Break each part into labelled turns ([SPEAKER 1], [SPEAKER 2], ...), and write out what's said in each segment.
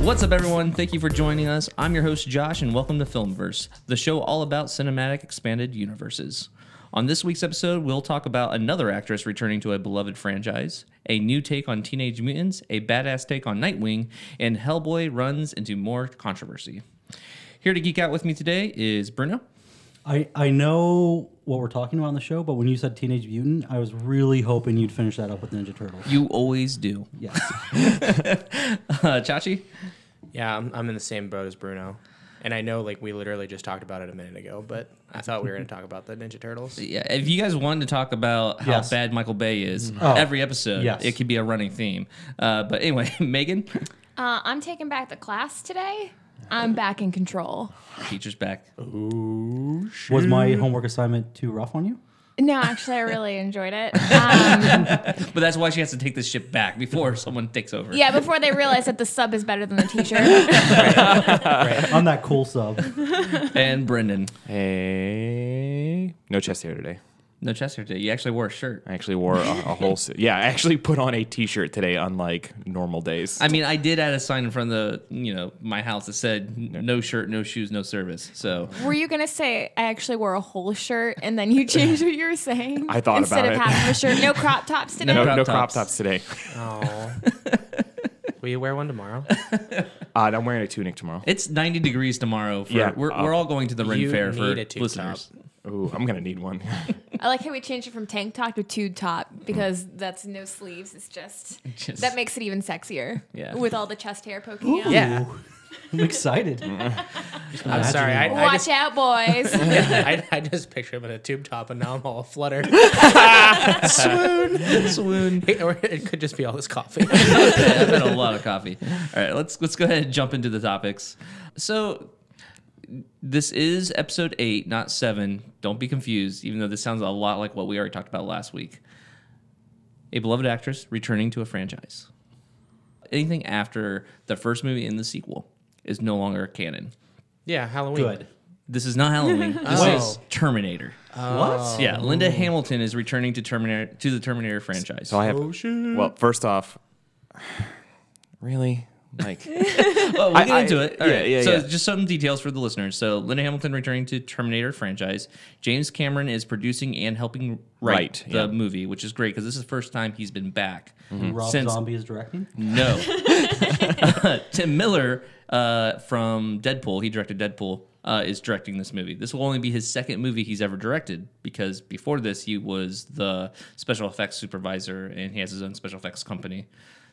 [SPEAKER 1] What's up, everyone? Thank you for joining us. I'm your host, Josh, and welcome to Filmverse, the show all about cinematic expanded universes. On this week's episode, we'll talk about another actress returning to a beloved franchise, a new take on Teenage Mutants, a badass take on Nightwing, and Hellboy runs into more controversy. Here to geek out with me today is Bruno.
[SPEAKER 2] I, I know what we're talking about on the show, but when you said Teenage Mutant, I was really hoping you'd finish that up with Ninja Turtles.
[SPEAKER 1] You always do.
[SPEAKER 2] Yes.
[SPEAKER 1] Uh, Chachi?
[SPEAKER 3] Yeah, I'm, I'm in the same boat as Bruno. And I know, like, we literally just talked about it a minute ago, but I thought we were going to talk about the Ninja Turtles.
[SPEAKER 1] Yeah, if you guys wanted to talk about how
[SPEAKER 2] Yes.
[SPEAKER 1] bad Michael Bay is
[SPEAKER 2] Oh.
[SPEAKER 1] every episode,
[SPEAKER 2] Yes.
[SPEAKER 1] it could be a running theme. Uh, but anyway, Megan,
[SPEAKER 4] Uh, I'm taking back the class today. I'm back in control.
[SPEAKER 1] teacher's back.
[SPEAKER 2] was my homework assignment too rough on you?
[SPEAKER 4] No, actually, I really enjoyed it. Um,
[SPEAKER 1] But that's why she has to take this ship back before someone takes over.
[SPEAKER 4] yeah, before they realize that the sub is better than the teacher.
[SPEAKER 2] I'm that cool sub.
[SPEAKER 1] And Brendan,
[SPEAKER 5] Hey, no chest hair today.
[SPEAKER 1] no Chester did. You actually wore a shirt.
[SPEAKER 5] I actually wore a, a whole. se- yeah, I actually put on a T-shirt today, unlike normal days.
[SPEAKER 1] I mean, I did add a sign in front of the, you know, my house that said "No shirt, no shoes, no service." So
[SPEAKER 4] Were you gonna say I actually wore a whole shirt and then you changed what you were saying?
[SPEAKER 5] I thought
[SPEAKER 4] instead
[SPEAKER 5] about
[SPEAKER 4] of
[SPEAKER 5] it.
[SPEAKER 4] having a shirt, no crop tops today.
[SPEAKER 5] no,
[SPEAKER 1] crop
[SPEAKER 5] no crop
[SPEAKER 1] tops.
[SPEAKER 5] tops today.
[SPEAKER 3] Oh. Will you wear one tomorrow?
[SPEAKER 5] Uh, I'm wearing a tunic tomorrow.
[SPEAKER 1] it's 90 degrees tomorrow. For,
[SPEAKER 5] Yeah,
[SPEAKER 1] we're,
[SPEAKER 5] uh,
[SPEAKER 1] we're all going to the Ren
[SPEAKER 3] you
[SPEAKER 1] Fair for
[SPEAKER 3] need a tube
[SPEAKER 1] listeners.
[SPEAKER 5] Ooh, I'm gonna need one.
[SPEAKER 4] I like how we changed it from tank top to tube top because that's no sleeves. It's just,
[SPEAKER 1] Just-
[SPEAKER 4] that makes it even sexier.
[SPEAKER 1] Yeah.
[SPEAKER 4] With all the chest hair poking out.
[SPEAKER 3] Yeah.
[SPEAKER 2] Ooh, I'm excited.
[SPEAKER 3] I'm sorry. I, I,
[SPEAKER 4] Watch
[SPEAKER 3] just,
[SPEAKER 4] out, boys.
[SPEAKER 3] I, I just picture him in a tube top, and now I'm all flutter.
[SPEAKER 1] Swoon.
[SPEAKER 3] or it could just be all this coffee.
[SPEAKER 1] I've had a lot of coffee. All right, let's let's go ahead and jump into the topics. So this is episode eight, not seven. Don't be confused, even though this sounds a lot like what we already talked about last week. A beloved actress returning to a franchise. Anything after the first movie in the sequel is no longer canon.
[SPEAKER 3] yeah, Halloween.
[SPEAKER 2] Good.
[SPEAKER 1] This is not Halloween. This
[SPEAKER 3] Oh.
[SPEAKER 1] is Terminator.
[SPEAKER 2] What?
[SPEAKER 1] Yeah, Linda Hamilton is returning to Terminator to the Terminator franchise.
[SPEAKER 5] So I have. Well, first off, really, like
[SPEAKER 1] Oh, we'll
[SPEAKER 5] I-
[SPEAKER 1] get
[SPEAKER 5] I-
[SPEAKER 1] into it. All
[SPEAKER 5] yeah,
[SPEAKER 1] right.
[SPEAKER 5] yeah,
[SPEAKER 1] so,
[SPEAKER 5] yeah.
[SPEAKER 1] just some details for the listeners. So, Linda Hamilton returning to Terminator franchise. James Cameron is producing and helping write
[SPEAKER 5] Right,
[SPEAKER 1] the
[SPEAKER 5] yeah. Mm-hmm.
[SPEAKER 1] movie, which is great because this is the first time he's been back
[SPEAKER 2] Rob
[SPEAKER 1] Oh. since
[SPEAKER 2] Zombie is directing?
[SPEAKER 1] no. Tim Miller uh, from Deadpool, he directed Deadpool, uh, is directing this movie. This will only be his second movie he's ever directed because before this, he was the special effects supervisor and he has his own special effects company.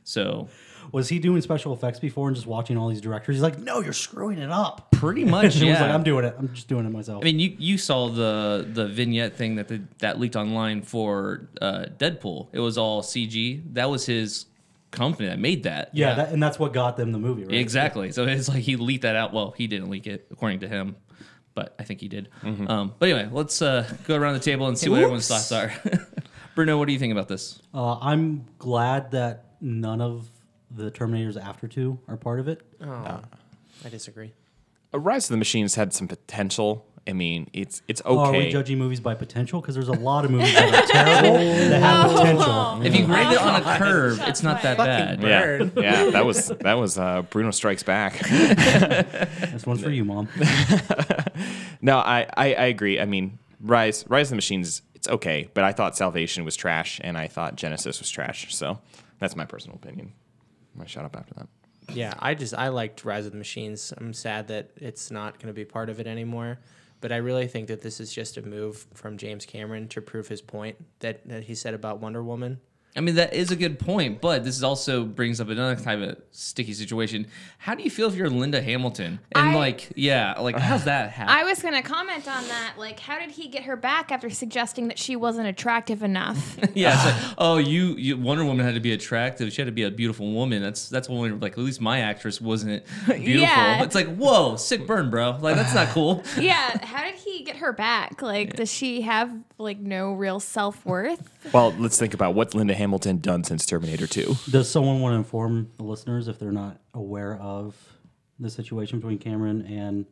[SPEAKER 1] So
[SPEAKER 2] Was he doing special effects before and just watching all these directors? He's like, no, you're screwing it up.
[SPEAKER 1] pretty much,
[SPEAKER 2] He
[SPEAKER 1] yeah.
[SPEAKER 2] was like, I'm doing it. I'm just doing it myself.
[SPEAKER 1] I mean, you, you saw the the vignette thing that the, that leaked online for uh, Deadpool. It was all CG. That was his company that made that.
[SPEAKER 2] yeah, That, and that's what got them the movie, right?
[SPEAKER 1] exactly. So it's like he leaked that out. Well, he didn't leak it, according to him, but I think he did. Um, but anyway, let's uh, go around the table and see what everyone's thoughts are. Bruno, what do you think about this?
[SPEAKER 2] Uh, I'm glad that none of the Terminators after two are part of it.
[SPEAKER 3] Oh, I disagree.
[SPEAKER 5] Rise of the Machines had some potential. I mean, it's it's
[SPEAKER 2] Oh, Are
[SPEAKER 5] okay.
[SPEAKER 2] we judging movies by potential? Because there's a lot of movies that are terrible that have potential.
[SPEAKER 1] If you grade it on a curve, it's not that
[SPEAKER 3] Fucking
[SPEAKER 1] bad.
[SPEAKER 3] bad.
[SPEAKER 5] yeah,
[SPEAKER 3] Bird.
[SPEAKER 5] yeah, that was that was uh, Bruno Strikes Back.
[SPEAKER 2] This one's for you, mom.
[SPEAKER 5] No, I, I, I agree. I mean, Rise Rise of the Machines, it's okay, but I thought Salvation was trash, and I thought Genesis was trash. So that's my personal opinion. I shut up after that.
[SPEAKER 3] Yeah, I just I liked Rise of the Machines. I'm sad that it's not going to be part of it anymore, but I really think that this is just a move from James Cameron to prove his point that, that he said about Wonder Woman.
[SPEAKER 1] I mean, that is a good point, but this is also brings up another type of sticky situation. How do you feel if you're Linda Hamilton and
[SPEAKER 4] I-
[SPEAKER 1] like, yeah, like how's that happen?
[SPEAKER 4] I was going to comment on that. Like, how did he get her back after suggesting that she wasn't attractive enough?
[SPEAKER 1] yeah, it's like, oh, you, you Wonder Woman had to be attractive. She had to be a beautiful woman. That's that's when we were like, at least my actress wasn't beautiful.
[SPEAKER 4] Yeah.
[SPEAKER 1] It's like, whoa, sick burn, bro. Like that's not cool.
[SPEAKER 4] yeah, how did he get her back? Like, does she have like no real self worth?
[SPEAKER 5] Well, let's think about what's Linda Hamilton done since Terminator 2.
[SPEAKER 2] Does someone want to inform the listeners if they're not aware of the situation between Cameron and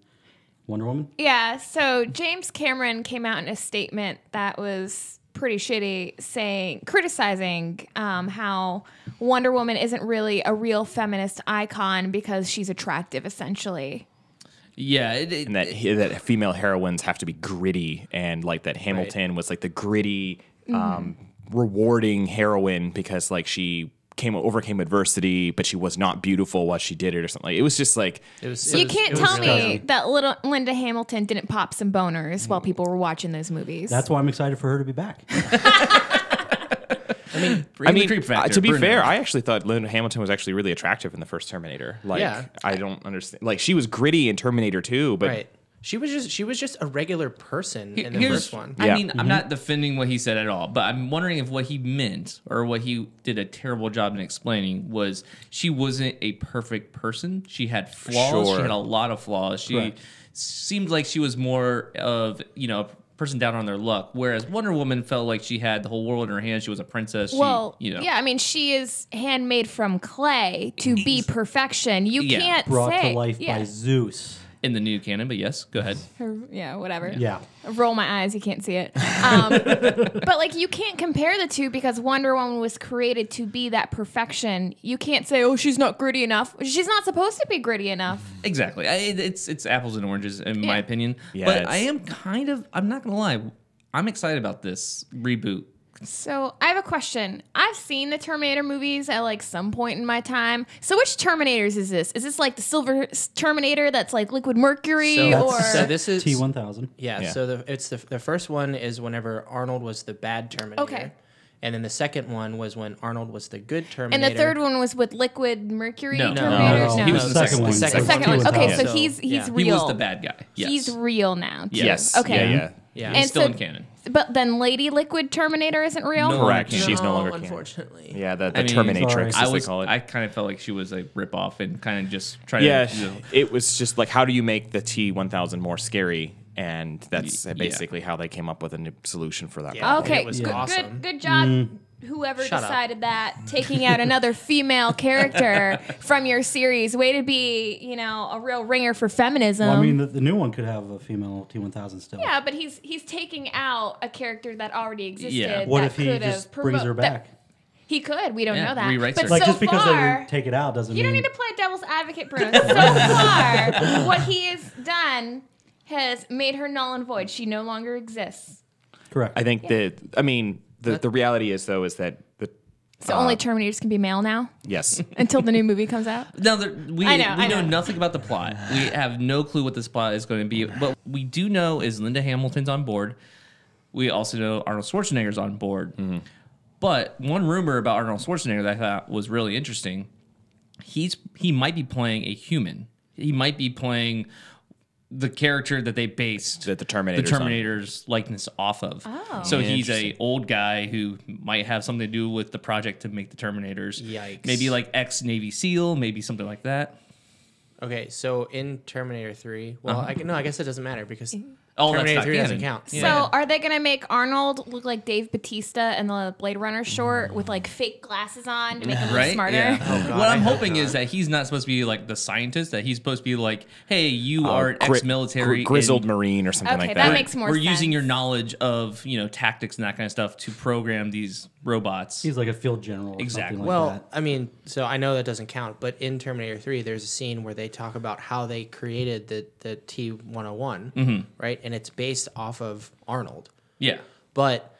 [SPEAKER 2] Wonder Woman?
[SPEAKER 4] Yeah, so James Cameron came out in a statement that was pretty shitty saying criticizing um, how Wonder Woman isn't really a real feminist icon because she's attractive essentially.
[SPEAKER 1] Yeah, it, it,
[SPEAKER 5] and that that female heroines have to be gritty and like that Hamilton was like the gritty um, rewarding heroine because like she came overcame adversity but she was not beautiful while she did it or something like it was just like
[SPEAKER 3] It was.
[SPEAKER 4] you
[SPEAKER 3] it was-
[SPEAKER 4] can't
[SPEAKER 3] it was
[SPEAKER 4] tell me
[SPEAKER 3] really-
[SPEAKER 4] that little Linda Hamilton didn't pop some boners
[SPEAKER 3] Mm.
[SPEAKER 4] while people were watching those movies.
[SPEAKER 2] That's why I'm excited for her to be back.
[SPEAKER 1] bring
[SPEAKER 5] I mean
[SPEAKER 1] the creep
[SPEAKER 5] uh,
[SPEAKER 1] factor,
[SPEAKER 5] to be
[SPEAKER 1] burn it.
[SPEAKER 5] fair I actually thought Linda Hamilton was actually really attractive in the first Terminator like
[SPEAKER 3] Yeah.
[SPEAKER 5] I don't understand like she was gritty in Terminator 2 but
[SPEAKER 3] Right. She was just she was just a regular person in the
[SPEAKER 1] Here's-
[SPEAKER 3] first one. Mm-hmm.
[SPEAKER 1] I
[SPEAKER 5] Yeah.
[SPEAKER 1] mean, I'm not defending what he said at all, but I'm wondering if what he meant or what he did a terrible job in explaining was she wasn't a perfect person. She had flaws.
[SPEAKER 5] Sure.
[SPEAKER 1] She had a lot of flaws. She
[SPEAKER 2] Correct.
[SPEAKER 1] seemed like she was more of you know. a Person down on their luck, whereas Wonder Woman felt like she had the whole world in her hands. She was a princess. She,
[SPEAKER 4] well,
[SPEAKER 1] you know,
[SPEAKER 4] yeah, I mean, she is handmade from clay to be perfection. You
[SPEAKER 1] Yeah.
[SPEAKER 4] can't
[SPEAKER 2] Brought
[SPEAKER 4] say,
[SPEAKER 2] to life
[SPEAKER 4] yeah,
[SPEAKER 2] by Zeus.
[SPEAKER 1] in the new canon. But yes, go ahead.
[SPEAKER 4] Her- yeah, whatever.
[SPEAKER 2] Yeah.
[SPEAKER 4] roll my eyes you can't see it um, but like you can't compare the two because wonder woman was created to be that perfection you can't say oh she's not gritty enough she's not supposed to be gritty enough
[SPEAKER 1] Exactly. I, it- it's it's apples and oranges in my
[SPEAKER 4] Yeah.
[SPEAKER 1] opinion.
[SPEAKER 5] Yeah,
[SPEAKER 1] but
[SPEAKER 5] it's-
[SPEAKER 1] I am kind of. I'm not gonna lie. I'm excited about this reboot.
[SPEAKER 4] so i have a question i've seen the terminator movies at like some point in my time so which terminators is this is this like the silver s- terminator that's like liquid mercury
[SPEAKER 3] So-
[SPEAKER 4] or
[SPEAKER 3] so this is
[SPEAKER 2] T1000.
[SPEAKER 3] Yeah,
[SPEAKER 5] Yeah.
[SPEAKER 3] So the it's the the first one is whenever Arnold was the bad Terminator.
[SPEAKER 4] Okay.
[SPEAKER 3] And then the second one was when Arnold was the good
[SPEAKER 4] and
[SPEAKER 3] Terminator.
[SPEAKER 4] the third one was with liquid mercury
[SPEAKER 1] No. No.
[SPEAKER 4] terminators
[SPEAKER 2] No.
[SPEAKER 1] He was the second one.
[SPEAKER 4] The second one.
[SPEAKER 2] T1000.
[SPEAKER 4] Okay,
[SPEAKER 3] Yeah.
[SPEAKER 4] so
[SPEAKER 3] So,
[SPEAKER 4] he's he's
[SPEAKER 3] yeah. He
[SPEAKER 4] real.
[SPEAKER 1] He was the bad guy. Yes.
[SPEAKER 4] He's real now. Too.
[SPEAKER 5] yes
[SPEAKER 4] Okay.
[SPEAKER 5] yeah yeah
[SPEAKER 3] Yeah.
[SPEAKER 1] He's
[SPEAKER 4] And
[SPEAKER 1] still
[SPEAKER 4] so-
[SPEAKER 1] in canon.
[SPEAKER 4] But then Lady Liquid Terminator isn't real?
[SPEAKER 1] No.
[SPEAKER 5] correct
[SPEAKER 1] No,
[SPEAKER 5] she's no longer canon.
[SPEAKER 3] unfortunately.
[SPEAKER 5] yeah the, the
[SPEAKER 1] I mean,
[SPEAKER 5] Terminatrix as
[SPEAKER 1] I
[SPEAKER 5] they
[SPEAKER 1] was.
[SPEAKER 5] call it
[SPEAKER 1] I kind of felt like she was a ripoff and kind of just trying
[SPEAKER 5] yeah,
[SPEAKER 1] to. you know,
[SPEAKER 5] it was just like how do you make the T1000 more scary? And that's
[SPEAKER 1] Y- yeah.
[SPEAKER 5] basically how they came up with a new solution for that.
[SPEAKER 3] Yeah.
[SPEAKER 5] problem.
[SPEAKER 4] Okay,
[SPEAKER 3] It was
[SPEAKER 4] good,
[SPEAKER 3] awesome.
[SPEAKER 4] good, good job. Whoever
[SPEAKER 3] Shut up.
[SPEAKER 4] decided that taking out another female character from your series, way to be, you know, a real ringer for feminism.
[SPEAKER 2] Well, I mean, the, the new one could have a female T1000 still.
[SPEAKER 4] yeah, but he's he's taking out a character that already existed.
[SPEAKER 1] Yeah.
[SPEAKER 2] What
[SPEAKER 4] that
[SPEAKER 2] if he
[SPEAKER 4] could have
[SPEAKER 2] just brings her
[SPEAKER 4] provo- that-
[SPEAKER 2] back?
[SPEAKER 4] he could. We don't
[SPEAKER 1] Yeah,
[SPEAKER 4] know that.
[SPEAKER 1] rewrites
[SPEAKER 4] but
[SPEAKER 1] her.
[SPEAKER 4] so
[SPEAKER 2] like just because
[SPEAKER 4] far,
[SPEAKER 2] they take it out doesn't
[SPEAKER 4] You
[SPEAKER 2] mean
[SPEAKER 1] Mm.
[SPEAKER 4] don't need to play devil's advocate, Bruno. So far, what he has done has made her null and void. She no longer exists.
[SPEAKER 2] correct.
[SPEAKER 5] I think that I mean the, the reality is though is that the
[SPEAKER 1] Uh.
[SPEAKER 4] So only Terminators can be male now
[SPEAKER 5] yes
[SPEAKER 4] until the new movie comes out.
[SPEAKER 1] Now there, we
[SPEAKER 4] I know,
[SPEAKER 1] we
[SPEAKER 4] I
[SPEAKER 1] know.
[SPEAKER 4] know.
[SPEAKER 1] nothing about the plot. We have no clue what this plot is going to be. What we do know is Linda Hamilton's on board. We also know Arnold Schwarzenegger's on board. But one rumor about Arnold Schwarzenegger that I thought was really interesting, he's he might be playing a human. He might be playing the character that they based
[SPEAKER 5] that
[SPEAKER 1] the
[SPEAKER 5] the Terminator
[SPEAKER 1] Terminator's likeness off of.
[SPEAKER 4] Oh.
[SPEAKER 1] So he's a
[SPEAKER 5] Interesting.
[SPEAKER 1] old guy who might have something to do with the project to make the Terminators.
[SPEAKER 3] Yikes.
[SPEAKER 1] Maybe like ex Navy SEAL, maybe something like that.
[SPEAKER 3] Okay, so in Terminator 3, well, I, gu- no, I guess it doesn't matter because
[SPEAKER 4] Mm-hmm.
[SPEAKER 1] Oh, that's
[SPEAKER 3] Terminator
[SPEAKER 1] not
[SPEAKER 3] 3 doesn't
[SPEAKER 1] canon.
[SPEAKER 3] count.
[SPEAKER 4] So are they gonna make Arnold look like Dave Batista in the Blade Runner short with like fake glasses on to make him look
[SPEAKER 1] Mm. Right?
[SPEAKER 4] smarter?
[SPEAKER 1] Yeah.
[SPEAKER 3] Oh, God,
[SPEAKER 1] what I'm
[SPEAKER 3] I hope
[SPEAKER 1] hoping is
[SPEAKER 3] not.
[SPEAKER 1] that he's not supposed to be like the scientist. That he's supposed to be like, hey, you
[SPEAKER 3] Oh,
[SPEAKER 5] Uh,
[SPEAKER 1] are an
[SPEAKER 5] gri-
[SPEAKER 1] ex-military
[SPEAKER 5] gri- grizzled
[SPEAKER 1] and
[SPEAKER 5] marine or something
[SPEAKER 4] Okay,
[SPEAKER 5] like
[SPEAKER 4] that
[SPEAKER 5] that.
[SPEAKER 4] makes- more
[SPEAKER 1] We're using
[SPEAKER 4] sense.
[SPEAKER 1] your knowledge of you know tactics and that kind of stuff to program these robots.
[SPEAKER 2] He's like a field general. Or
[SPEAKER 1] Exactly.
[SPEAKER 2] Something like
[SPEAKER 3] well,
[SPEAKER 2] that.
[SPEAKER 3] I mean, so I know that doesn't count, but in Terminator 3, there's a scene where they talk about how they created the, the T 101, right? And it's based off of Arnold.
[SPEAKER 1] yeah.
[SPEAKER 3] but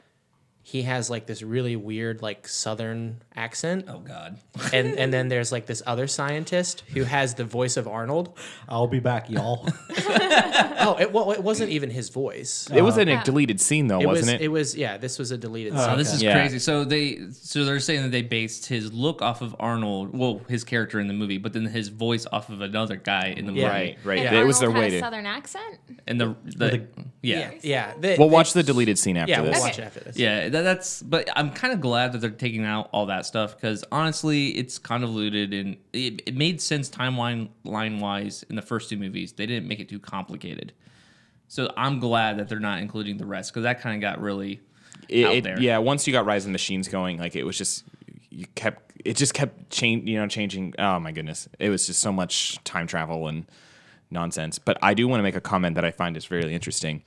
[SPEAKER 3] he has like this really weird like southern accent
[SPEAKER 1] Oh God.
[SPEAKER 3] and and then there's like this other scientist who has the voice of arnold
[SPEAKER 2] I'll be back, y'all.
[SPEAKER 3] oh it, well, it wasn't even his voice
[SPEAKER 5] it was in a deleted scene though,
[SPEAKER 3] it was
[SPEAKER 5] wasn't it?
[SPEAKER 3] it was yeah this was a deleted
[SPEAKER 1] Oh,
[SPEAKER 3] scene
[SPEAKER 1] this is
[SPEAKER 5] Yeah.
[SPEAKER 1] crazy. So they, so they're saying that they based his look off of Arnold, well, his character in the movie, but then his voice off of another guy in the movie.
[SPEAKER 3] Yeah.
[SPEAKER 5] Right, right.
[SPEAKER 4] And
[SPEAKER 5] It was their
[SPEAKER 4] Arnold
[SPEAKER 5] way
[SPEAKER 4] had a
[SPEAKER 5] to.
[SPEAKER 4] southern accent.
[SPEAKER 1] And the, the,
[SPEAKER 2] the-
[SPEAKER 1] yeah,
[SPEAKER 3] yeah they-
[SPEAKER 5] We'll
[SPEAKER 3] they-
[SPEAKER 5] watch the deleted scene after
[SPEAKER 3] yeah we'll
[SPEAKER 5] this.
[SPEAKER 3] watch
[SPEAKER 4] Okay.
[SPEAKER 3] it after this
[SPEAKER 1] Yeah, that, that's. But I'm kind of glad that they're taking out all that stuff because honestly, it's convoluted and it, it made sense timeline line wise in the first two movies. They didn't make it too complicated, so I'm glad that they're not including the rest because that kind of got really.
[SPEAKER 5] It-
[SPEAKER 1] out
[SPEAKER 5] it-
[SPEAKER 1] there.
[SPEAKER 5] yeah, once you got Rise of the Machines going, like it was just you kept it just kept change you know changing. Oh my goodness, it was just so much time travel and nonsense. But I do want to make a comment that I find is really interesting.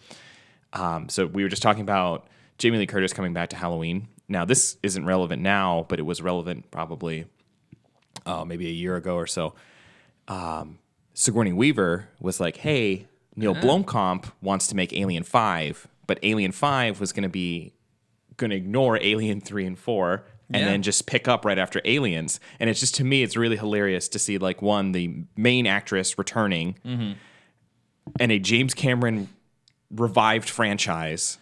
[SPEAKER 5] Um, so we were just talking about Jamie Lee Curtis coming back to Halloween. Now, this isn't relevant now, but it was relevant probably uh, maybe a year ago or so. Um, Sigourney Weaver was like, hey, Neil
[SPEAKER 1] Uh-huh.
[SPEAKER 5] Blomkamp wants to make Alien 5, but Alien 5 was going to be going to ignore Alien 3 and 4 and
[SPEAKER 1] Yeah.
[SPEAKER 5] then just pick up right after Aliens. And it's just to me, it's really hilarious to see like one, the main actress returning
[SPEAKER 1] Mm-hmm.
[SPEAKER 5] and a James Cameron revived franchise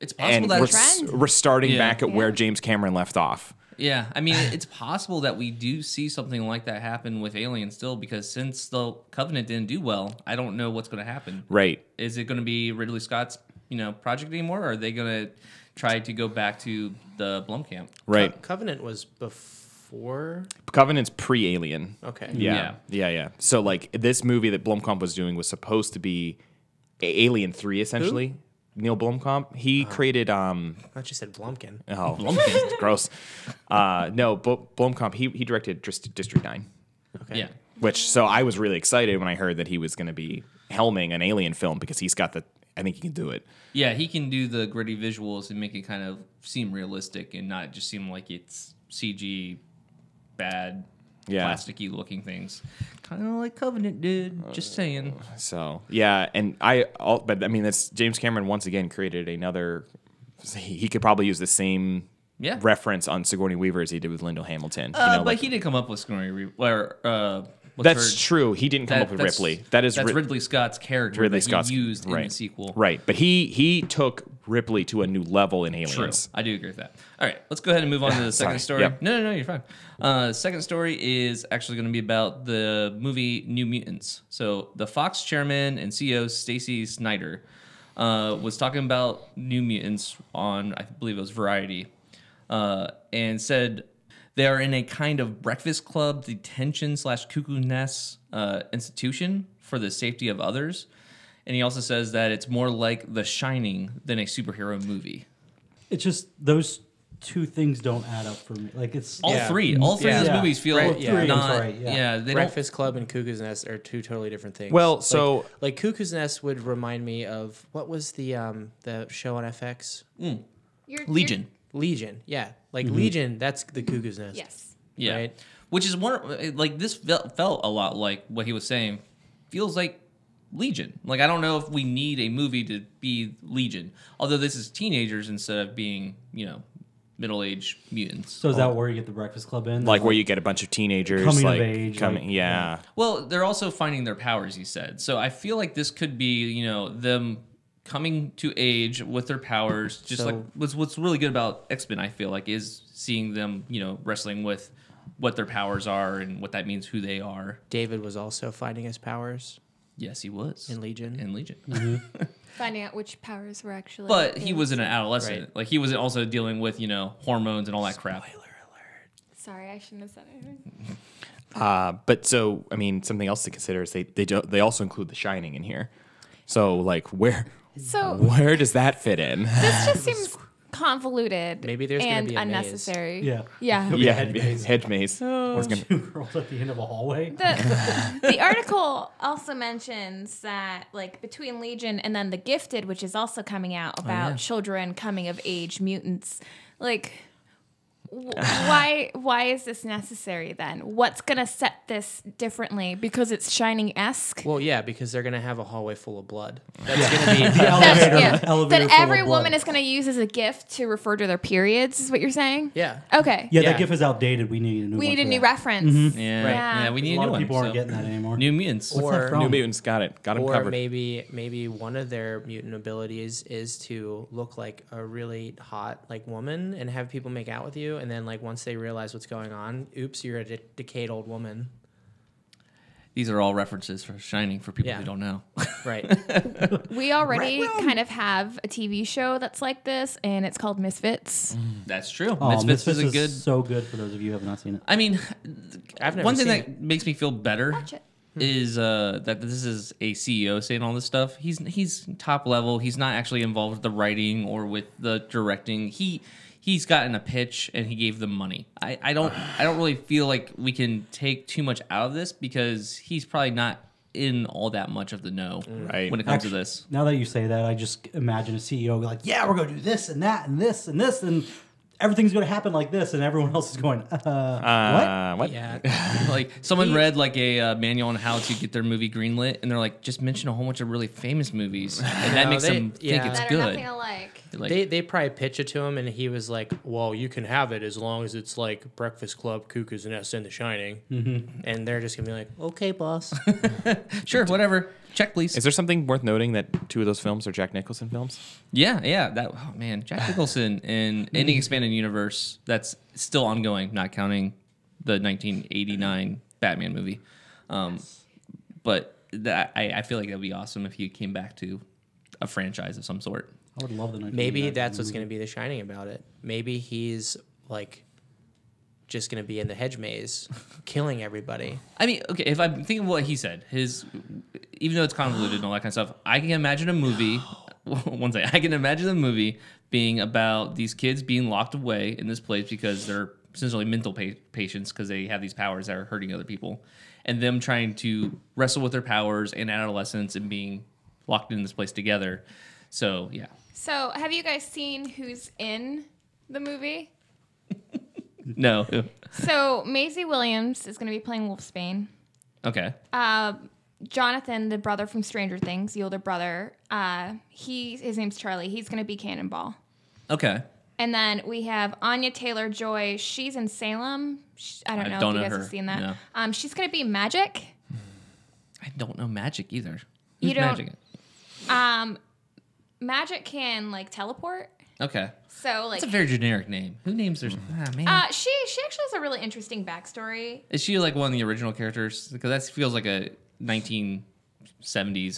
[SPEAKER 1] It's possible
[SPEAKER 5] and
[SPEAKER 1] that
[SPEAKER 5] we're,
[SPEAKER 4] trend.
[SPEAKER 5] s- we're starting
[SPEAKER 1] Yeah.
[SPEAKER 5] back at where
[SPEAKER 4] Yeah.
[SPEAKER 5] James Cameron left off.
[SPEAKER 1] Yeah, I mean, it's possible that we do see something like that happen with Alien still, because since the Covenant didn't do well, I don't know what's going to happen.
[SPEAKER 5] Right.
[SPEAKER 1] Is it going to be Ridley Scott's you know project anymore, or are they going to try to go back to the Blumkamp?
[SPEAKER 5] Right.
[SPEAKER 3] Covenant was before.
[SPEAKER 5] Covenant's pre Alien.
[SPEAKER 3] Okay.
[SPEAKER 5] Yeah. yeah. Yeah. So, like, this movie that Blomkamp was doing was supposed to be A- Alien 3, essentially. Neil Blomkamp. He created, um,
[SPEAKER 3] I thought you said Blumpkin.
[SPEAKER 5] oh, Blomkamp. gross. Uh, no, Bl- Blomkamp, he, he directed Dist- District 9,
[SPEAKER 3] Okay.
[SPEAKER 1] Yeah.
[SPEAKER 5] which, so I was really excited when I heard that he was going to be helming an Alien film because he's got the, I think he can do it.
[SPEAKER 1] Yeah, he can do the gritty visuals and make it kind of seem realistic and not just seem like it's CG bad,
[SPEAKER 5] Yeah.
[SPEAKER 1] plasticky looking things. Kind of like Covenant did. Just saying.
[SPEAKER 5] So yeah, and I all, but I mean that's James Cameron once again created another. He, he could probably use the same
[SPEAKER 1] Yeah.
[SPEAKER 5] reference on Sigourney Weaver as he did with Lyndall Hamilton.
[SPEAKER 1] Uh,
[SPEAKER 5] you know,
[SPEAKER 1] but
[SPEAKER 5] like-
[SPEAKER 1] he did come up with Scoring Re- or uh, what's
[SPEAKER 5] that's
[SPEAKER 1] her-
[SPEAKER 5] true. He didn't come
[SPEAKER 1] That-
[SPEAKER 5] up with
[SPEAKER 1] that's-
[SPEAKER 5] Ripley. That is
[SPEAKER 1] that's
[SPEAKER 5] Rid-
[SPEAKER 1] Ridley Scott's character
[SPEAKER 5] Ridley
[SPEAKER 1] that
[SPEAKER 5] Scott's
[SPEAKER 1] he used
[SPEAKER 5] right,
[SPEAKER 1] in the sequel.
[SPEAKER 5] Right, but he he took Ripley to a new level in
[SPEAKER 1] True.
[SPEAKER 5] Aliens.
[SPEAKER 1] I do agree with that. All right, let's go ahead and move on to the second story.
[SPEAKER 5] Sorry. Yep.
[SPEAKER 1] No, no, no, you're fine. Uh, the second story is actually going to be about the movie New Mutants. So the Fox chairman and CEO Stacy Snyder uh, was talking about New Mutants on, I believe it was Variety, uh, and said they are in a kind of breakfast club detention slash cuckoo nest uh, institution for the safety of others. And he also says that it's more like The Shining than a superhero movie.
[SPEAKER 2] It's just those two things don't add up for me. Like it's
[SPEAKER 1] All
[SPEAKER 3] Yeah.
[SPEAKER 1] three, all three of those
[SPEAKER 2] Yeah.
[SPEAKER 1] movies feel
[SPEAKER 3] Right, yeah.
[SPEAKER 2] Three,
[SPEAKER 1] not.
[SPEAKER 2] I'm sorry,
[SPEAKER 1] yeah.
[SPEAKER 2] yeah.
[SPEAKER 1] they
[SPEAKER 3] Breakfast Club and Cuckoo's Nest are two totally different things.
[SPEAKER 5] Well,
[SPEAKER 3] Like-
[SPEAKER 5] so-
[SPEAKER 3] like, Cuckoo's Nest would remind me of what was the um the show on FX
[SPEAKER 4] You're,
[SPEAKER 1] don't. Legion.
[SPEAKER 3] Legion. Yeah, like Legion. That's the Cuckoo's Nest.
[SPEAKER 4] You're, yes.
[SPEAKER 1] Yeah,
[SPEAKER 3] Right.
[SPEAKER 1] which is one like this felt, felt a lot like what he was saying. Feels like Legion. Like I don't know if we need a movie to be Legion. Although this is teenagers instead of being you know middle aged mutants.
[SPEAKER 2] So is that where you get the Breakfast Club in?
[SPEAKER 5] Like where you get a bunch of teenagers
[SPEAKER 2] Coming of
[SPEAKER 5] like
[SPEAKER 2] age,
[SPEAKER 5] coming,
[SPEAKER 2] like-
[SPEAKER 5] yeah.
[SPEAKER 1] Well, they're also finding their powers, he said. So I feel like this could be, you know, them coming to age with their powers. Just
[SPEAKER 3] So-
[SPEAKER 1] like what's what's really good about X Men, I feel like, is seeing them, you know, wrestling with what their powers are and what that means, who they are.
[SPEAKER 3] David was also finding his powers
[SPEAKER 1] Yes, he was
[SPEAKER 3] in Legion.
[SPEAKER 1] in Legion,
[SPEAKER 2] Mm-hmm.
[SPEAKER 4] Finding out which powers were actually.
[SPEAKER 1] but he
[SPEAKER 4] in-
[SPEAKER 1] was an adolescent.
[SPEAKER 3] Right.
[SPEAKER 1] Like he was also dealing with, you know, hormones and all that crap.
[SPEAKER 4] Sorry, I shouldn't have said
[SPEAKER 1] Mm.
[SPEAKER 4] it.
[SPEAKER 5] Uh, but so, I mean, something else to consider is they they do, they also include The Shining in here. So, like, where
[SPEAKER 4] So
[SPEAKER 5] where does that fit in?
[SPEAKER 4] this just seems convoluted.
[SPEAKER 3] Maybe there's gonna
[SPEAKER 4] and
[SPEAKER 3] be a maze.
[SPEAKER 4] unnecessary.
[SPEAKER 2] Yeah.
[SPEAKER 4] Yeah.
[SPEAKER 5] yeah,
[SPEAKER 2] Head
[SPEAKER 5] head
[SPEAKER 2] maze.
[SPEAKER 5] maze.
[SPEAKER 1] Oh,
[SPEAKER 5] I was gonna-
[SPEAKER 2] two girls at the end of a hallway.
[SPEAKER 4] The, the article also mentions that, like, between Legion and then The Gifted, which is also coming out
[SPEAKER 3] Oh,
[SPEAKER 4] about children coming of age mutants, like, w- why why is this necessary then? What's gonna set this differently? Because it's Shining esque.
[SPEAKER 3] Well, yeah, because they're gonna have a hallway full of blood. That's gonna be
[SPEAKER 2] elevator,
[SPEAKER 4] yeah.
[SPEAKER 2] elevator
[SPEAKER 4] That
[SPEAKER 2] full of
[SPEAKER 4] every
[SPEAKER 2] blood.
[SPEAKER 4] woman is gonna use as a gift to refer to their periods is what you're saying.
[SPEAKER 3] yeah.
[SPEAKER 4] Okay.
[SPEAKER 2] Yeah, Mm-hmm.
[SPEAKER 3] Yeah.
[SPEAKER 2] that gif is outdated. We need a new.
[SPEAKER 4] We
[SPEAKER 2] one
[SPEAKER 4] need a
[SPEAKER 2] for
[SPEAKER 4] new
[SPEAKER 2] that.
[SPEAKER 4] reference.
[SPEAKER 1] Yeah,
[SPEAKER 4] Right.
[SPEAKER 1] yeah, we need a,
[SPEAKER 2] A lot
[SPEAKER 1] new
[SPEAKER 2] of
[SPEAKER 1] one.
[SPEAKER 2] people aren't
[SPEAKER 1] so-
[SPEAKER 2] getting that anymore.
[SPEAKER 1] New Mutants.
[SPEAKER 2] What's that
[SPEAKER 3] Or-
[SPEAKER 2] from?
[SPEAKER 5] New Mutants got it. Got him
[SPEAKER 3] or
[SPEAKER 5] covered.
[SPEAKER 3] maybe maybe one of their mutant abilities is to look like a really hot like woman and have people make out with you and then like once they realize what's going on oops you're a de- decayed old woman
[SPEAKER 1] These are all references for Shining for people
[SPEAKER 3] Yeah.
[SPEAKER 1] who don't know.
[SPEAKER 2] Mm.
[SPEAKER 3] right
[SPEAKER 4] We already kind of have a TV show that's like this, and it's called Misfits.
[SPEAKER 1] That's true.
[SPEAKER 2] Oh,
[SPEAKER 1] Misfits,
[SPEAKER 2] Misfits
[SPEAKER 1] is a good.
[SPEAKER 2] so good for those of you who have not seen it.
[SPEAKER 1] I mean,
[SPEAKER 3] I've never
[SPEAKER 1] one thing
[SPEAKER 3] seen Hmm.
[SPEAKER 1] that makes me feel better
[SPEAKER 4] Watch it.
[SPEAKER 1] is uh, that this is a CEO saying all this stuff. He's he's top level. He's not actually involved with the writing or with the directing. He he's gotten a pitch and he gave them money. I, I don't I don't really feel like we can take too much out of this because he's probably not in all that much of the know
[SPEAKER 3] Mm.
[SPEAKER 5] Right.
[SPEAKER 1] when it comes to
[SPEAKER 2] Actu-
[SPEAKER 1] this.
[SPEAKER 2] Now that you say that, I just imagine a CEO be like, "Yeah, we're gonna do this and that and this and this and everything's gonna happen like this," and everyone else is going, "Uh,
[SPEAKER 5] Uh, what?
[SPEAKER 3] Yeah.
[SPEAKER 1] Like someone
[SPEAKER 3] He-
[SPEAKER 1] read like a uh, manual on how to get their movie greenlit, and they're like, just mention a whole bunch of really famous movies, and that
[SPEAKER 3] No,
[SPEAKER 1] makes
[SPEAKER 3] they-
[SPEAKER 1] them
[SPEAKER 3] yeah.
[SPEAKER 1] think it's
[SPEAKER 4] that are
[SPEAKER 1] good.
[SPEAKER 4] nothing alike.
[SPEAKER 1] Like,
[SPEAKER 3] they they probably pitched it to him, and he was like, "Well, you can have it as long as it's like Breakfast Club, Cuckoo's Nest, and The Shining." Mm-hmm. And they're just gonna be like, "Okay, boss."
[SPEAKER 1] sure, whatever. Check, please.
[SPEAKER 5] Is there something worth noting that two of those films are Jack Nicholson films?
[SPEAKER 1] Yeah, yeah. That oh man, Jack Nicholson in any expanded universe that's still ongoing, not counting the 1989 Batman movie. Um, but that I, I feel like that'd be awesome if he came back to a franchise of some sort.
[SPEAKER 2] I would love the
[SPEAKER 3] Maybe that's what's gonna be The Shining about it. Maybe he's like just gonna be in the hedge maze, killing everybody.
[SPEAKER 1] I mean, okay, if I'm thinking of what he said, his even though it's convoluted and all that kind of stuff, I can imagine a movie. One second, I can imagine a movie being about these kids being locked away in this place because they're essentially mental pa- patients because they have these powers that are hurting other people, and them trying to wrestle with their powers in adolescence and being locked in this place together. So yeah,
[SPEAKER 4] So, have you guys seen who's in the movie?
[SPEAKER 1] no,
[SPEAKER 4] So, Maisie Williams is going to be playing Wolfsbane.
[SPEAKER 1] okay,
[SPEAKER 4] Uh, Jonathan, the brother from Stranger Things, the older brother, uh, he his name's Charlie. He's going to be Cannonball.
[SPEAKER 1] okay.
[SPEAKER 4] And then we have Anya Taylor Joy. She's in Salem. Sh I don't
[SPEAKER 1] I
[SPEAKER 4] know
[SPEAKER 1] don't
[SPEAKER 4] if you
[SPEAKER 1] know
[SPEAKER 4] guys
[SPEAKER 1] her.
[SPEAKER 4] have seen that.
[SPEAKER 1] No.
[SPEAKER 4] Um, she's going to be Magic.
[SPEAKER 1] I don't know magic either.
[SPEAKER 4] You
[SPEAKER 1] Who's
[SPEAKER 4] don't-
[SPEAKER 1] magic?
[SPEAKER 4] Um, Magic can like teleport.
[SPEAKER 1] Okay,
[SPEAKER 4] So like,
[SPEAKER 1] that's a very generic name. Who names their? Ah, man.
[SPEAKER 4] uh, she she actually has a really interesting backstory.
[SPEAKER 1] Is she like one of the original characters? Because that feels like a 1970s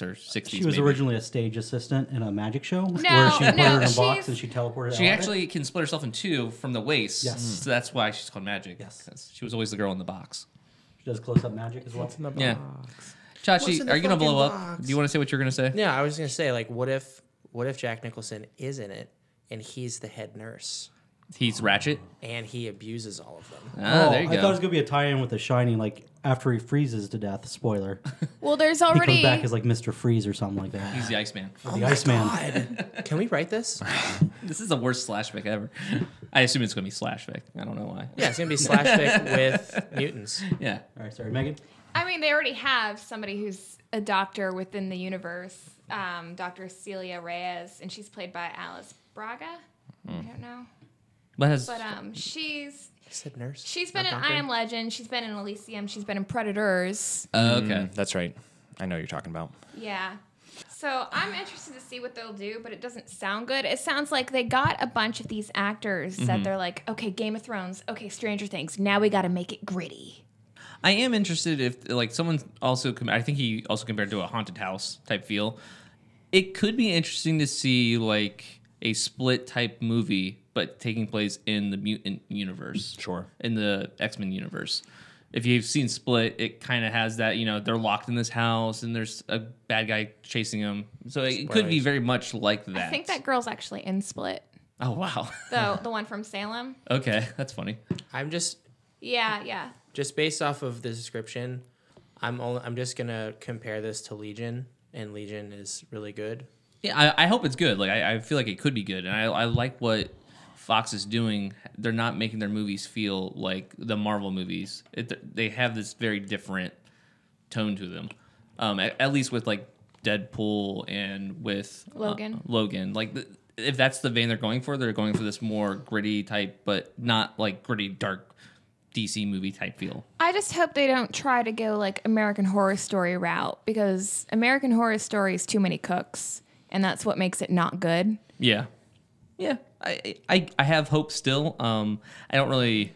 [SPEAKER 1] or 60s.
[SPEAKER 2] She was
[SPEAKER 1] maybe.
[SPEAKER 2] originally a stage assistant in a magic show where
[SPEAKER 4] No,
[SPEAKER 2] she put
[SPEAKER 4] no,
[SPEAKER 2] her in a box
[SPEAKER 4] she's-
[SPEAKER 2] and she teleported.
[SPEAKER 1] She
[SPEAKER 2] out of it.
[SPEAKER 1] actually can split herself in two from the waist.
[SPEAKER 2] Yes. Mm.
[SPEAKER 1] So that's why she's called Magic.
[SPEAKER 2] Yes.
[SPEAKER 1] 'cause She was always the girl in the box.
[SPEAKER 2] she does close up magic as well.
[SPEAKER 1] Yeah.
[SPEAKER 3] What's in
[SPEAKER 1] Chachi,
[SPEAKER 3] the
[SPEAKER 1] are you going to blow
[SPEAKER 3] fucking
[SPEAKER 1] up?
[SPEAKER 3] box?
[SPEAKER 1] Do you want to say what you're going to say?
[SPEAKER 3] No, I was gonna say like, what if what if Jack Nicholson is in it and he's the head nurse
[SPEAKER 1] He's Ratchet.
[SPEAKER 3] and he abuses all of them?
[SPEAKER 1] Ah,
[SPEAKER 2] Oh,
[SPEAKER 1] there you
[SPEAKER 2] I
[SPEAKER 1] go.
[SPEAKER 2] thought it was gonna be a tie-in with The Shining, like after he freezes to death. Spoiler:
[SPEAKER 4] Well, there's
[SPEAKER 2] he comes
[SPEAKER 4] already
[SPEAKER 2] back as like Mr. Freeze or something like that.
[SPEAKER 1] He's the Iceman.
[SPEAKER 2] the Iceman.
[SPEAKER 3] God. Can we write this?
[SPEAKER 1] This is the worst slashback ever. I assume it's going to be slashback. I don't know why.
[SPEAKER 3] Yeah, it's gonna be slash fic with mutants.
[SPEAKER 1] Yeah.
[SPEAKER 2] All right, sorry, Megan.
[SPEAKER 4] I mean, they already have somebody who's a doctor within the universe, um, Dr. Celia Reyes, and she's played by Alice Braga.
[SPEAKER 2] Hmm.
[SPEAKER 4] I don't know,
[SPEAKER 1] But has,
[SPEAKER 4] but um, she's
[SPEAKER 3] I said nurse.
[SPEAKER 4] she's been in
[SPEAKER 3] not
[SPEAKER 4] I
[SPEAKER 3] doctor.
[SPEAKER 4] Am Legend, she's been in Elysium, she's been in Predators.
[SPEAKER 1] Oh, okay.
[SPEAKER 5] Mm, that's right. I know what you're talking about.
[SPEAKER 4] Yeah. So I'm interested to see what they'll do, but it doesn't sound good. It sounds like they got a bunch of these actors that
[SPEAKER 2] Mm-hmm.
[SPEAKER 4] they're like, okay, Game of Thrones, okay, Stranger Things. Now we got to make it gritty.
[SPEAKER 1] I am interested if like someone also com- I think he also compared to a haunted house type feel. It could be interesting to see like a split type movie, but taking place in the mutant universe.
[SPEAKER 5] Sure.
[SPEAKER 1] In the X Men universe. If you've seen Split, it kind of has that, you know, they're locked in this house and there's a bad guy chasing them. So it could be
[SPEAKER 3] Spoilers.
[SPEAKER 1] very much like that.
[SPEAKER 4] I think that girl's actually in Split,
[SPEAKER 1] Oh, wow.
[SPEAKER 4] though the one from Salem.
[SPEAKER 1] okay. That's funny.
[SPEAKER 3] I'm just
[SPEAKER 4] Yeah, yeah.
[SPEAKER 3] just based off of the description. I'm only, I'm just gonna compare this to Legion, and Legion is really good.
[SPEAKER 1] Yeah, I, I hope it's good. Like I, I feel like it could be good, and I, I like what Fox is doing. They're not making their movies feel like the Marvel movies. It, they have this very different tone to them. Um, at, at least with like Deadpool and with uh,
[SPEAKER 4] Logan.
[SPEAKER 1] Logan, like the, if that's the vein they're going for, they're going for this more gritty type, but not like gritty dark DC movie type feel.
[SPEAKER 4] I just hope they don't try to go like American Horror Story route because American Horror Story is too many cooks, and that's what makes it not good.
[SPEAKER 1] Yeah. Yeah. I I, I have hope still. Um I don't really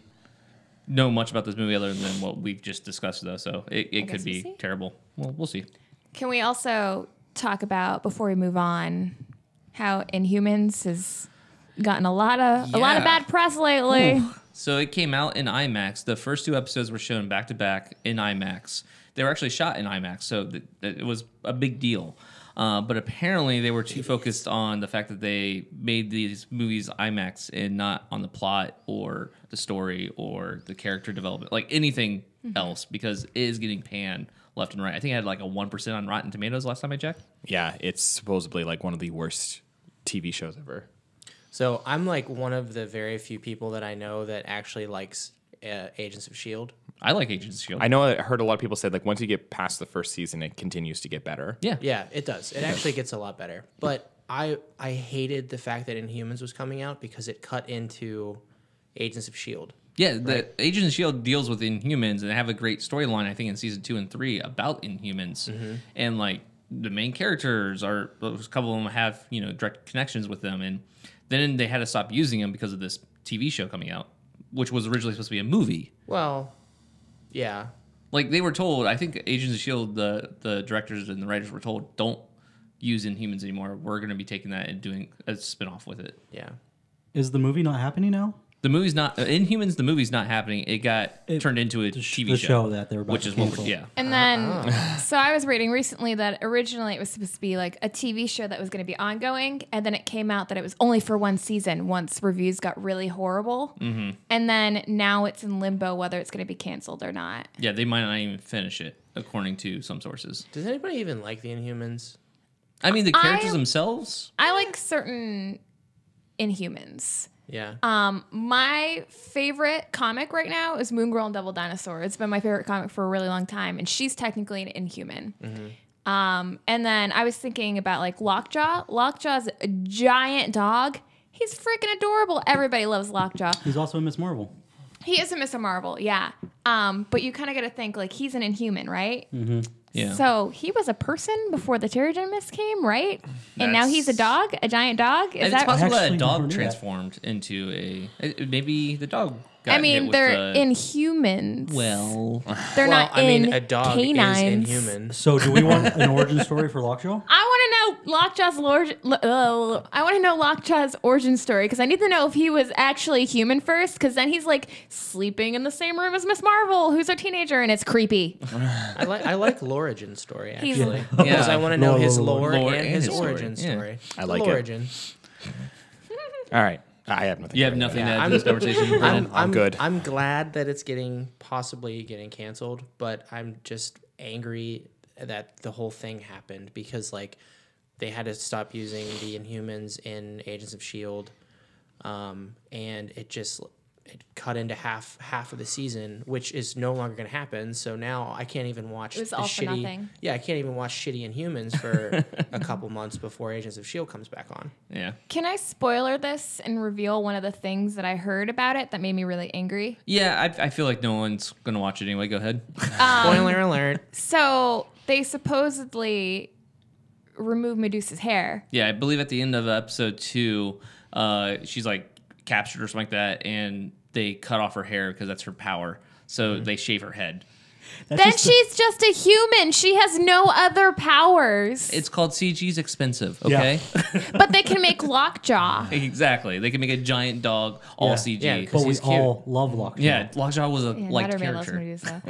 [SPEAKER 1] know much about this movie other than what we've just discussed though, so it, it could
[SPEAKER 4] guess we'll
[SPEAKER 1] be
[SPEAKER 4] see.
[SPEAKER 1] terrible. Well we'll see.
[SPEAKER 4] Can we also talk about before we move on how Inhumans has gotten a lot of a lot of
[SPEAKER 1] Yeah.
[SPEAKER 4] bad press lately?
[SPEAKER 1] So it came out in IMAX. The first two episodes were shown back to back in IMAX. They were actually shot in IMAX, so th- th- it was a big deal. Uh, but apparently, they were too focused on the fact that they made these movies IMAX and not on the plot or the story or the character development, like anything else, because it is getting panned left and right. I think I had like a one percent on Rotten Tomatoes last time I checked.
[SPEAKER 5] Yeah, it's supposedly like one of the worst TV shows ever.
[SPEAKER 3] So I'm like one of the very few people that I know that actually likes uh, Agents of Shield.
[SPEAKER 1] I E like Agents of Shield.
[SPEAKER 5] I know I heard a lot of people said like once you get past the first season, it continues to get better.
[SPEAKER 1] yeah,
[SPEAKER 3] Yeah, it does. It actually gets a lot better. But I I hated the fact that Inhumans was coming out because it cut into Agents of Shield.
[SPEAKER 1] yeah. The Agents of Shield E deals with Inhumans, and they have a great storyline. I think in season two and three about Inhumans,
[SPEAKER 2] Mm-hmm.
[SPEAKER 1] and like the main characters are a couple of them have you know direct connections with them, and then they had to stop using them because of this TV show coming out, which was originally supposed to be a movie.
[SPEAKER 3] Well, yeah,
[SPEAKER 1] like they were told i think agents of shield the the directors and the writers were told don't use inhumans anymore we're going to be taking that and doing a spin-off with it
[SPEAKER 3] yeah.
[SPEAKER 2] Is the movie not happening now?
[SPEAKER 1] the movie's not uh, inhumans the movie's not happening it got
[SPEAKER 2] It-
[SPEAKER 1] turned into a
[SPEAKER 2] sh-
[SPEAKER 1] tv
[SPEAKER 2] the
[SPEAKER 1] show,
[SPEAKER 2] show that they were about
[SPEAKER 1] which
[SPEAKER 2] to
[SPEAKER 1] is what we're,
[SPEAKER 2] cancel.
[SPEAKER 1] yeah
[SPEAKER 4] And then, so I was reading recently that originally it was supposed to be like a TV show that was going to be ongoing, and then it came out that it was only for one season. Once reviews got really horrible, mm-hmm. and then now it's in limbo whether it's going to be canceled or not.
[SPEAKER 1] yeah they might not even finish it according to some sources
[SPEAKER 3] Does anybody even like the Inhumans?
[SPEAKER 1] i mean the
[SPEAKER 4] I-
[SPEAKER 1] characters themselves
[SPEAKER 4] I like certain Inhumans.
[SPEAKER 3] Yeah.
[SPEAKER 4] Um, my favorite comic right now is Moon Girl and Devil Dinosaur. It's been my favorite comic for a really long time, and she's technically an Inhuman.
[SPEAKER 1] Mm-hmm.
[SPEAKER 4] Um, and then I was thinking about like Lockjaw. Lockjaw's a giant dog. He's freaking adorable. Everybody loves Lockjaw.
[SPEAKER 2] He's also in Miss Marvel.
[SPEAKER 4] He is a Mr. Marvel, yeah. Um, but you kind of got to think like he's an Inhuman, right?
[SPEAKER 1] yeah
[SPEAKER 4] So he was a person before the Terrigen Mist came, right? And now he's a dog, a giant dog. Is
[SPEAKER 1] and it's
[SPEAKER 4] that
[SPEAKER 1] possible that a
[SPEAKER 2] actually never
[SPEAKER 1] dog
[SPEAKER 2] knew that.
[SPEAKER 1] transformed into a it- it- maybe the dog got
[SPEAKER 4] I mean,
[SPEAKER 1] hit
[SPEAKER 4] they're
[SPEAKER 1] with the,
[SPEAKER 4] Inhumans.
[SPEAKER 1] well
[SPEAKER 4] They're
[SPEAKER 3] well,
[SPEAKER 4] not
[SPEAKER 3] I mean,
[SPEAKER 4] in
[SPEAKER 3] a dog
[SPEAKER 4] canines.
[SPEAKER 3] is Inhuman.
[SPEAKER 2] So do we want an origin story for Lockjaw?
[SPEAKER 4] I want to know Lockjaw's lord. Uh, I want to know Lockjaw's origin story because I need to know if he was actually human first. Because then he's like sleeping in the same room as Miss Marvel, who's a teenager, and it's creepy.
[SPEAKER 3] I like I like Lorigen story
[SPEAKER 4] He's-
[SPEAKER 3] actually
[SPEAKER 4] Yeah.
[SPEAKER 3] because I want to know
[SPEAKER 2] Lore,
[SPEAKER 3] his
[SPEAKER 2] lore,
[SPEAKER 3] lore,
[SPEAKER 1] lore.
[SPEAKER 3] and his, origin
[SPEAKER 1] story. Yeah.
[SPEAKER 3] story.
[SPEAKER 5] I like it.
[SPEAKER 3] origin.
[SPEAKER 5] All right, I have nothing.
[SPEAKER 1] you
[SPEAKER 5] to
[SPEAKER 1] have
[SPEAKER 5] add to
[SPEAKER 1] nothing
[SPEAKER 3] Yeah,
[SPEAKER 1] to add
[SPEAKER 3] I'm-
[SPEAKER 1] to this conversation
[SPEAKER 3] I'm,
[SPEAKER 1] Brennan?
[SPEAKER 5] I'm good.
[SPEAKER 3] I'm glad that it's getting possibly getting canceled, but I'm just angry that the whole thing happened because like they had to stop using the Inhumans in Agents of Shield, E um, and it just it cut into half half of the season, which is no longer going to happen. So now I can't even watch
[SPEAKER 4] It was
[SPEAKER 3] the
[SPEAKER 4] all for
[SPEAKER 3] shitty.
[SPEAKER 4] nothing.
[SPEAKER 3] Yeah, I can't even watch shitty Inhumans for a couple months before Agents of Shield E comes back on.
[SPEAKER 1] yeah
[SPEAKER 4] Can I spoiler this and reveal one of the things that I heard about it that made me really angry?
[SPEAKER 1] yeah I, I feel like no one's gonna watch it anyway go ahead
[SPEAKER 4] Um,
[SPEAKER 3] Spoiler alert.
[SPEAKER 4] So they supposedly removed Medusa's hair.
[SPEAKER 1] Yeah, I believe at the end of episode two, uh, she's like captured or something like that, and they cut off her hair because that's her power. So
[SPEAKER 2] Mm-hmm.
[SPEAKER 1] they shave her head.
[SPEAKER 2] That's
[SPEAKER 4] Then
[SPEAKER 2] just the-
[SPEAKER 4] she's just a human. She has no other powers.
[SPEAKER 1] It's called CG's expensive.
[SPEAKER 2] Yeah.
[SPEAKER 1] Okay,
[SPEAKER 4] but they can make lockjaw.
[SPEAKER 1] exactly. They can make a giant dog all
[SPEAKER 2] Yeah.
[SPEAKER 1] CG.
[SPEAKER 3] Yeah,
[SPEAKER 1] Yeah,
[SPEAKER 3] 'cause
[SPEAKER 2] but we
[SPEAKER 3] he's cute.
[SPEAKER 2] all love Lockjaw.
[SPEAKER 1] Lockjaw was a
[SPEAKER 4] Yeah,
[SPEAKER 1] liked
[SPEAKER 4] not everybody loves
[SPEAKER 1] character.
[SPEAKER 4] Medusa.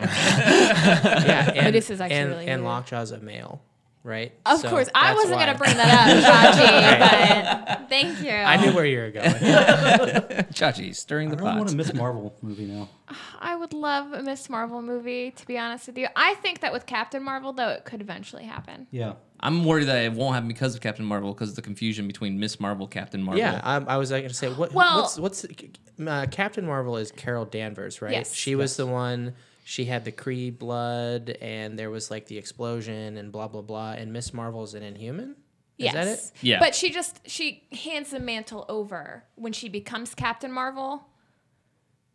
[SPEAKER 3] Yeah, and,
[SPEAKER 4] this is actually
[SPEAKER 3] and,
[SPEAKER 4] really
[SPEAKER 3] and
[SPEAKER 4] weird.
[SPEAKER 3] Lockjaw's a male, right?
[SPEAKER 4] Of
[SPEAKER 3] So
[SPEAKER 4] course, I
[SPEAKER 3] that's
[SPEAKER 4] wasn't
[SPEAKER 3] why.
[SPEAKER 4] going to bring that up, Chachi, but thank you.
[SPEAKER 3] I knew where you were going.
[SPEAKER 1] Chachi stirring
[SPEAKER 2] I
[SPEAKER 1] the
[SPEAKER 2] really want
[SPEAKER 1] pot.
[SPEAKER 2] a Miss Marvel movie now.
[SPEAKER 4] I would love a Miss Marvel movie, to be honest with you. I think that with Captain Marvel, though, it could eventually happen.
[SPEAKER 2] Yeah.
[SPEAKER 1] I'm worried that it won't happen because of Captain Marvel, because of the confusion between Miss Marvel, Captain Marvel.
[SPEAKER 3] yeah, I, I was going to say what?
[SPEAKER 4] Well-
[SPEAKER 3] what's what's uh, Captain Marvel is Carol Danvers, right?
[SPEAKER 4] Yes.
[SPEAKER 3] she was the one. She had the Kree blood, and there was like the explosion, and blah blah blah. And Miss Marvel's an Inhuman. Is
[SPEAKER 4] Yes.
[SPEAKER 3] that it?
[SPEAKER 1] Yeah.
[SPEAKER 4] But she just she hands the mantle over when she becomes Captain Marvel.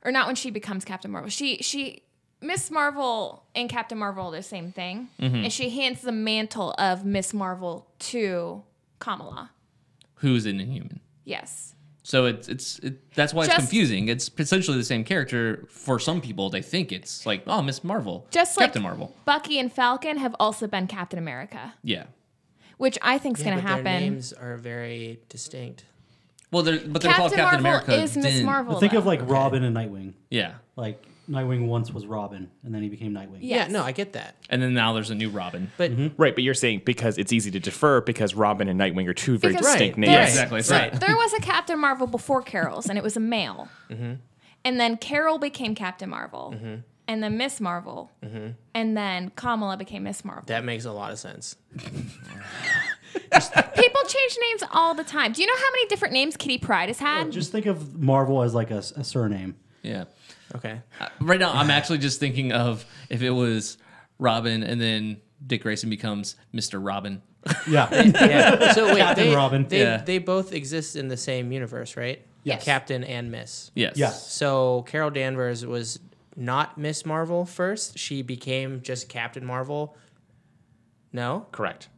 [SPEAKER 4] Or not when she becomes Captain Marvel. She she Miss Marvel and Captain Marvel are the same thing.
[SPEAKER 3] Mm-hmm.
[SPEAKER 4] And she hands the mantle of Miss Marvel to Kamala.
[SPEAKER 1] Who's an Inhuman?
[SPEAKER 4] Yes.
[SPEAKER 1] So it's it's it, that's why
[SPEAKER 4] Just-
[SPEAKER 1] it's confusing. It's essentially the same character for some people. They think it's like oh Miss Marvel,
[SPEAKER 4] Just like
[SPEAKER 1] Captain Marvel.
[SPEAKER 4] Bucky and Falcon have also been Captain America,
[SPEAKER 1] Yeah.
[SPEAKER 4] which I think's
[SPEAKER 3] Yeah,
[SPEAKER 4] going to
[SPEAKER 3] but Their
[SPEAKER 4] happen.
[SPEAKER 3] names are very distinct.
[SPEAKER 1] Well, they're but they're
[SPEAKER 4] Captain,
[SPEAKER 1] called Captain
[SPEAKER 4] Marvel
[SPEAKER 1] America.
[SPEAKER 4] is Miss
[SPEAKER 1] then-
[SPEAKER 4] Marvel.
[SPEAKER 2] Think of
[SPEAKER 4] though.
[SPEAKER 2] like Robin and Nightwing.
[SPEAKER 1] Yeah,
[SPEAKER 2] Like Nightwing once was Robin, and then he became Nightwing.
[SPEAKER 3] Yeah,
[SPEAKER 4] Yes.
[SPEAKER 3] no, I get that.
[SPEAKER 1] and then now there's a new Robin.
[SPEAKER 3] But
[SPEAKER 5] Right, but you're saying because it's easy to defer because Robin and Nightwing are two very
[SPEAKER 4] Because-
[SPEAKER 5] distinct
[SPEAKER 4] Right,
[SPEAKER 5] names.
[SPEAKER 4] right.
[SPEAKER 1] Exactly. It's
[SPEAKER 3] Right.
[SPEAKER 1] not-
[SPEAKER 4] there was a Captain
[SPEAKER 3] Mm-hmm.
[SPEAKER 4] Marvel before Carol's, and it was a male. And then Carol became Captain Marvel. and then Miss Marvel, and then Kamala became Miss Marvel.
[SPEAKER 3] Mm-hmm. That makes a lot of sense.
[SPEAKER 4] People change names all the time. Do you know how many different names Kitty Pride has had?
[SPEAKER 2] Just think of Marvel as like a, s- a surname.
[SPEAKER 1] Yeah.
[SPEAKER 3] Okay.
[SPEAKER 1] Uh, Right now, I'm actually just thinking of if it was Robin and then Dick Grayson becomes Mr. Robin.
[SPEAKER 2] Yeah.
[SPEAKER 3] Yeah. So wait,
[SPEAKER 2] Captain
[SPEAKER 3] they,
[SPEAKER 2] Robin.
[SPEAKER 3] They,
[SPEAKER 1] Yeah.
[SPEAKER 3] they both exist in the same universe, right?
[SPEAKER 4] Yes.
[SPEAKER 3] Captain and Miss.
[SPEAKER 1] Yes.
[SPEAKER 2] Yes.
[SPEAKER 3] So Carol Danvers was not Miss Marvel first. She became just Captain Marvel. No.
[SPEAKER 5] Correct.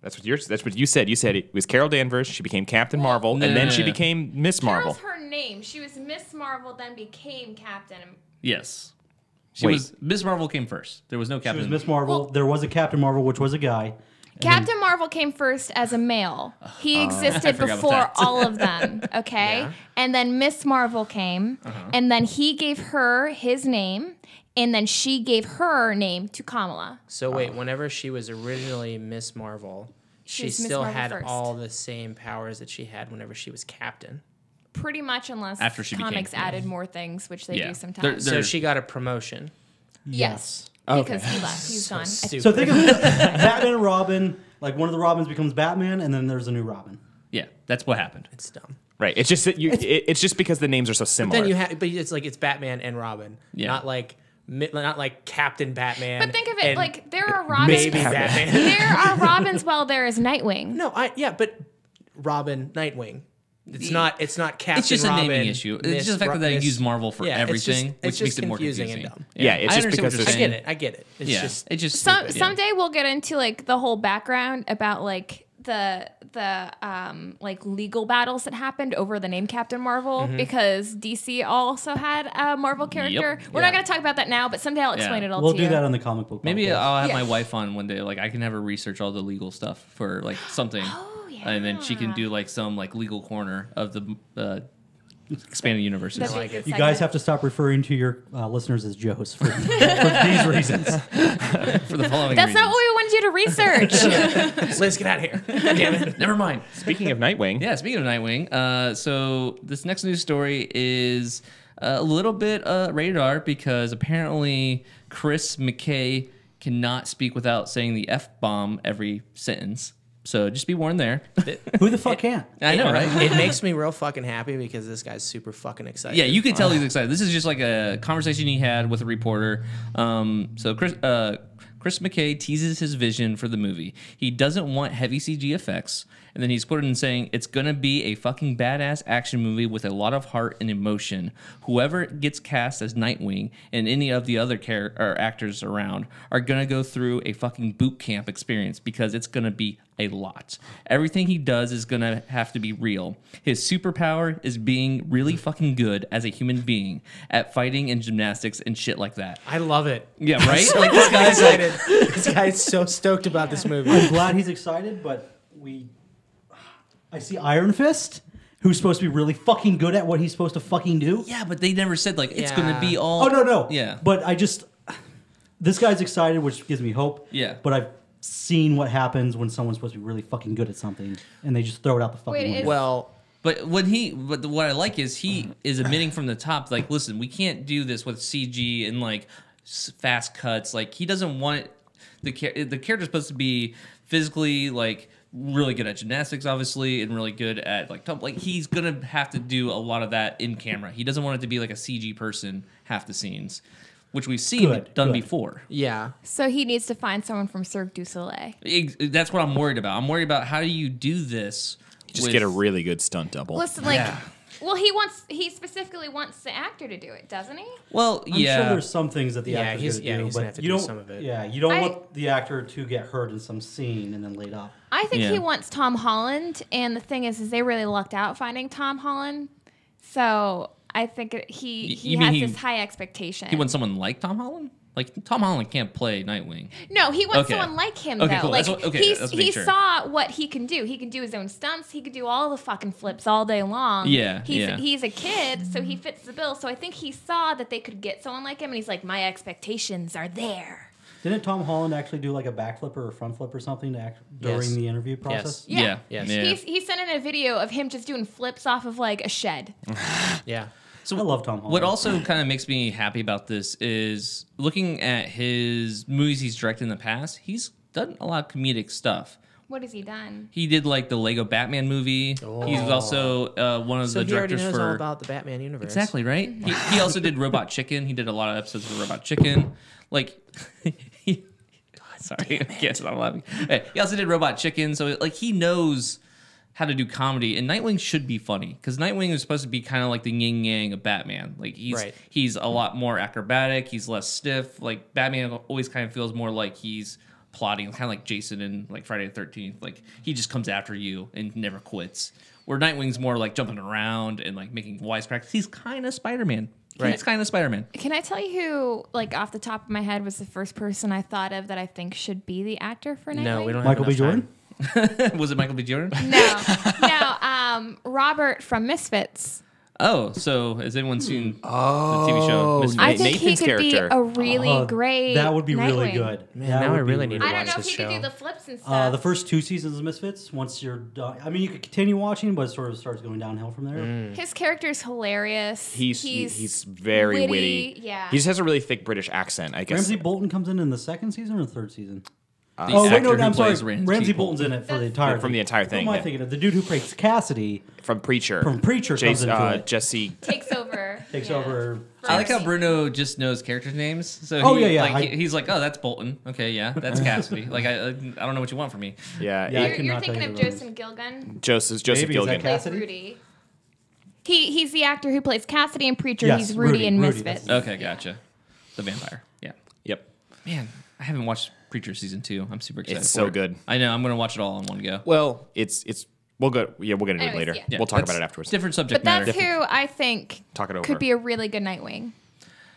[SPEAKER 5] That's what you're. That's what you said. You said it was Carol Danvers. She became Captain Marvel,
[SPEAKER 1] No,
[SPEAKER 5] and
[SPEAKER 1] no,
[SPEAKER 5] then
[SPEAKER 1] no,
[SPEAKER 5] she
[SPEAKER 1] no.
[SPEAKER 5] became Miss Marvel.
[SPEAKER 4] That was her name. She was Miss Marvel, then became Captain.
[SPEAKER 1] Yes. She
[SPEAKER 5] Wait.
[SPEAKER 1] was Miss Marvel came first. There was no
[SPEAKER 2] She
[SPEAKER 1] Captain.
[SPEAKER 2] was Miss Marvel.
[SPEAKER 4] Well-
[SPEAKER 2] there was a Captain Marvel, which was a guy.
[SPEAKER 4] Captain Marvel came first as a male. He
[SPEAKER 1] Uh, I forgot
[SPEAKER 4] existed
[SPEAKER 1] about
[SPEAKER 4] before
[SPEAKER 1] that.
[SPEAKER 4] all of them, okay? And then Miss Marvel came,
[SPEAKER 1] Uh-huh.
[SPEAKER 4] and then he gave her his name, and then she gave her name to Kamala.
[SPEAKER 3] So wait, whenever she was originally Miss Marvel,
[SPEAKER 4] Oh. She
[SPEAKER 3] she,
[SPEAKER 4] was Miss
[SPEAKER 3] still
[SPEAKER 4] Marvel
[SPEAKER 3] had
[SPEAKER 4] first.
[SPEAKER 3] all the same powers that she had whenever she was Captain.
[SPEAKER 4] Pretty much, unless
[SPEAKER 1] After she became-
[SPEAKER 4] comics added more things, which they
[SPEAKER 1] Yeah.
[SPEAKER 4] do
[SPEAKER 1] They're-
[SPEAKER 4] sometimes.
[SPEAKER 1] they're-
[SPEAKER 3] So she got a promotion.
[SPEAKER 4] yes. Because he left. He's gone. I
[SPEAKER 3] Stupid.
[SPEAKER 2] So think of Batman and Robin. Like one of the Robins becomes Batman, and then there's a new Robin.
[SPEAKER 1] yeah, that's what happened.
[SPEAKER 3] it's dumb.
[SPEAKER 5] Right. It's just that you. It, it's just because the names are so similar.
[SPEAKER 3] Then you have, but it's like it's Batman and Robin,
[SPEAKER 1] Yeah.
[SPEAKER 3] not like mi- not like Captain Batman.
[SPEAKER 4] But think of it
[SPEAKER 3] and
[SPEAKER 4] like there are
[SPEAKER 3] maybe
[SPEAKER 4] Robins.
[SPEAKER 3] Batman.
[SPEAKER 4] There are Robins while there is Nightwing.
[SPEAKER 3] no, I yeah, but Robin, Nightwing. It's not. It's not Captain.
[SPEAKER 1] It's just a
[SPEAKER 3] Robin,
[SPEAKER 1] naming issue. It's
[SPEAKER 3] Miss
[SPEAKER 1] just the fact
[SPEAKER 3] Ro-
[SPEAKER 1] that they
[SPEAKER 3] Miss-
[SPEAKER 1] use Marvel for
[SPEAKER 3] Yeah, it's just-
[SPEAKER 1] everything,
[SPEAKER 3] it's
[SPEAKER 1] which
[SPEAKER 3] just
[SPEAKER 1] makes it more confusing.
[SPEAKER 3] and dumb.
[SPEAKER 5] Yeah, it's
[SPEAKER 1] I
[SPEAKER 5] just
[SPEAKER 1] understand what
[SPEAKER 5] because
[SPEAKER 1] you're
[SPEAKER 5] there's-
[SPEAKER 3] I
[SPEAKER 1] saying.
[SPEAKER 3] get it. I get it. It's
[SPEAKER 1] yeah,
[SPEAKER 3] just
[SPEAKER 1] it's just
[SPEAKER 4] Some
[SPEAKER 1] stupid, yeah.
[SPEAKER 4] someday we'll get into like the whole background about like the the um like legal battles that happened over the name Captain Marvel
[SPEAKER 1] Mm-hmm.
[SPEAKER 4] because DC also had a Marvel character. We're
[SPEAKER 3] Yeah.
[SPEAKER 4] not going to talk about that now, but someday I'll explain
[SPEAKER 1] Yeah.
[SPEAKER 4] it all
[SPEAKER 2] We'll
[SPEAKER 4] to
[SPEAKER 2] do
[SPEAKER 4] you.
[SPEAKER 2] that on the comic book.
[SPEAKER 1] Maybe uh,
[SPEAKER 2] podcast.
[SPEAKER 1] I'll have my
[SPEAKER 4] Yeah.
[SPEAKER 1] wife on one day. Like I can have her research all the legal stuff for like something, and then she can
[SPEAKER 4] Oh, yeah.
[SPEAKER 1] do like some like legal corner of the uh, expanded universes.
[SPEAKER 4] That'd be a good
[SPEAKER 2] you guys
[SPEAKER 4] segment.
[SPEAKER 2] have to stop referring to your uh, listeners as Joes for, for these reasons.
[SPEAKER 1] for the following.
[SPEAKER 4] That's
[SPEAKER 1] reasons.
[SPEAKER 4] not what we wanted you to research.
[SPEAKER 3] Liz, get out of here. God damn it.
[SPEAKER 1] Never mind.
[SPEAKER 5] Speaking of Nightwing,
[SPEAKER 1] Yeah, speaking of Nightwing, uh, so this next news story is a little bit uh, radar because apparently Chris McKay cannot speak without saying the f bomb every sentence. So just be warned there.
[SPEAKER 2] Who the fuck can't?
[SPEAKER 1] I know, right?
[SPEAKER 3] It makes me real fucking happy because this guy's super fucking excited.
[SPEAKER 1] Yeah, you can tell he's excited. This is just like a conversation he had with a reporter. Um, so Chris, uh, Chris McKay teases his vision for the movie. He doesn't want heavy CG effects, and then he's quoted in saying, "It's gonna be a fucking badass action movie with a lot of heart and emotion. Whoever gets cast as Nightwing and any of the other char- or actors around are gonna go through a fucking boot camp experience because it's gonna be a lot. Everything he does is gonna have to be real. His superpower is being really fucking good as a human being at fighting and gymnastics and shit like that.
[SPEAKER 3] I love it.
[SPEAKER 1] Yeah, right? like this guy's like
[SPEAKER 3] Excited. this guy's so stoked about this movie.
[SPEAKER 2] I'm glad he's excited, but we. I see Iron Fist, who's supposed to be really fucking good at what he's supposed to fucking do.
[SPEAKER 1] Yeah, but they never said like it's gonna
[SPEAKER 3] Yeah.
[SPEAKER 1] be all
[SPEAKER 2] Oh no, no.
[SPEAKER 1] Yeah.
[SPEAKER 2] But I just this guy's excited, which gives me hope.
[SPEAKER 1] Yeah.
[SPEAKER 2] But I've seen what happens when someone's supposed to be really fucking good at something and they just throw it out the fucking
[SPEAKER 4] Wait,
[SPEAKER 2] window.
[SPEAKER 4] is-
[SPEAKER 3] Well,
[SPEAKER 1] But when he, but what I like is
[SPEAKER 2] Uh-huh.
[SPEAKER 1] he is admitting from the top, like, listen, we can't do this with CG and like s- fast cuts. Like he doesn't want it- the char- the character's supposed to be physically like really good at gymnastics, obviously, and really good at like tumble. Like he's gonna have to do a lot of that in camera. He doesn't want it to be like a CG person half the scenes, which we've seen
[SPEAKER 2] Good,
[SPEAKER 1] done
[SPEAKER 2] good.
[SPEAKER 1] before.
[SPEAKER 3] yeah.
[SPEAKER 4] so he needs to find someone from Cirque du Soleil.
[SPEAKER 1] Ex- That's what I'm worried about. I'm worried about how do you do this.
[SPEAKER 5] just
[SPEAKER 1] with-
[SPEAKER 5] get a really good stunt double.
[SPEAKER 4] Listen, like, well, he wants he specifically wants the actor to do it, doesn't he?
[SPEAKER 1] well,
[SPEAKER 2] I'm
[SPEAKER 1] yeah.
[SPEAKER 2] sure there's some things that the
[SPEAKER 3] Yeah,
[SPEAKER 2] actor's
[SPEAKER 3] he's-
[SPEAKER 2] gonna
[SPEAKER 3] yeah,
[SPEAKER 2] do,
[SPEAKER 3] he's
[SPEAKER 2] but
[SPEAKER 3] gonna have to
[SPEAKER 2] you
[SPEAKER 3] do
[SPEAKER 2] don't.
[SPEAKER 3] some of it.
[SPEAKER 2] Yeah, you don't
[SPEAKER 4] I-
[SPEAKER 2] want the actor to get hurt in some scene and then laid up.
[SPEAKER 4] I think
[SPEAKER 1] Yeah.
[SPEAKER 4] he wants Tom Holland, and the thing is, is they really lucked out finding Tom Holland. So I think it- he
[SPEAKER 1] Y-
[SPEAKER 4] he
[SPEAKER 1] you mean
[SPEAKER 4] has
[SPEAKER 1] he-
[SPEAKER 4] this high expectation.
[SPEAKER 1] He wants someone like Tom Holland. Like Tom Holland can't play Nightwing.
[SPEAKER 4] no, he wants
[SPEAKER 1] Okay.
[SPEAKER 4] someone like him
[SPEAKER 1] Okay,
[SPEAKER 4] though.
[SPEAKER 1] cool.
[SPEAKER 4] Like
[SPEAKER 1] That's what- okay,
[SPEAKER 4] he
[SPEAKER 1] that's what
[SPEAKER 4] he
[SPEAKER 1] I'm sure.
[SPEAKER 4] saw what he can do. He can do his own stunts. He could do all the fucking flips all day long.
[SPEAKER 1] Yeah,
[SPEAKER 4] he's
[SPEAKER 1] yeah.
[SPEAKER 4] he's a kid, so he fits the bill. So I think he saw that they could get someone like him, and he's like, my expectations are there.
[SPEAKER 2] Didn't Tom Holland actually do like a backflip or a front flip or something to act during
[SPEAKER 3] Yes.
[SPEAKER 2] the interview process?
[SPEAKER 4] Yeah.
[SPEAKER 1] Yeah.
[SPEAKER 3] Yes.
[SPEAKER 1] Yeah.
[SPEAKER 4] He's, he sent in a video of him just doing flips off of like a shed.
[SPEAKER 3] Yeah.
[SPEAKER 1] So
[SPEAKER 2] I love Tom Holland.
[SPEAKER 1] What also kind of makes me happy about this is looking at his movies he's directed in the past. He's done a lot of comedic stuff.
[SPEAKER 4] What has he done?
[SPEAKER 1] He did like the Lego Batman movie. He's also uh, one of
[SPEAKER 3] So
[SPEAKER 1] the
[SPEAKER 3] he already
[SPEAKER 1] directors
[SPEAKER 3] knows
[SPEAKER 1] for
[SPEAKER 3] all about the Batman universe.
[SPEAKER 1] exactly right. He, he also did Robot Chicken. He did a lot of episodes of Robot Chicken. Like, he, sorry, I can't stop laughing. Hey, he also did Robot Chicken. So like he knows how to do comedy, and Nightwing should be funny because Nightwing is supposed to be kind of like the yin yang of Batman. Like he's
[SPEAKER 3] Right.
[SPEAKER 1] he's a lot more acrobatic. He's less stiff. Like Batman always kind of feels more like he's plotting, kind of like Jason in like Friday the Thirteenth. Like he just comes after you and never quits. Where Nightwing's more like jumping around and like making wisecracks. He's kind of Spider Man. He's
[SPEAKER 3] Right.
[SPEAKER 1] kind of Spider Man.
[SPEAKER 4] Can I tell you who, like, off the top of my head, was the first person I thought of that I think should be the actor for Nightwing?
[SPEAKER 3] No, we don't.
[SPEAKER 2] Michael B.
[SPEAKER 3] have enough
[SPEAKER 2] Jordan.
[SPEAKER 3] time.
[SPEAKER 1] Was it Michael B. Jordan?
[SPEAKER 4] No, no. Um, Robert from Misfits.
[SPEAKER 1] Oh, so has anyone seen the TV show? Misfits?
[SPEAKER 4] I think
[SPEAKER 5] Nathan's
[SPEAKER 4] he could be
[SPEAKER 5] character.
[SPEAKER 4] a really
[SPEAKER 2] Oh,
[SPEAKER 4] great.
[SPEAKER 2] That would be really
[SPEAKER 4] Nightwing.
[SPEAKER 2] good.
[SPEAKER 3] Man,
[SPEAKER 2] That
[SPEAKER 3] now
[SPEAKER 2] would
[SPEAKER 3] I
[SPEAKER 2] be
[SPEAKER 3] really need to
[SPEAKER 4] I
[SPEAKER 3] watch
[SPEAKER 4] don't know if
[SPEAKER 3] this
[SPEAKER 4] he could do
[SPEAKER 3] show.
[SPEAKER 4] the flips and stuff.
[SPEAKER 2] Uh, the first two seasons of Misfits, once you're done, I mean, you could continue watching, but it sort of starts going downhill from there.
[SPEAKER 5] Mm.
[SPEAKER 4] His character's hilarious.
[SPEAKER 5] He's he's, very witty.
[SPEAKER 4] Yeah.
[SPEAKER 5] He just has a really thick British accent, I guess.
[SPEAKER 2] Ramsey Bolton comes in in the second season or the third season?
[SPEAKER 1] The
[SPEAKER 2] oh, wait,
[SPEAKER 1] actor
[SPEAKER 2] no,
[SPEAKER 1] who
[SPEAKER 2] I'm sorry.
[SPEAKER 1] plays
[SPEAKER 2] Ramsey, Bolton's in it for the entire
[SPEAKER 5] From the entire thing,
[SPEAKER 2] What am I
[SPEAKER 5] yeah.
[SPEAKER 2] thinking of? The dude who plays Cassidy
[SPEAKER 5] from Preacher.
[SPEAKER 2] From Preacher comes into
[SPEAKER 5] uh,
[SPEAKER 2] it.
[SPEAKER 5] Jesse.
[SPEAKER 4] takes over.
[SPEAKER 2] takes
[SPEAKER 4] Yeah.
[SPEAKER 2] over.
[SPEAKER 1] I like how Bruno just knows characters' names. So
[SPEAKER 2] Oh,
[SPEAKER 1] he,
[SPEAKER 2] yeah, yeah,
[SPEAKER 1] Like,
[SPEAKER 2] I-
[SPEAKER 1] he- he's like, oh, that's Bolton. Okay, yeah, that's Cassidy. like, I, I don't know what you want from me.
[SPEAKER 5] Yeah,
[SPEAKER 2] Yeah, I
[SPEAKER 4] You're,
[SPEAKER 2] could
[SPEAKER 4] you're
[SPEAKER 2] not tell
[SPEAKER 4] thinking
[SPEAKER 2] you
[SPEAKER 4] of
[SPEAKER 2] the names.
[SPEAKER 4] Jason Gilgun.
[SPEAKER 5] Joseph Joseph
[SPEAKER 2] Maybe, is that
[SPEAKER 5] Gilgan.
[SPEAKER 2] Cass-
[SPEAKER 4] Plays
[SPEAKER 2] Cassidy?
[SPEAKER 4] Rudy. He he's the actor who plays Cassidy in Preacher.
[SPEAKER 2] Yes,
[SPEAKER 4] he's Rudy,
[SPEAKER 2] Rudy,
[SPEAKER 4] in
[SPEAKER 2] Rudy,
[SPEAKER 4] Misfits.
[SPEAKER 2] that's-
[SPEAKER 1] Okay, gotcha. The vampire. Yeah.
[SPEAKER 5] Yep.
[SPEAKER 1] Man, I haven't watched Preacher season two. I'm super excited.
[SPEAKER 5] It's
[SPEAKER 1] for
[SPEAKER 5] so
[SPEAKER 1] it.
[SPEAKER 5] good.
[SPEAKER 1] I know. I'm gonna watch it all in one go.
[SPEAKER 5] Well, it's it's we'll go. Yeah, we'll get into it
[SPEAKER 4] Anyways,
[SPEAKER 5] later.
[SPEAKER 4] yeah.
[SPEAKER 5] We'll talk
[SPEAKER 1] that's
[SPEAKER 5] about it afterwards.
[SPEAKER 1] Different subject
[SPEAKER 4] But that's
[SPEAKER 1] matter.
[SPEAKER 4] who I think
[SPEAKER 5] Talk it over.
[SPEAKER 4] could be a really good Nightwing.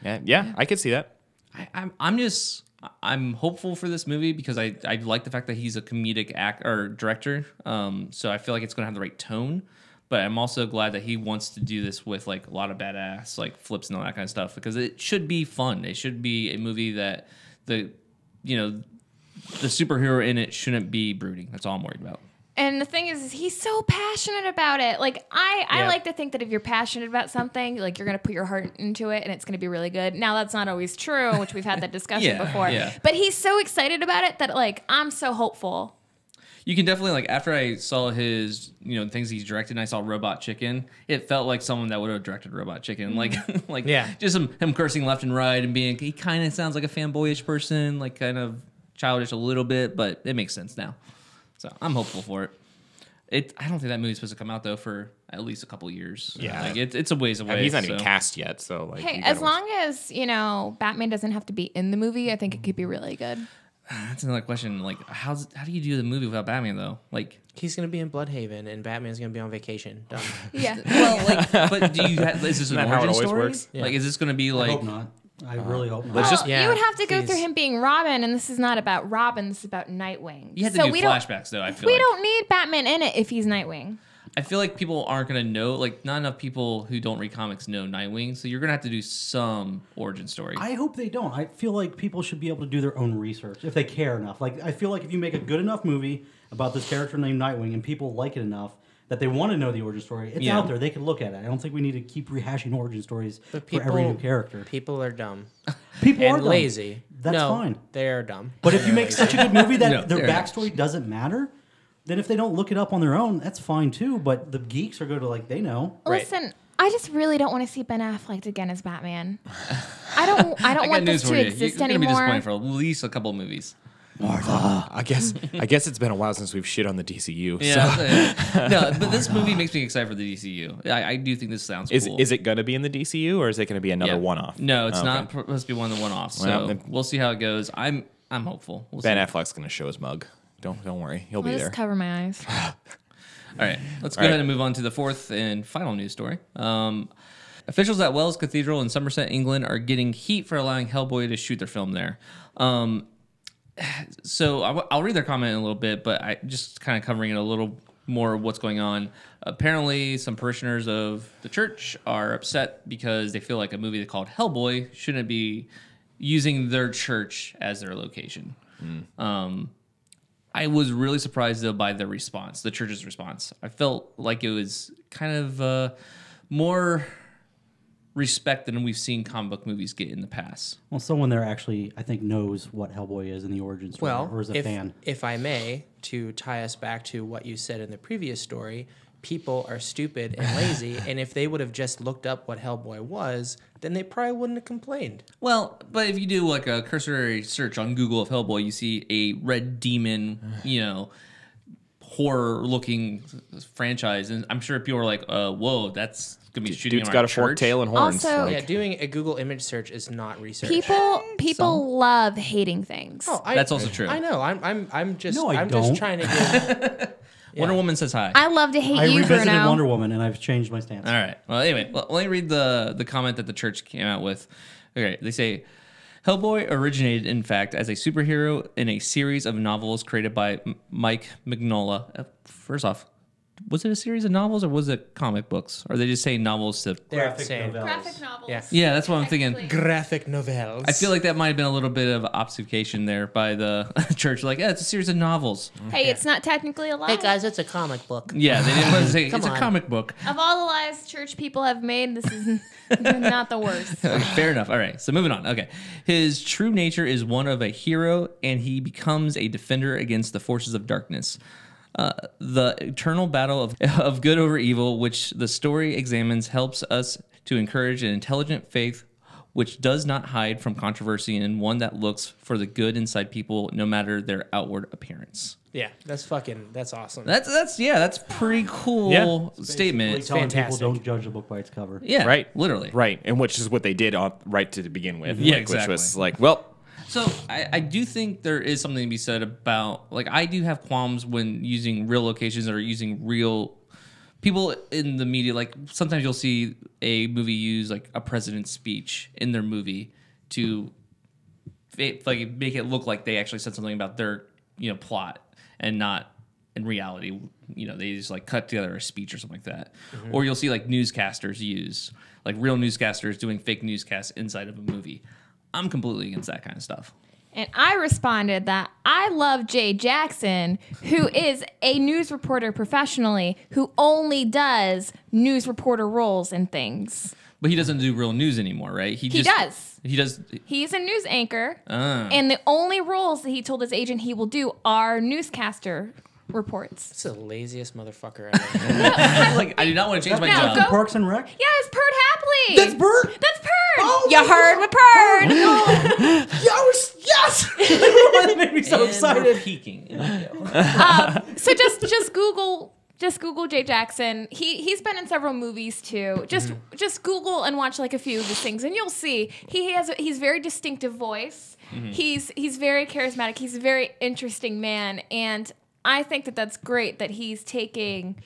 [SPEAKER 5] Yeah, yeah, I could see that.
[SPEAKER 1] I, I'm, I'm just I'm hopeful for this movie because I, I like the fact that he's a comedic act or director. Um, so I feel like it's gonna have the right tone. But I'm also glad that he wants to do this with like a lot of badass like flips and all that kind of stuff because it should be fun. It should be a movie that the you know the superhero in it shouldn't be brooding. That's all I'm worried about.
[SPEAKER 4] And the thing is, is he's so passionate about it. Like I, I
[SPEAKER 3] Yeah.
[SPEAKER 4] like to think that if you're passionate about something, like you're gonna put your heart into it, and it's gonna be really good. Now that's not always true, which we've had that discussion
[SPEAKER 1] Yeah,
[SPEAKER 4] before.
[SPEAKER 1] yeah.
[SPEAKER 4] But he's so excited about it that like I'm so hopeful.
[SPEAKER 1] You can definitely like after I saw his you know things he's directed and I saw Robot Chicken, it felt like someone that would have directed Robot
[SPEAKER 5] Mm-hmm.
[SPEAKER 1] Chicken. Like like
[SPEAKER 3] Yeah.
[SPEAKER 1] just him, him cursing left and right and being he kind of sounds like a fanboyish person, like kind of childish a little bit, but it makes sense now. So I'm hopeful for it. It I don't think that movie's supposed to come out though for at least a couple years.
[SPEAKER 5] Yeah.
[SPEAKER 1] like it, it's a ways away.
[SPEAKER 5] I mean, he's not even
[SPEAKER 1] so-
[SPEAKER 5] cast yet, so like.
[SPEAKER 4] Hey,
[SPEAKER 5] you
[SPEAKER 4] as
[SPEAKER 5] gotta-
[SPEAKER 4] long as you know Batman doesn't have to be in the movie, I think it could be really good.
[SPEAKER 1] That's another question. Like how's how do you do the movie without Batman though? Like
[SPEAKER 3] He's gonna be in Bloodhaven, and Batman's gonna be on vacation. Done.
[SPEAKER 4] Yeah.
[SPEAKER 1] well like but do you have, is this an
[SPEAKER 5] that how it
[SPEAKER 1] origin
[SPEAKER 5] always
[SPEAKER 1] story?
[SPEAKER 5] works?
[SPEAKER 3] Yeah.
[SPEAKER 1] Like is this going to be
[SPEAKER 2] I
[SPEAKER 1] like
[SPEAKER 2] hope not. I
[SPEAKER 5] uh,
[SPEAKER 2] really hope not.
[SPEAKER 5] Let's
[SPEAKER 4] Well,
[SPEAKER 5] just
[SPEAKER 3] Yeah,
[SPEAKER 4] you would have to go through
[SPEAKER 3] please.
[SPEAKER 4] him being Robin, and this is not about Robin. This is about Nightwing.
[SPEAKER 1] You have to
[SPEAKER 4] So
[SPEAKER 1] do
[SPEAKER 4] we don't-
[SPEAKER 1] flashbacks, though. I feel
[SPEAKER 4] We
[SPEAKER 1] like
[SPEAKER 4] don't need Batman in it if he's Nightwing.
[SPEAKER 1] I feel like people aren't gonna know. Like, not enough people who don't read comics know Nightwing, so you're gonna have to do some origin story.
[SPEAKER 2] I hope they don't. I feel like people should be able to do their own research if they care enough. Like I feel like if you make a good enough movie about this character named Nightwing and people like it enough that they want to know the origin story, it's
[SPEAKER 1] Yeah.
[SPEAKER 2] out there. They can look at it. I don't think we need to keep rehashing origin stories
[SPEAKER 3] But
[SPEAKER 2] for every
[SPEAKER 3] people-
[SPEAKER 2] new character.
[SPEAKER 3] People are dumb
[SPEAKER 2] People are
[SPEAKER 3] and
[SPEAKER 2] dumb.
[SPEAKER 3] lazy.
[SPEAKER 2] That's
[SPEAKER 3] No,
[SPEAKER 2] fine.
[SPEAKER 3] They are dumb.
[SPEAKER 2] But if you make such a good movie that
[SPEAKER 1] No,
[SPEAKER 2] their
[SPEAKER 1] fair enough.
[SPEAKER 2] backstory doesn't matter, then if they don't look it up on their own, that's fine too. But the geeks are going to like they know.
[SPEAKER 3] Right.
[SPEAKER 4] Listen, I just really don't want to see Ben Affleck again as Batman. I don't. I don't want this to exist
[SPEAKER 1] You're gonna be
[SPEAKER 4] anymore.
[SPEAKER 1] disappointed for at least a couple of movies.
[SPEAKER 5] I guess I guess it's been a while since we've shit on the DCU. So.
[SPEAKER 1] Yeah, no, but this movie makes me excited for the DCU. I, I do think this sounds
[SPEAKER 5] Is
[SPEAKER 1] cool.
[SPEAKER 5] is it gonna be in the DCU or is it gonna be another
[SPEAKER 1] Yeah.
[SPEAKER 5] one-off?
[SPEAKER 1] No, it's
[SPEAKER 5] Oh,
[SPEAKER 1] not
[SPEAKER 5] okay.
[SPEAKER 1] pr- supposed to be one of the one-offs. So
[SPEAKER 5] Well, then-
[SPEAKER 1] we'll see how it goes. I'm I'm hopeful. We'll
[SPEAKER 5] Ben
[SPEAKER 1] see.
[SPEAKER 5] Affleck's gonna show his mug. Don't don't worry, he'll
[SPEAKER 4] I'll
[SPEAKER 5] be there.
[SPEAKER 4] just cover my eyes.
[SPEAKER 1] All right, let's go
[SPEAKER 5] All right.
[SPEAKER 1] ahead and move on to the fourth and final news story. Um, officials at Wells Cathedral in Somerset, England, are getting heat for allowing Hellboy to shoot their film there. Um, so I w- I'll read their comment in a little bit, but I just kind of covering it a little more of what's going on. Apparently, some parishioners of the church are upset because they feel like a movie they called Hellboy shouldn't be using their church as their location. I was really surprised though by the response, the church's response. I felt like it was kind of uh, more respect than we've seen comic book movies get in the past.
[SPEAKER 2] Well, someone there actually, I think, knows what Hellboy is in the origin story,
[SPEAKER 3] Well,
[SPEAKER 2] or is a
[SPEAKER 3] if,
[SPEAKER 2] fan.
[SPEAKER 3] if I may, to tie us back to what you said in the previous story, people are stupid and lazy, and if they would have just looked up what Hellboy was, then they probably wouldn't have complained.
[SPEAKER 1] Well, but if you do like a cursory search on Google of Hellboy, you see a red demon, you know, horror looking franchise, and I'm sure people are like, uh, "Whoa, that's gonna be shooting."
[SPEAKER 5] Dude's
[SPEAKER 1] in
[SPEAKER 5] got
[SPEAKER 1] our
[SPEAKER 5] a forked
[SPEAKER 1] church."
[SPEAKER 5] tail and horns.
[SPEAKER 4] Also-
[SPEAKER 5] like-
[SPEAKER 3] yeah, doing a Google image search is not research.
[SPEAKER 4] People people love hating things.
[SPEAKER 3] Oh, I-
[SPEAKER 1] That's also true.
[SPEAKER 3] I know. I'm I'm I'm just
[SPEAKER 2] No, I
[SPEAKER 3] I'm
[SPEAKER 2] don't.
[SPEAKER 3] just trying to give
[SPEAKER 1] Wonder Woman says hi.
[SPEAKER 4] I love to hate
[SPEAKER 2] I
[SPEAKER 4] you,
[SPEAKER 2] revisited
[SPEAKER 4] Bruno.
[SPEAKER 2] Wonder Woman, and I've changed my stance.
[SPEAKER 1] All right. Well, anyway, well, let me read the the comment that the church came out with. Okay, they say. Hellboy originated, in fact, as a superhero in a series of novels created by M- Mike Mignola. Uh, First off, was it a series of novels or was it comic books? Or are they just saying novels to?
[SPEAKER 3] they're saying
[SPEAKER 4] Graphic novels.
[SPEAKER 3] Yeah.
[SPEAKER 1] Yeah, that's what I'm thinking.
[SPEAKER 3] graphic novels.
[SPEAKER 1] I feel like that might have been a little bit of obfuscation there by the church. Like, yeah, it's a series of novels.
[SPEAKER 4] Hey, it's not technically a lie.
[SPEAKER 3] it's a comic book.
[SPEAKER 1] Yeah, they didn't want to say
[SPEAKER 3] Come
[SPEAKER 1] it's a
[SPEAKER 3] on.
[SPEAKER 1] comic book.
[SPEAKER 4] Of all the lies church people have made, this is not the worst.
[SPEAKER 1] Okay, fair enough. All right, so moving on. Okay, his true nature is one of a hero, and he becomes a defender against the forces of darkness. Uh, the eternal battle of, of good over evil, which the story examines, helps us to encourage an intelligent faith which does not hide from controversy and one that looks for the good inside people no matter their outward appearance.
[SPEAKER 3] Yeah, that's fucking that's awesome.
[SPEAKER 1] That's that's yeah, that's pretty cool
[SPEAKER 5] Yeah.
[SPEAKER 1] statement.
[SPEAKER 2] Telling people
[SPEAKER 3] fantastic.
[SPEAKER 2] don't judge the book by its cover.
[SPEAKER 1] Yeah,
[SPEAKER 5] Right.
[SPEAKER 1] literally.
[SPEAKER 5] Right. And which is what they did on, right to begin with.
[SPEAKER 1] Yeah,
[SPEAKER 5] like, Which was
[SPEAKER 1] exactly.
[SPEAKER 5] like, well,
[SPEAKER 1] So I, I do think there is something to be said about like I do have qualms when using real locations or using real people in the media. Like sometimes you'll see a movie use like a president's speech in their movie to fa- like make it look like they actually said something about their you know plot and not in reality you know they just like cut together a speech or something like that or you'll see like newscasters use like real newscasters doing fake newscasts inside of a movie i'm completely against that kind of stuff
[SPEAKER 4] And I responded that I love Jay Jackson, who is a news reporter professionally who only does news reporter roles and things.
[SPEAKER 1] but he doesn't do real news anymore right
[SPEAKER 4] He does.
[SPEAKER 1] he does
[SPEAKER 4] He's a news anchor,
[SPEAKER 2] Uh.
[SPEAKER 4] and the only roles that he told his agent he will do are newscaster reports.
[SPEAKER 3] That's the laziest motherfucker ever.
[SPEAKER 1] like i do not want to change my
[SPEAKER 4] No,
[SPEAKER 1] job
[SPEAKER 4] go-
[SPEAKER 2] Parks and Rec.
[SPEAKER 4] Yeah, it's Perd Hapley.
[SPEAKER 2] That's Bert.
[SPEAKER 4] That's Perd.
[SPEAKER 2] Oh
[SPEAKER 4] you
[SPEAKER 2] my
[SPEAKER 4] heard
[SPEAKER 2] God.
[SPEAKER 4] what Perd.
[SPEAKER 2] Yes, yes. that made me so
[SPEAKER 1] And we're
[SPEAKER 2] excited.
[SPEAKER 1] peaking.
[SPEAKER 4] Um, so just just Google just Google Jay Jackson. He he's been in several movies too. Just just Google and watch like a few of his things, and you'll see he has a, he's very distinctive voice. He's he's very charismatic. He's a very interesting man, and I think that that's great that he's taking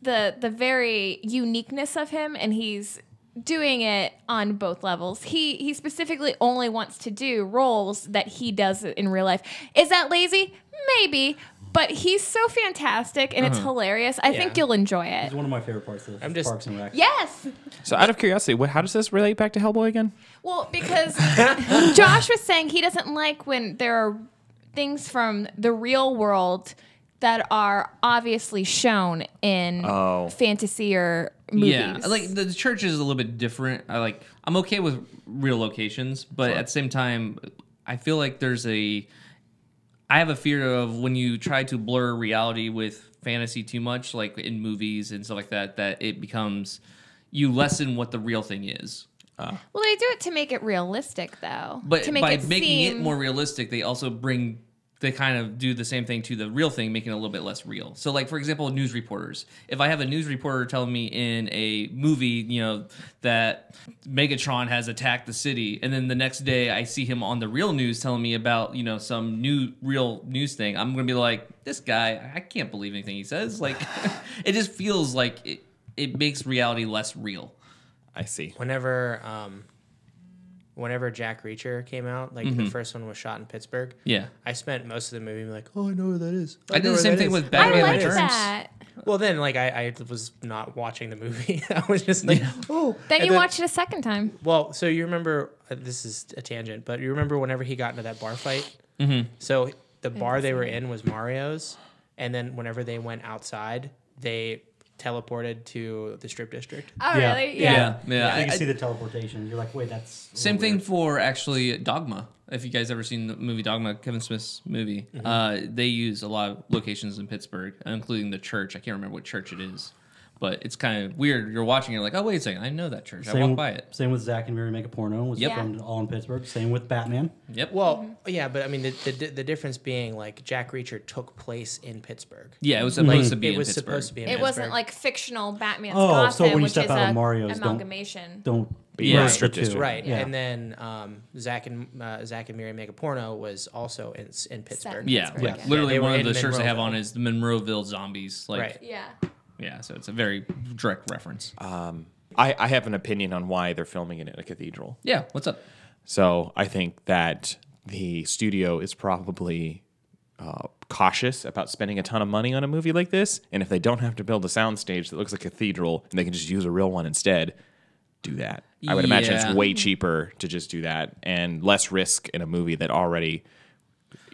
[SPEAKER 4] the the very uniqueness of him, and he's doing it on both levels. He he specifically only wants to do roles that he does in real life. Is that lazy? Maybe, but he's so fantastic and it's hilarious. I think
[SPEAKER 3] Yeah.
[SPEAKER 4] you'll enjoy
[SPEAKER 2] It's
[SPEAKER 4] it.
[SPEAKER 2] one of my favorite parts of
[SPEAKER 3] I'm just-
[SPEAKER 2] Parks and Rec.
[SPEAKER 4] Yes.
[SPEAKER 5] so out of curiosity, what, how does this relate back to Hellboy again?
[SPEAKER 4] Well, because Josh was saying he doesn't like when there are things from the real world that are obviously shown in
[SPEAKER 5] Oh.
[SPEAKER 4] fantasy or movies.
[SPEAKER 1] Yeah, like the the church is a little bit different. I like I'm okay with real locations, but at the same time, I feel like there's a I have a fear of when you try to blur reality with fantasy too much, like in movies and stuff like that, that it becomes you lessen what the real thing is.
[SPEAKER 4] well, they do it to make it realistic, though.
[SPEAKER 1] But
[SPEAKER 4] to make
[SPEAKER 1] by
[SPEAKER 4] it
[SPEAKER 1] making
[SPEAKER 4] seem-
[SPEAKER 1] it more realistic, they also bring they kind of do the same thing to the real thing, making it a little bit less real. So, like for example, news reporters. If I have a news reporter telling me in a movie, you know, that Megatron has attacked the city, and then the next day I see him on the real news telling me about you know some new real news thing, I'm gonna be like, this guy, I can't believe anything he says. Like, it just feels like it, it makes reality less real.
[SPEAKER 5] I see.
[SPEAKER 3] whenever um whenever Jack Reacher came out, like the first one was shot in Pittsburgh.
[SPEAKER 1] Mm-hmm. Yeah,
[SPEAKER 3] I spent most of the movie being like, oh, I know where that is.
[SPEAKER 1] I did
[SPEAKER 3] know
[SPEAKER 1] the
[SPEAKER 3] where
[SPEAKER 1] same
[SPEAKER 3] that
[SPEAKER 1] thing
[SPEAKER 3] is."
[SPEAKER 1] with
[SPEAKER 4] I
[SPEAKER 1] Batman
[SPEAKER 4] like
[SPEAKER 1] Returns.
[SPEAKER 4] that.
[SPEAKER 3] Well, then like I, I was not watching the movie. I was just like, oh.
[SPEAKER 4] Then
[SPEAKER 3] And
[SPEAKER 4] you watch it a second time.
[SPEAKER 3] Well, so you remember uh, this is a tangent, but you remember whenever he got into that bar fight. Mm-hmm. So the bar they were in was Mario's, and then whenever they went outside, they teleported to the strip district.
[SPEAKER 4] Oh,
[SPEAKER 2] Yeah.
[SPEAKER 4] really?
[SPEAKER 1] Yeah,
[SPEAKER 4] Yeah.
[SPEAKER 1] yeah. I-
[SPEAKER 2] you can
[SPEAKER 1] I-
[SPEAKER 2] see the teleportation. You're like, wait, that's a
[SPEAKER 1] Same
[SPEAKER 2] little
[SPEAKER 1] thing
[SPEAKER 2] weird.
[SPEAKER 1] for actually Dogma. If you guys ever seen the movie Dogma, Kevin Smith's movie,
[SPEAKER 3] Mm-hmm.
[SPEAKER 1] uh, they use a lot of locations in Pittsburgh, including the church. I can't remember what church it is, but it's kind of weird. You're watching, you're like, oh wait a second, I know that church. I
[SPEAKER 2] Same,
[SPEAKER 1] walked by it.
[SPEAKER 2] Same with Zack and Mary Make a Porno. Was
[SPEAKER 1] Yep.
[SPEAKER 2] filmed all in Pittsburgh. Same with Batman.
[SPEAKER 1] Yep.
[SPEAKER 3] Well,
[SPEAKER 4] Mm-hmm.
[SPEAKER 3] yeah, but I mean the, the di- the difference being like Jack Reacher took place in Pittsburgh.
[SPEAKER 1] yeah, it was supposed to be
[SPEAKER 3] it
[SPEAKER 1] in
[SPEAKER 3] was
[SPEAKER 1] Pittsburgh.
[SPEAKER 3] supposed to be in
[SPEAKER 4] It
[SPEAKER 3] Pittsburgh.
[SPEAKER 4] wasn't like fictional Batman's
[SPEAKER 2] Oh, so
[SPEAKER 4] Gotham,
[SPEAKER 2] when you
[SPEAKER 4] which
[SPEAKER 2] step
[SPEAKER 4] is
[SPEAKER 2] out of
[SPEAKER 4] a
[SPEAKER 2] Mario's, don't-
[SPEAKER 4] amalgamation.
[SPEAKER 2] Don't
[SPEAKER 5] But yeah,
[SPEAKER 1] Right.
[SPEAKER 2] Strip
[SPEAKER 5] strip district.
[SPEAKER 2] too.
[SPEAKER 3] right,
[SPEAKER 2] Yeah.
[SPEAKER 3] and then um, Zach and uh, Zach and Mary make a porno was also in in Pittsburgh.
[SPEAKER 1] yeah,
[SPEAKER 4] Pittsburgh,
[SPEAKER 1] like
[SPEAKER 4] yeah.
[SPEAKER 1] literally
[SPEAKER 3] They were
[SPEAKER 1] one of
[SPEAKER 3] in
[SPEAKER 1] the shirts they have
[SPEAKER 3] Monroeville.
[SPEAKER 1] on is the Monroeville Zombies. Like,
[SPEAKER 3] Right. Uh,
[SPEAKER 4] Yeah.
[SPEAKER 1] yeah, so it's a very direct reference.
[SPEAKER 5] I, I have an opinion on why they're filming it in a cathedral.
[SPEAKER 1] yeah, what's up?
[SPEAKER 5] So I think that the studio is probably uh, cautious about spending a ton of money on a movie like this. And if they don't have to build a soundstage that looks like a cathedral and they can just use a real one instead, do that. I would imagine
[SPEAKER 1] Yeah.
[SPEAKER 5] it's way cheaper to just do that and less risk in a movie that already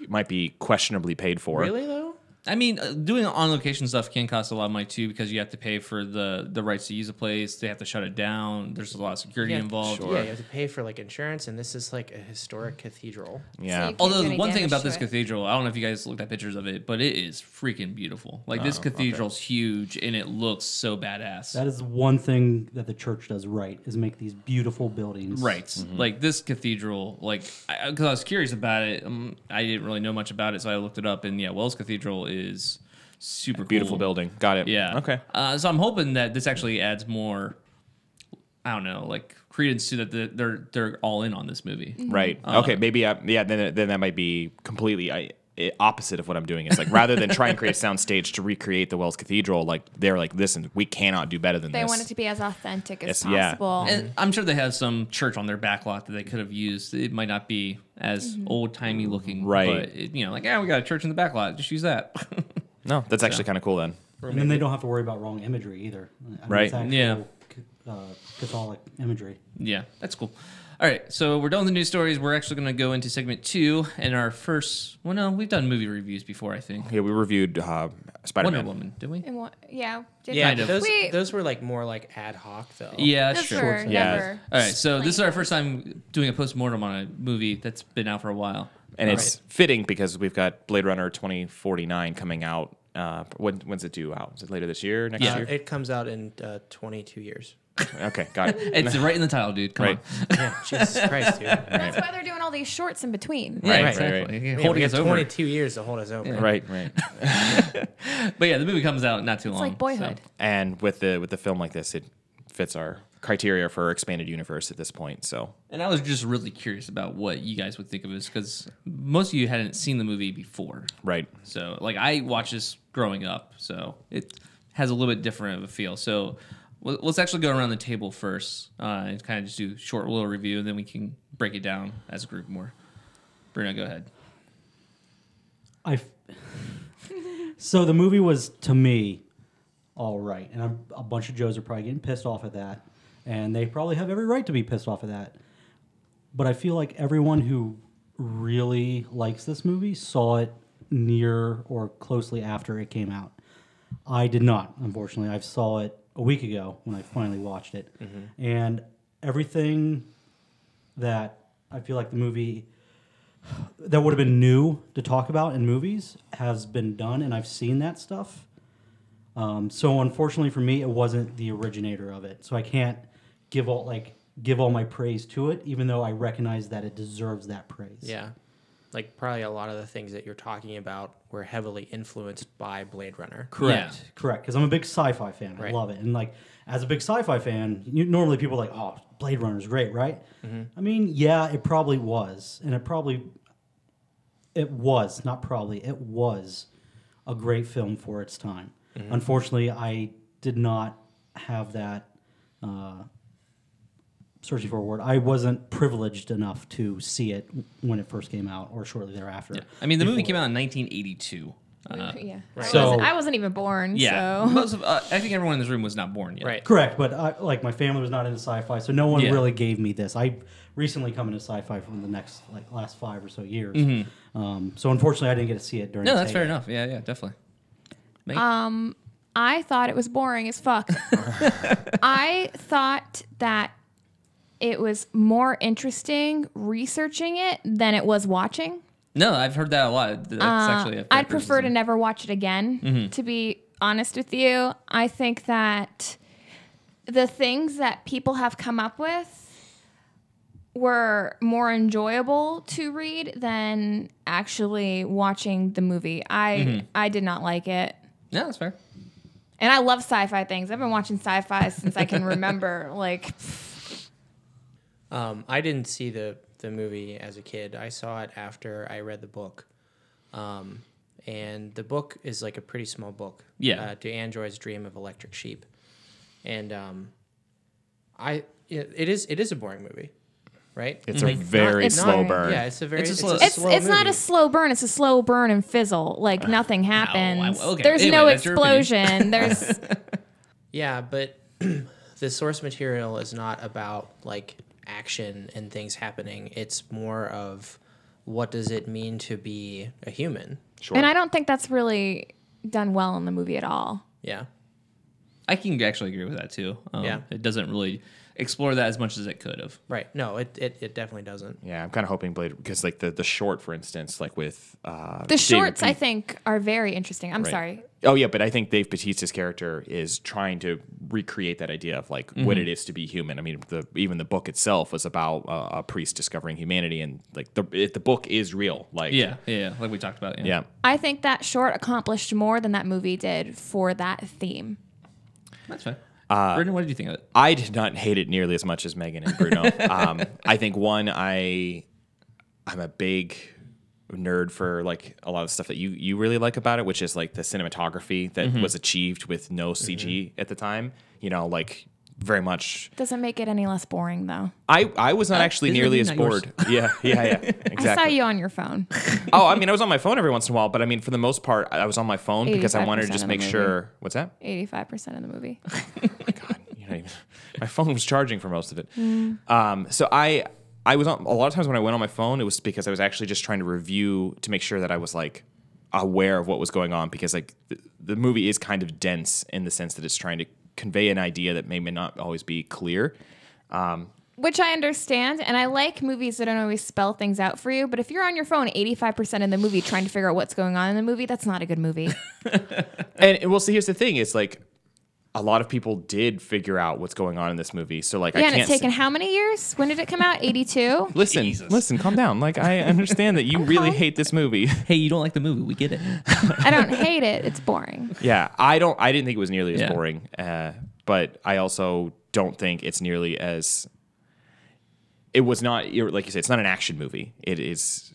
[SPEAKER 5] might be questionably paid for.
[SPEAKER 3] Really though?
[SPEAKER 1] I mean, uh, doing on location stuff can cost a lot of money too because you have to pay for the the rights to use a place. They have to shut it down. There's a lot of security
[SPEAKER 3] Yeah,
[SPEAKER 1] involved.
[SPEAKER 3] Yeah, you have to pay for like insurance, and this is like a historic cathedral.
[SPEAKER 5] Yeah.
[SPEAKER 4] So you-
[SPEAKER 1] Although
[SPEAKER 4] do
[SPEAKER 1] the
[SPEAKER 4] any
[SPEAKER 1] one thing
[SPEAKER 4] damage
[SPEAKER 1] about
[SPEAKER 4] to
[SPEAKER 1] this
[SPEAKER 4] it.
[SPEAKER 1] cathedral, I don't know if you guys looked at pictures of it, but it is freaking beautiful. Like this cathedral's huge and it looks so badass.
[SPEAKER 2] That is one thing that the church does right is make these beautiful buildings.
[SPEAKER 1] Right.
[SPEAKER 3] Mm-hmm.
[SPEAKER 1] Like this cathedral, like, because I, 'cause I was curious about it. Um, I didn't really know much about it, so I looked it up. And yeah, Wells Cathedral is super
[SPEAKER 5] Beautiful
[SPEAKER 1] cool.
[SPEAKER 5] building. Got it.
[SPEAKER 1] Yeah.
[SPEAKER 5] Okay.
[SPEAKER 1] Uh, so I'm hoping that this actually adds more, I don't know, like credence to that the- they're, they're all in on this movie.
[SPEAKER 5] Right.
[SPEAKER 4] Mm-hmm.
[SPEAKER 5] okay. Maybe. I, yeah. Then. Then that might be completely I, i opposite of what I'm doing. It's like rather than try and create a soundstage to recreate the Wells Cathedral, like they're like, listen, we cannot do better than
[SPEAKER 4] They
[SPEAKER 5] this.
[SPEAKER 4] want it to be as authentic as
[SPEAKER 5] Yes, yeah.
[SPEAKER 4] possible.
[SPEAKER 1] And I'm sure they have some church on their back lot that they could have used. It might not be as old timey looking,
[SPEAKER 5] Right.
[SPEAKER 1] But it, you know, like, yeah, we got a church in the back lot. Just use that.
[SPEAKER 5] no, that's actually kind of cool then.
[SPEAKER 2] And then they don't have to worry about wrong imagery either. I mean,
[SPEAKER 5] Right.
[SPEAKER 2] it's actual,
[SPEAKER 1] Yeah.
[SPEAKER 2] c- Uh, Catholic imagery.
[SPEAKER 1] yeah, that's cool. All right, so we're done with the news stories. We're actually going to go into segment two and our first. Well, no, we've done movie reviews before, I think.
[SPEAKER 5] Yeah, we reviewed uh, Spider
[SPEAKER 1] Wonder
[SPEAKER 5] Man.
[SPEAKER 1] Woman, did we?
[SPEAKER 4] And what, yeah. did-
[SPEAKER 3] Yeah,
[SPEAKER 1] Kind
[SPEAKER 3] but
[SPEAKER 1] of.
[SPEAKER 3] those
[SPEAKER 4] Wait.
[SPEAKER 3] those were like more like ad hoc though.
[SPEAKER 1] Yeah,
[SPEAKER 4] Those
[SPEAKER 1] sure.
[SPEAKER 4] were
[SPEAKER 5] Yeah.
[SPEAKER 4] never.
[SPEAKER 1] All right, so this is our first time doing a post mortem on a movie that's been out for a while.
[SPEAKER 5] And it's fitting because we've got Blade Runner 2049 coming out. Uh, when, when's it due out? Is it later this year? Next
[SPEAKER 3] Uh,
[SPEAKER 5] year?
[SPEAKER 3] it comes out in uh, 22 years.
[SPEAKER 5] okay, got it.
[SPEAKER 1] It's right in the title, dude. Come
[SPEAKER 5] Right.
[SPEAKER 1] on.
[SPEAKER 3] Yeah, Jesus Christ, dude. Yeah,
[SPEAKER 4] That's why they're doing all these shorts in between.
[SPEAKER 1] Yeah,
[SPEAKER 5] right,
[SPEAKER 1] exactly.
[SPEAKER 3] we
[SPEAKER 1] Holding
[SPEAKER 3] got
[SPEAKER 1] us over.
[SPEAKER 3] 22 years to hold us over.
[SPEAKER 5] Right, right.
[SPEAKER 1] But yeah, the movie comes out not too
[SPEAKER 4] It's
[SPEAKER 1] long.
[SPEAKER 4] like Boyhood.
[SPEAKER 1] so-
[SPEAKER 5] and with the with the film like this, it fits our criteria for expanded universe at this point. So
[SPEAKER 1] And I was just really curious about what you guys would think of this because most of you hadn't seen the movie before.
[SPEAKER 5] right.
[SPEAKER 1] So, like, I watched this growing up, so it has a little bit different of a feel. So, well, let's actually go around the table first uh, and kind of just do a short little review, and then we can break it down as a group more. Bruno, go ahead.
[SPEAKER 2] I. f- so the movie was to me, all right, and I'm, a bunch of Joes are probably getting pissed off at that, and they probably have every right to be pissed off at that. But I feel like everyone who really likes this movie saw it near or closely after it came out. I did not, unfortunately. I saw it a week ago when I finally watched it, and everything that I feel like the movie that would have been new to talk about in movies has been done, and I've seen that stuff. Um, so unfortunately for me, it wasn't the originator of it, so I can't give all like give all my praise to it, even though I recognize that it deserves that praise.
[SPEAKER 3] Yeah. Like probably a lot of the things that you're talking about were heavily influenced by Blade Runner.
[SPEAKER 2] correct,
[SPEAKER 1] Yeah.
[SPEAKER 2] correct. Because I'm a big sci-fi fan, I
[SPEAKER 3] Right.
[SPEAKER 2] love it, and like as a big sci-fi fan, you, normally people are like, "Oh, Blade Runner's great, right?" I mean, yeah, it probably was, and it probably it was not probably it was a great film for its time. Unfortunately, I did not have that. Uh, searching for a word. I wasn't privileged enough to see it when it first came out, or shortly thereafter.
[SPEAKER 1] I mean, the movie came out in 1982. Uh,
[SPEAKER 4] yeah. I,
[SPEAKER 2] So-
[SPEAKER 4] wasn't, I wasn't even born.
[SPEAKER 1] yeah,
[SPEAKER 4] So.
[SPEAKER 1] most of uh, I think everyone in this room was not born yet.
[SPEAKER 3] Right.
[SPEAKER 2] Correct, but I, like my family was not into sci-fi, so no one
[SPEAKER 1] Yeah.
[SPEAKER 2] really gave me this. I recently come into sci-fi from the next like last five or so years, um, so unfortunately I didn't get to see it during.
[SPEAKER 1] Mm-hmm. No, that's
[SPEAKER 2] its
[SPEAKER 1] fair
[SPEAKER 2] heyday.
[SPEAKER 1] enough. Yeah, yeah, definitely.
[SPEAKER 4] I thought it was boring as fuck. I thought that it was more interesting researching it than it was watching.
[SPEAKER 1] No, I've heard that a lot. That's actually. A fair
[SPEAKER 4] Uh, I'd prefer to
[SPEAKER 1] criticism. Mm-hmm.
[SPEAKER 4] never watch it again, to be honest with you. I think that the things that people have come up with were more enjoyable to read than actually watching the movie. I
[SPEAKER 1] Mm-hmm.
[SPEAKER 4] I did not like it.
[SPEAKER 1] No, that's fair.
[SPEAKER 4] And I love sci-fi things. I've been watching sci-fi since I can remember. Like
[SPEAKER 3] Um, I didn't see the the movie as a kid. I saw it after I read the book, um, and the book is like a pretty small book.
[SPEAKER 1] Yeah.
[SPEAKER 3] Uh, to Android's Dream of Electric Sheep, and um, I it, it is it is a boring movie, right?
[SPEAKER 5] It's
[SPEAKER 1] Mm-hmm.
[SPEAKER 5] a very
[SPEAKER 4] It's
[SPEAKER 5] slow
[SPEAKER 4] not-
[SPEAKER 5] burn.
[SPEAKER 3] Yeah, it's a very
[SPEAKER 1] It's a
[SPEAKER 3] it's
[SPEAKER 1] slow-
[SPEAKER 3] a
[SPEAKER 4] it's
[SPEAKER 3] slow
[SPEAKER 4] it's not
[SPEAKER 3] movie.
[SPEAKER 4] a slow burn. It's a slow burn and fizzle.
[SPEAKER 1] Uh,
[SPEAKER 4] Like nothing happens.
[SPEAKER 1] okay.
[SPEAKER 4] There's
[SPEAKER 1] Anyway,
[SPEAKER 4] no
[SPEAKER 1] that's your opinion.
[SPEAKER 4] explosion. There's
[SPEAKER 3] Yeah, but the source material is not about like action and things happening. It's more of what does it mean to be a human?
[SPEAKER 5] Sure.
[SPEAKER 4] And I don't think that's really done well in the movie at all.
[SPEAKER 3] Yeah.
[SPEAKER 1] I can actually agree with that too. Um,
[SPEAKER 3] Yeah.
[SPEAKER 1] It doesn't really explore that as much as it could have.
[SPEAKER 3] Right. No, it, it, it definitely doesn't.
[SPEAKER 5] Yeah, I'm kind of hoping Blade because like the the short, for instance, like with uh,
[SPEAKER 4] The
[SPEAKER 5] David
[SPEAKER 4] shorts,
[SPEAKER 5] Pe-
[SPEAKER 4] I think, are very interesting. I'm
[SPEAKER 5] right.
[SPEAKER 4] sorry.
[SPEAKER 5] Oh yeah, but I think Dave Bautista's character is trying to recreate that idea of like what it is to be human. I mean, the even the book itself was about uh, a priest discovering humanity, and like the it, the book is real. Like
[SPEAKER 1] Yeah, yeah, yeah, like we talked about. Yeah.
[SPEAKER 5] yeah,
[SPEAKER 4] I think that short accomplished more than that movie did for that theme.
[SPEAKER 1] that's fine. Brendan, what did you think of it?
[SPEAKER 5] I did not hate it nearly as much as Megan and Bruno. um, I think one, I I'm a big nerd for like a lot of stuff that you you really like about it, which is like the cinematography that
[SPEAKER 4] Mm-hmm.
[SPEAKER 5] was achieved with no CG at the time. You know, like very much.
[SPEAKER 4] Doesn't make it any less boring, though.
[SPEAKER 5] I I was not
[SPEAKER 4] Oh,
[SPEAKER 5] actually
[SPEAKER 1] these are
[SPEAKER 5] nearly
[SPEAKER 1] me,
[SPEAKER 5] as
[SPEAKER 1] not yours.
[SPEAKER 5] bored. Yeah, yeah, yeah. Exactly.
[SPEAKER 4] I saw you on your phone.
[SPEAKER 5] Oh, I mean, I was on my phone every once in a while, but I mean, for the most part, I was on my phone because I wanted
[SPEAKER 4] 85%
[SPEAKER 5] to just
[SPEAKER 4] of the
[SPEAKER 5] make
[SPEAKER 4] movie.
[SPEAKER 5] sure. What's that?
[SPEAKER 4] 85% of the movie.
[SPEAKER 5] God, you know, my phone was charging for most of it.
[SPEAKER 4] Mm.
[SPEAKER 5] Um, so I, I was on a lot of times when I went on my phone, it was because I was actually just trying to review to make sure that I was like aware of what was going on because like the, the movie is kind of dense in the sense that it's trying to convey an idea that may, may not always be clear.
[SPEAKER 4] Which I understand, and I like movies that don't always spell things out for you, but if you're on your phone 85% of the movie trying to figure out what's going on in the movie, that's not a good movie.
[SPEAKER 5] And, and well, see, here's the thing: is like a lot of people did figure out what's going on in this movie. So like, I
[SPEAKER 4] yeah,
[SPEAKER 5] can't
[SPEAKER 4] and it's
[SPEAKER 5] say-
[SPEAKER 4] taken how many years? When did it come out? 82?
[SPEAKER 5] Listen, listen, calm down. Like I understand that you really
[SPEAKER 4] calm.
[SPEAKER 5] hate this movie.
[SPEAKER 1] Hey, you don't like the movie? We get it.
[SPEAKER 4] I don't hate it. It's boring.
[SPEAKER 5] yeah, I don't. I didn't think it was nearly as
[SPEAKER 1] Yeah.
[SPEAKER 5] boring, uh, but I also don't think it's nearly as. It was not you're- like you said. It's not an action movie. It is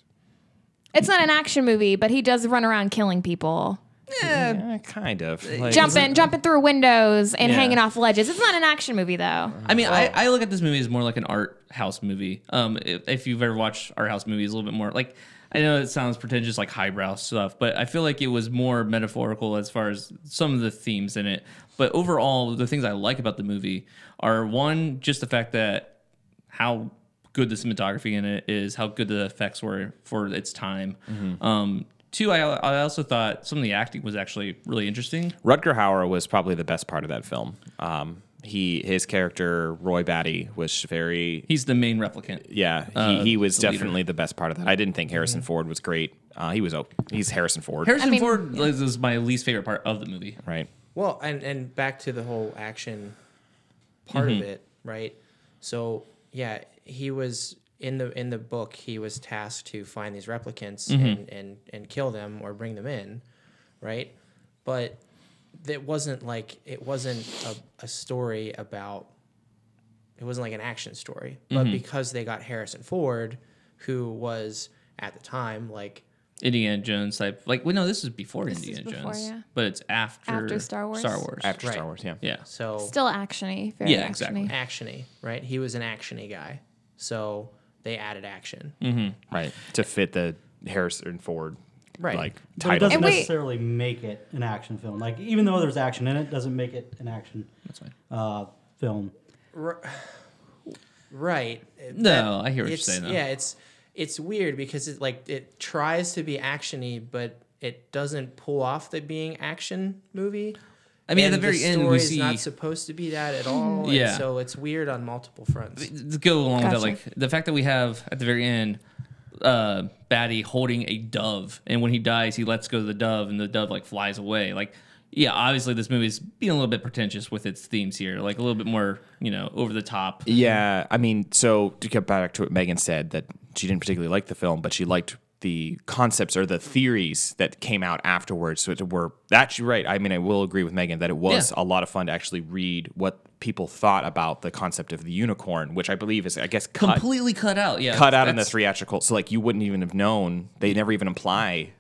[SPEAKER 4] It's not an action movie, but he does run around killing people,
[SPEAKER 5] eh, kind of like,
[SPEAKER 4] jumping, jumping through windows and
[SPEAKER 1] Yeah.
[SPEAKER 4] hanging off ledges. It's not an action movie though.
[SPEAKER 1] I mean, I, I look at this movie as more like an art house movie. Um, if, if you've ever watched art house movies, a little bit more like I know it sounds pretentious, like highbrow stuff, but I feel like it was more metaphorical as far as some of the themes in it. But overall, the things I like about the movie are one, just the fact that how good the cinematography in it is, how good the effects were for its time. Um, two, I, I also thought some of the acting was actually really interesting.
[SPEAKER 5] Rutger Hauer was probably the best part of that film. Um, he his character Roy Batty was very
[SPEAKER 1] He's the main replicant.
[SPEAKER 5] Yeah, he, he was definitely the best part of that. I didn't think Harrison Ford was great. Uh, he was oh, he's Harrison Ford,
[SPEAKER 1] Harrison
[SPEAKER 4] I mean-
[SPEAKER 1] Ford was was my least favorite part of the movie.
[SPEAKER 5] right?
[SPEAKER 3] Well, and, and back to the whole action part of it, right? So yeah, he was in the in the book he was tasked to find these replicants and, and, and kill them or bring them in, right? But it wasn't like it wasn't a, a story about it wasn't like an action story. But because they got Harrison Ford, who was at the time like
[SPEAKER 1] Indiana Jones type. Like, well, no, this is before
[SPEAKER 4] This is
[SPEAKER 1] Indiana
[SPEAKER 4] before,
[SPEAKER 1] Jones,
[SPEAKER 4] yeah.
[SPEAKER 1] but it's after
[SPEAKER 4] After Star Wars?
[SPEAKER 1] Star Wars.
[SPEAKER 5] After
[SPEAKER 3] Right.
[SPEAKER 5] Star Wars, yeah.
[SPEAKER 1] yeah.
[SPEAKER 3] so
[SPEAKER 4] Still actiony. Very
[SPEAKER 1] Yeah, exactly.
[SPEAKER 4] actiony.
[SPEAKER 3] actiony, right? He was an actiony guy, so they added action.
[SPEAKER 5] right, to fit the Harrison Ford
[SPEAKER 3] Right.
[SPEAKER 5] like
[SPEAKER 2] But it
[SPEAKER 5] title.
[SPEAKER 2] doesn't
[SPEAKER 4] And wait-
[SPEAKER 2] necessarily make it an action film. Like even though there's action in it, doesn't make it an action
[SPEAKER 1] That's fine.
[SPEAKER 2] uh, film.
[SPEAKER 3] Right.
[SPEAKER 1] No, I hear what you're
[SPEAKER 3] It's-
[SPEAKER 1] saying, though.
[SPEAKER 3] Yeah, it's it's weird because it like it tries to be actiony, but it doesn't pull off the being action movie.
[SPEAKER 1] I mean,
[SPEAKER 3] and
[SPEAKER 1] at the very end, we
[SPEAKER 3] story's
[SPEAKER 1] see
[SPEAKER 3] not supposed to be that at all. and
[SPEAKER 1] Yeah.
[SPEAKER 3] so it's weird on multiple fronts.
[SPEAKER 1] to go along
[SPEAKER 4] Gotcha.
[SPEAKER 1] with that, like the fact that we have at the very end, uh, Batty holding a dove, and when he dies, he lets go of the dove, and the dove like flies away. Like, yeah, obviously this movie's being a little bit pretentious with its themes here, like a little bit more, you know, over the top.
[SPEAKER 5] Yeah, I mean, so to get back to what Megan said, that she didn't particularly like the film, but she liked the concepts or the theories that came out afterwards. So it were actually right. I mean, I will agree with Megan that it was
[SPEAKER 1] Yeah.
[SPEAKER 5] a lot of fun to actually read what people thought about the concept of the unicorn, which I believe is, I guess, cut,
[SPEAKER 1] Completely cut out, yeah.
[SPEAKER 5] cut out in the
[SPEAKER 1] that's-
[SPEAKER 5] theatrical. So like, you wouldn't even have known. They never even imply.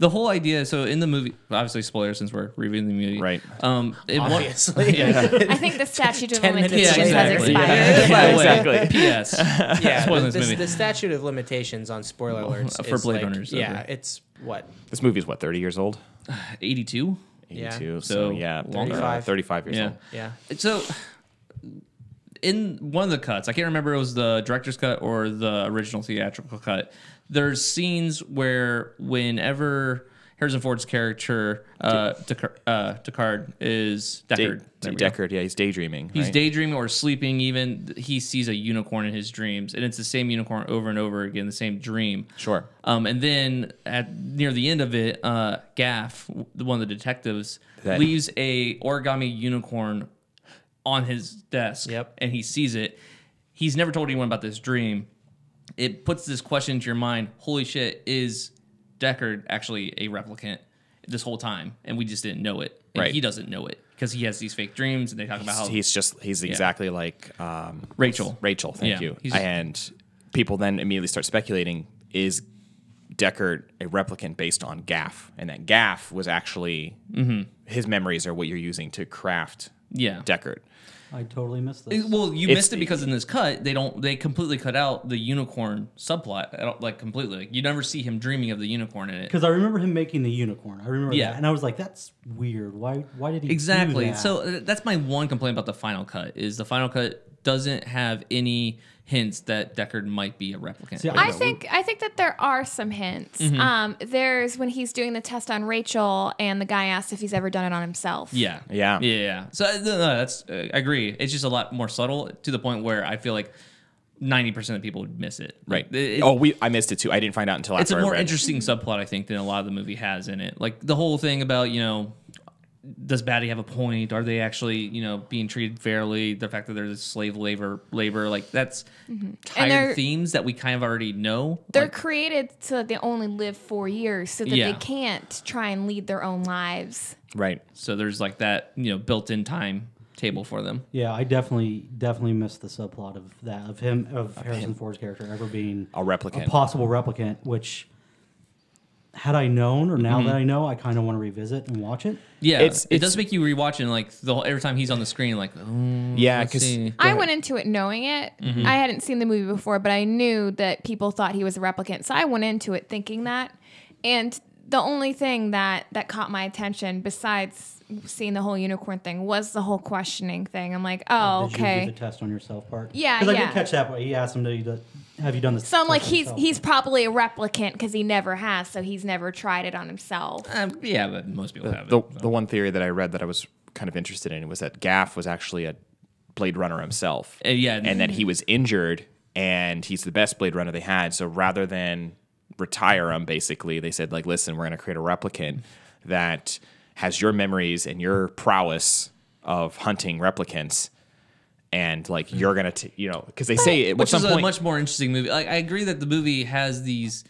[SPEAKER 1] The whole idea. So in the movie, obviously spoilers since we're reviewing the movie,
[SPEAKER 5] Right.
[SPEAKER 1] Um, it wa-
[SPEAKER 3] Obviously,
[SPEAKER 4] I think the statute of
[SPEAKER 3] Ten minutes
[SPEAKER 4] limitations
[SPEAKER 1] yeah,
[SPEAKER 3] later.
[SPEAKER 4] has
[SPEAKER 1] exactly.
[SPEAKER 4] expired.
[SPEAKER 1] Yeah,
[SPEAKER 5] Yeah,
[SPEAKER 1] by the way,
[SPEAKER 5] exactly.
[SPEAKER 1] P.S.
[SPEAKER 3] yeah.
[SPEAKER 1] Spoiling
[SPEAKER 3] the,
[SPEAKER 1] this
[SPEAKER 3] this-
[SPEAKER 1] movie.
[SPEAKER 3] the statute of limitations on spoiler alerts
[SPEAKER 1] for
[SPEAKER 3] is
[SPEAKER 1] Blade
[SPEAKER 3] like-
[SPEAKER 1] Runners,
[SPEAKER 3] Yeah,
[SPEAKER 1] okay.
[SPEAKER 3] it's what
[SPEAKER 5] This movie is what thirty years old.
[SPEAKER 1] Eighty-two.
[SPEAKER 3] Yeah.
[SPEAKER 5] 82, so,
[SPEAKER 1] So,
[SPEAKER 5] yeah,
[SPEAKER 1] longer.
[SPEAKER 5] 35, 35 years
[SPEAKER 1] Yeah.
[SPEAKER 5] old.
[SPEAKER 3] Yeah.
[SPEAKER 1] So, in one of the cuts, I can't remember if it was the director's cut or the original theatrical cut. There's scenes where whenever Harrison Ford's character, uh, Deckard, uh, Deckard is Deckard.
[SPEAKER 5] Da-
[SPEAKER 1] there we go.
[SPEAKER 5] Deckard, yeah, he's daydreaming.
[SPEAKER 1] He's
[SPEAKER 5] right?
[SPEAKER 1] daydreaming or sleeping. Even he sees a unicorn in his dreams, and it's the same unicorn over and over again, the same dream.
[SPEAKER 5] Sure.
[SPEAKER 1] Um, and then at near the end of it, uh, Gaff, w- one of the detectives,
[SPEAKER 5] That-
[SPEAKER 1] leaves a origami unicorn on his desk.
[SPEAKER 3] Yep.
[SPEAKER 1] And he sees it. He's never told anyone about this dream. It puts this question into your mind: Holy shit, is Deckard actually a replicant this whole time? And we just didn't know it. And
[SPEAKER 5] Right.
[SPEAKER 1] He doesn't know it because he has these fake dreams, and they talk about how
[SPEAKER 5] he's, he's just he's exactly like um,
[SPEAKER 1] Rachel.
[SPEAKER 5] Rachel, thank
[SPEAKER 1] Yeah,
[SPEAKER 5] you.
[SPEAKER 1] he's-
[SPEAKER 5] And people then immediately start speculating: Is Deckard a replicant based on Gaff? And that Gaff was actually his memories are what you're using to craft
[SPEAKER 1] Mm-hmm. Yeah.
[SPEAKER 5] Deckard.
[SPEAKER 2] I totally missed this.
[SPEAKER 1] It- Well, you
[SPEAKER 5] It's-
[SPEAKER 1] missed it because in this cut, they don't they completely cut out the unicorn subplot. I don't like completely. Like, you never see him dreaming of the unicorn in it.
[SPEAKER 2] Because I remember him making the unicorn. I remember
[SPEAKER 1] Yeah.
[SPEAKER 2] that, and I was like, "That's weird. Why? Why did he do
[SPEAKER 1] Exactly.
[SPEAKER 2] that?"
[SPEAKER 1] So uh, that's my one complaint about the final cut is the final cut doesn't have any hints that Deckard might be a replicant.
[SPEAKER 2] See, I-
[SPEAKER 4] I think I think that there are some hints. Um, there's when he's doing the test on Rachel, and the guy asks if he's ever done it on himself.
[SPEAKER 1] yeah.
[SPEAKER 5] Yeah.
[SPEAKER 1] Yeah. yeah. So uh, no, no, that's uh, I agree. It's just a lot more subtle to the point where I feel like 90% of people would miss it.
[SPEAKER 5] Right.
[SPEAKER 1] Like, it-
[SPEAKER 5] oh, we I missed it too. I didn't find out until
[SPEAKER 1] it's
[SPEAKER 5] after
[SPEAKER 1] a more
[SPEAKER 5] I read.
[SPEAKER 1] interesting
[SPEAKER 5] mm-hmm.
[SPEAKER 1] subplot, I think, than a lot of the movie has in it. Like the whole thing about you know, does Batty have a point? Are they actually you know being treated fairly? The fact that there's slave labor, labor like that's
[SPEAKER 5] Mm-hmm.
[SPEAKER 1] tired
[SPEAKER 4] they're-
[SPEAKER 1] themes that we kind of already know.
[SPEAKER 4] They're
[SPEAKER 1] Like,
[SPEAKER 4] created so that they only live four years, so that
[SPEAKER 1] Yeah.
[SPEAKER 4] they can't try and lead their own lives.
[SPEAKER 5] Right.
[SPEAKER 1] so there's like that you know built-in time table for them.
[SPEAKER 2] yeah, I definitely definitely missed the subplot of that of him of, Harrison Ford's character ever being
[SPEAKER 5] A replicant.
[SPEAKER 2] a possible replicant. Which, had I known, or now that I know, I kind of want to revisit and watch it.
[SPEAKER 1] Yeah,
[SPEAKER 5] It's-
[SPEAKER 1] it
[SPEAKER 5] it's-
[SPEAKER 1] does make you rewatch it. and, Like the whole, every time he's on the screen, like oh,
[SPEAKER 5] Yeah,
[SPEAKER 1] let's
[SPEAKER 5] because
[SPEAKER 1] see.
[SPEAKER 4] I went into it knowing it. I hadn't seen the movie before, but I knew that people thought he was a replicant, so I went into it thinking that. And the only thing that that caught my attention, besides seeing the whole unicorn thing, was the whole questioning thing. I'm like, oh,
[SPEAKER 2] Did
[SPEAKER 4] okay.
[SPEAKER 2] You do the test on yourself part.
[SPEAKER 4] Yeah,
[SPEAKER 2] Because I
[SPEAKER 4] yeah.
[SPEAKER 2] did catch that. But he asked him, "Have you done- have you done this?"
[SPEAKER 4] So I'm
[SPEAKER 2] test
[SPEAKER 4] like,
[SPEAKER 2] on
[SPEAKER 4] he's
[SPEAKER 2] yourself?"
[SPEAKER 4] he's probably a replicant because he never has, so he's never tried it on himself.
[SPEAKER 1] Um, yeah, but most people have
[SPEAKER 5] uh, the,
[SPEAKER 1] it.
[SPEAKER 5] the one theory that I read that I was kind of interested in was that Gaff was actually a Blade Runner himself.
[SPEAKER 1] Uh, yeah.
[SPEAKER 5] And that he was injured and he's the best Blade Runner they had. So rather than retire him, basically, they said, like, listen, we're going to create a replicant that has your memories and your prowess of hunting replicants. And like you're gonna, t- you know, because they say at
[SPEAKER 1] which
[SPEAKER 5] some
[SPEAKER 1] is
[SPEAKER 5] point,
[SPEAKER 1] a much more interesting movie. Like I agree that the movie has these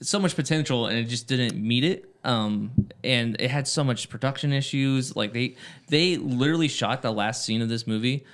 [SPEAKER 1] so much potential and it just didn't meet it. Um, and it had so much production issues. Like they they literally shot the last scene of this movie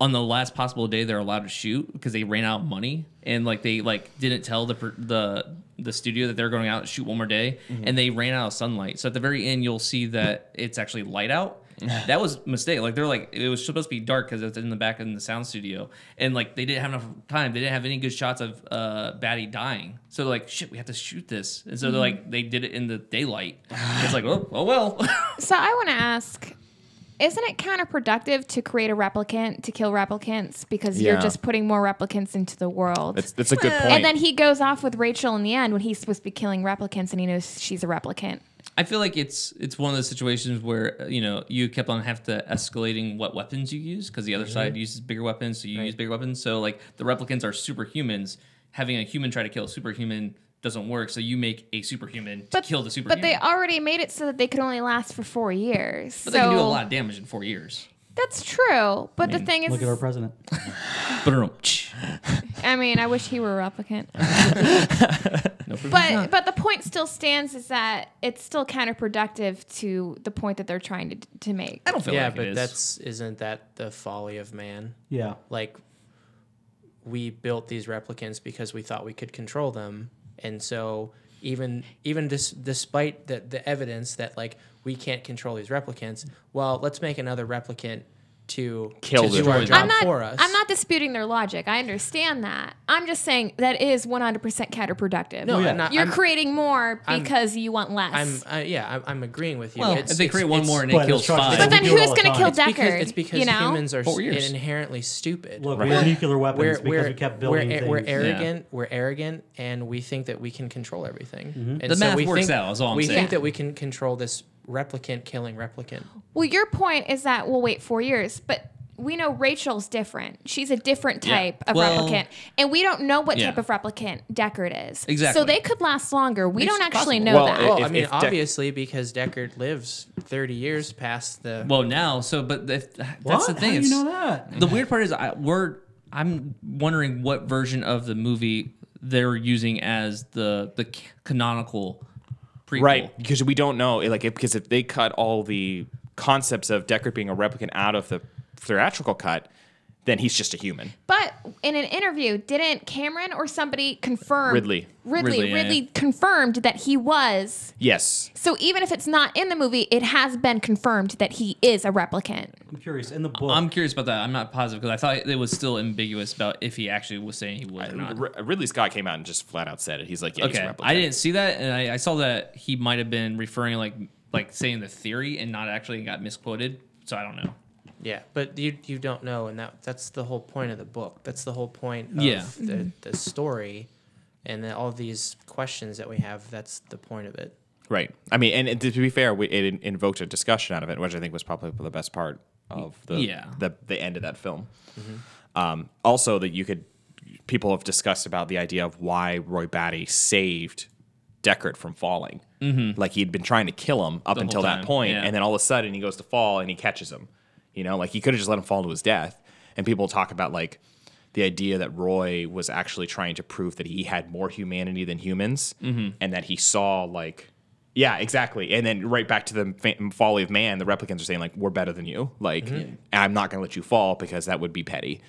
[SPEAKER 1] on the last possible day they're allowed to shoot because they ran out of money and like they like didn't tell the pr- the the studio that they're going out and shoot one more day and they ran out of sunlight. So at the very end you'll see that it's actually light out. that was a mistake. Like they're like it was supposed to be dark because it's in the back in the sound studio and like they didn't have enough time. They didn't have any good shots of uh Batty dying. So they're like shit, we have to shoot this. And so they're like they did it in the daylight. it's like oh, oh well.
[SPEAKER 4] So I want to ask, isn't it counterproductive to create a replicant to kill replicants because
[SPEAKER 5] Yeah.
[SPEAKER 4] you're just putting more replicants into the world?
[SPEAKER 5] that's, that's a
[SPEAKER 4] Uh,
[SPEAKER 5] good point.
[SPEAKER 4] and then he goes off with Rachel in the end when he's supposed to be killing replicants and he knows she's a replicant.
[SPEAKER 1] I feel like it's it's one of those situations where uh, you know you kept on have to escalating what weapons you use because the
[SPEAKER 2] Mm-hmm.
[SPEAKER 1] other side uses bigger weapons, so you use bigger weapons. So like the replicants are superhumans. Having a human try to kill a superhuman doesn't work, so you make a superhuman to kill the superhuman.
[SPEAKER 4] But they already made it so that they could only last for four years.
[SPEAKER 1] But they
[SPEAKER 4] so
[SPEAKER 1] can do a lot of damage in four years.
[SPEAKER 4] That's true. But the thing
[SPEAKER 2] Look at our
[SPEAKER 4] is,
[SPEAKER 2] president.
[SPEAKER 4] I mean, I wish he were a replicant.
[SPEAKER 1] No,
[SPEAKER 4] But but the point still stands is that it's still counterproductive to the point that they're trying to to make.
[SPEAKER 1] I don't feel
[SPEAKER 3] yeah,
[SPEAKER 1] like it
[SPEAKER 3] but
[SPEAKER 1] is.
[SPEAKER 3] that's isn't that the folly of man?
[SPEAKER 2] Yeah.
[SPEAKER 3] Like we built these replicants because we thought we could control them, and so even even dis- despite the the evidence that like we can't control these replicants, well, let's make another replicant to
[SPEAKER 5] Kill
[SPEAKER 3] to
[SPEAKER 5] them.
[SPEAKER 3] do our
[SPEAKER 5] Destroy them.
[SPEAKER 3] job
[SPEAKER 4] I'm not,
[SPEAKER 3] for us.
[SPEAKER 4] I'm not disputing their logic. I understand that. I'm just saying that is 100% counterproductive.
[SPEAKER 3] No,
[SPEAKER 2] yeah.
[SPEAKER 3] I'm not.
[SPEAKER 4] You're
[SPEAKER 3] I'm,
[SPEAKER 4] creating more
[SPEAKER 3] I'm-
[SPEAKER 4] because you want less.
[SPEAKER 3] I'm uh, yeah, I'm, I'm agreeing with you.
[SPEAKER 1] well,
[SPEAKER 3] It's-
[SPEAKER 1] if they
[SPEAKER 3] it's-
[SPEAKER 1] create one
[SPEAKER 3] it's-
[SPEAKER 1] more and
[SPEAKER 2] But
[SPEAKER 1] it
[SPEAKER 2] it's
[SPEAKER 1] kills
[SPEAKER 2] charged
[SPEAKER 1] five,
[SPEAKER 2] with
[SPEAKER 4] but then
[SPEAKER 2] We do it
[SPEAKER 4] who's
[SPEAKER 2] all
[SPEAKER 4] going to
[SPEAKER 2] the time.
[SPEAKER 4] kill
[SPEAKER 3] It's because,
[SPEAKER 4] Deckard?
[SPEAKER 3] it's because
[SPEAKER 4] you know?
[SPEAKER 3] humans are
[SPEAKER 1] Four
[SPEAKER 3] s-
[SPEAKER 1] years.
[SPEAKER 3] inherently stupid.
[SPEAKER 2] Look,
[SPEAKER 5] Right.
[SPEAKER 2] we have nuclear weapons
[SPEAKER 3] we're,
[SPEAKER 2] because
[SPEAKER 3] we're-
[SPEAKER 2] we kept building
[SPEAKER 3] we're,
[SPEAKER 2] things.
[SPEAKER 3] we're arrogant. We're arrogant, and we think that we can control everything.
[SPEAKER 2] Mm-hmm.
[SPEAKER 3] And
[SPEAKER 1] The math
[SPEAKER 3] we
[SPEAKER 1] works
[SPEAKER 3] think,
[SPEAKER 1] out, is all I'm
[SPEAKER 3] we
[SPEAKER 1] saying.
[SPEAKER 3] think that we can control this replicant killing replicant.
[SPEAKER 4] Well, your point is that we'll wait four years, but we know Rachel's different. She's a different
[SPEAKER 1] Yeah.
[SPEAKER 4] type of
[SPEAKER 1] Well-
[SPEAKER 4] replicant, and we don't know what
[SPEAKER 1] Yeah.
[SPEAKER 4] type of replicant Deckard is.
[SPEAKER 1] Exactly.
[SPEAKER 4] So they could last longer. We don't
[SPEAKER 1] possible.
[SPEAKER 4] actually know
[SPEAKER 5] Well,
[SPEAKER 4] that.
[SPEAKER 5] it-
[SPEAKER 3] Well, I
[SPEAKER 5] if-
[SPEAKER 3] mean,
[SPEAKER 5] if Dec-
[SPEAKER 3] obviously, because Deckard lives thirty years past the.
[SPEAKER 1] well now so but if, that's
[SPEAKER 2] What?
[SPEAKER 1] the thing.
[SPEAKER 2] How do
[SPEAKER 1] it's-
[SPEAKER 2] you know that?
[SPEAKER 1] the weird part is I, we're I'm wondering what version of the movie they're using as the the c- canonical prequel.
[SPEAKER 5] Right, because we don't know, like, if, because if they cut all the concepts of Deckard being a replicant out of the theatrical cut, then he's just a human.
[SPEAKER 4] But in an interview, didn't Cameron or somebody confirm
[SPEAKER 5] Ridley.
[SPEAKER 4] Ridley
[SPEAKER 1] Ridley,
[SPEAKER 4] Ridley,
[SPEAKER 1] yeah.
[SPEAKER 4] confirmed that he was.
[SPEAKER 5] Yes,
[SPEAKER 4] So even if it's not in the movie, it has been confirmed that he is a replicant.
[SPEAKER 2] I'm curious. In the book,
[SPEAKER 1] I'm curious about that. I'm not positive because I thought it was still ambiguous about if he actually was saying he was or not.
[SPEAKER 5] R- Ridley Scott came out and just flat out said it. He's like, yeah, he's a
[SPEAKER 1] Okay,
[SPEAKER 5] replicant.
[SPEAKER 1] I didn't see that, and I, I saw that he might have been referring like like saying the theory and not actually got misquoted. So I don't know.
[SPEAKER 3] Yeah, but you you don't know, and that that's the whole point of the book. That's the whole point of
[SPEAKER 1] Yeah.
[SPEAKER 4] Mm-hmm.
[SPEAKER 3] the, the story, and then all these questions that we have. That's the point of it.
[SPEAKER 5] Right. I mean, and, and to be fair, we, it in- invoked a discussion out of it, which I think was probably the best part of the
[SPEAKER 1] Yeah.
[SPEAKER 5] the, the end of that film. Um, also, that you could people have discussed about the idea of why Roy Batty saved Deckard from falling. Mm-hmm. Like he'd been trying to kill him up
[SPEAKER 1] whole
[SPEAKER 5] until that
[SPEAKER 1] time,
[SPEAKER 5] point,
[SPEAKER 1] yeah.
[SPEAKER 5] and then all of a sudden he goes to fall and he catches him. You know, like he could have just let him fall to his death. And people talk about like the idea that Roy was actually trying to prove that he had more humanity than humans,
[SPEAKER 1] Mm-hmm.
[SPEAKER 5] and that he saw like, yeah, exactly. And then right back to the fa- folly of man, the replicants are saying like, we're better than you. Like,
[SPEAKER 1] Mm-hmm.
[SPEAKER 5] I'm not going to let you fall because that would be petty.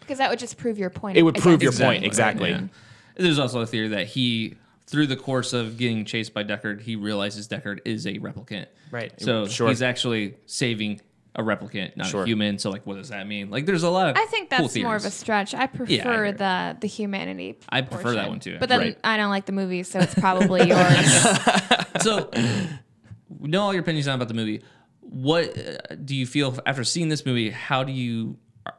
[SPEAKER 4] Because that would just prove your point.
[SPEAKER 5] It would prove your
[SPEAKER 4] against-
[SPEAKER 5] point exactly.
[SPEAKER 1] Yeah. There's also a theory that he, through the course of getting chased by Deckard, he realizes Deckard is a replicant.
[SPEAKER 3] Right.
[SPEAKER 1] So
[SPEAKER 5] Sure.
[SPEAKER 1] he's actually saving a replicant, not
[SPEAKER 5] Sure.
[SPEAKER 1] a human. So like, what does that mean? Like, there's a lot of.
[SPEAKER 4] I think
[SPEAKER 1] cool
[SPEAKER 4] that's more of a
[SPEAKER 1] theories.
[SPEAKER 4] stretch. I prefer
[SPEAKER 1] agree.
[SPEAKER 4] the the humanity.
[SPEAKER 1] I prefer that
[SPEAKER 4] portion.
[SPEAKER 1] one too,
[SPEAKER 4] But then
[SPEAKER 1] right.
[SPEAKER 4] I don't like the movie, so it's probably yours.
[SPEAKER 1] so we know all your opinions now about the movie what uh, do you feel after seeing this movie how do you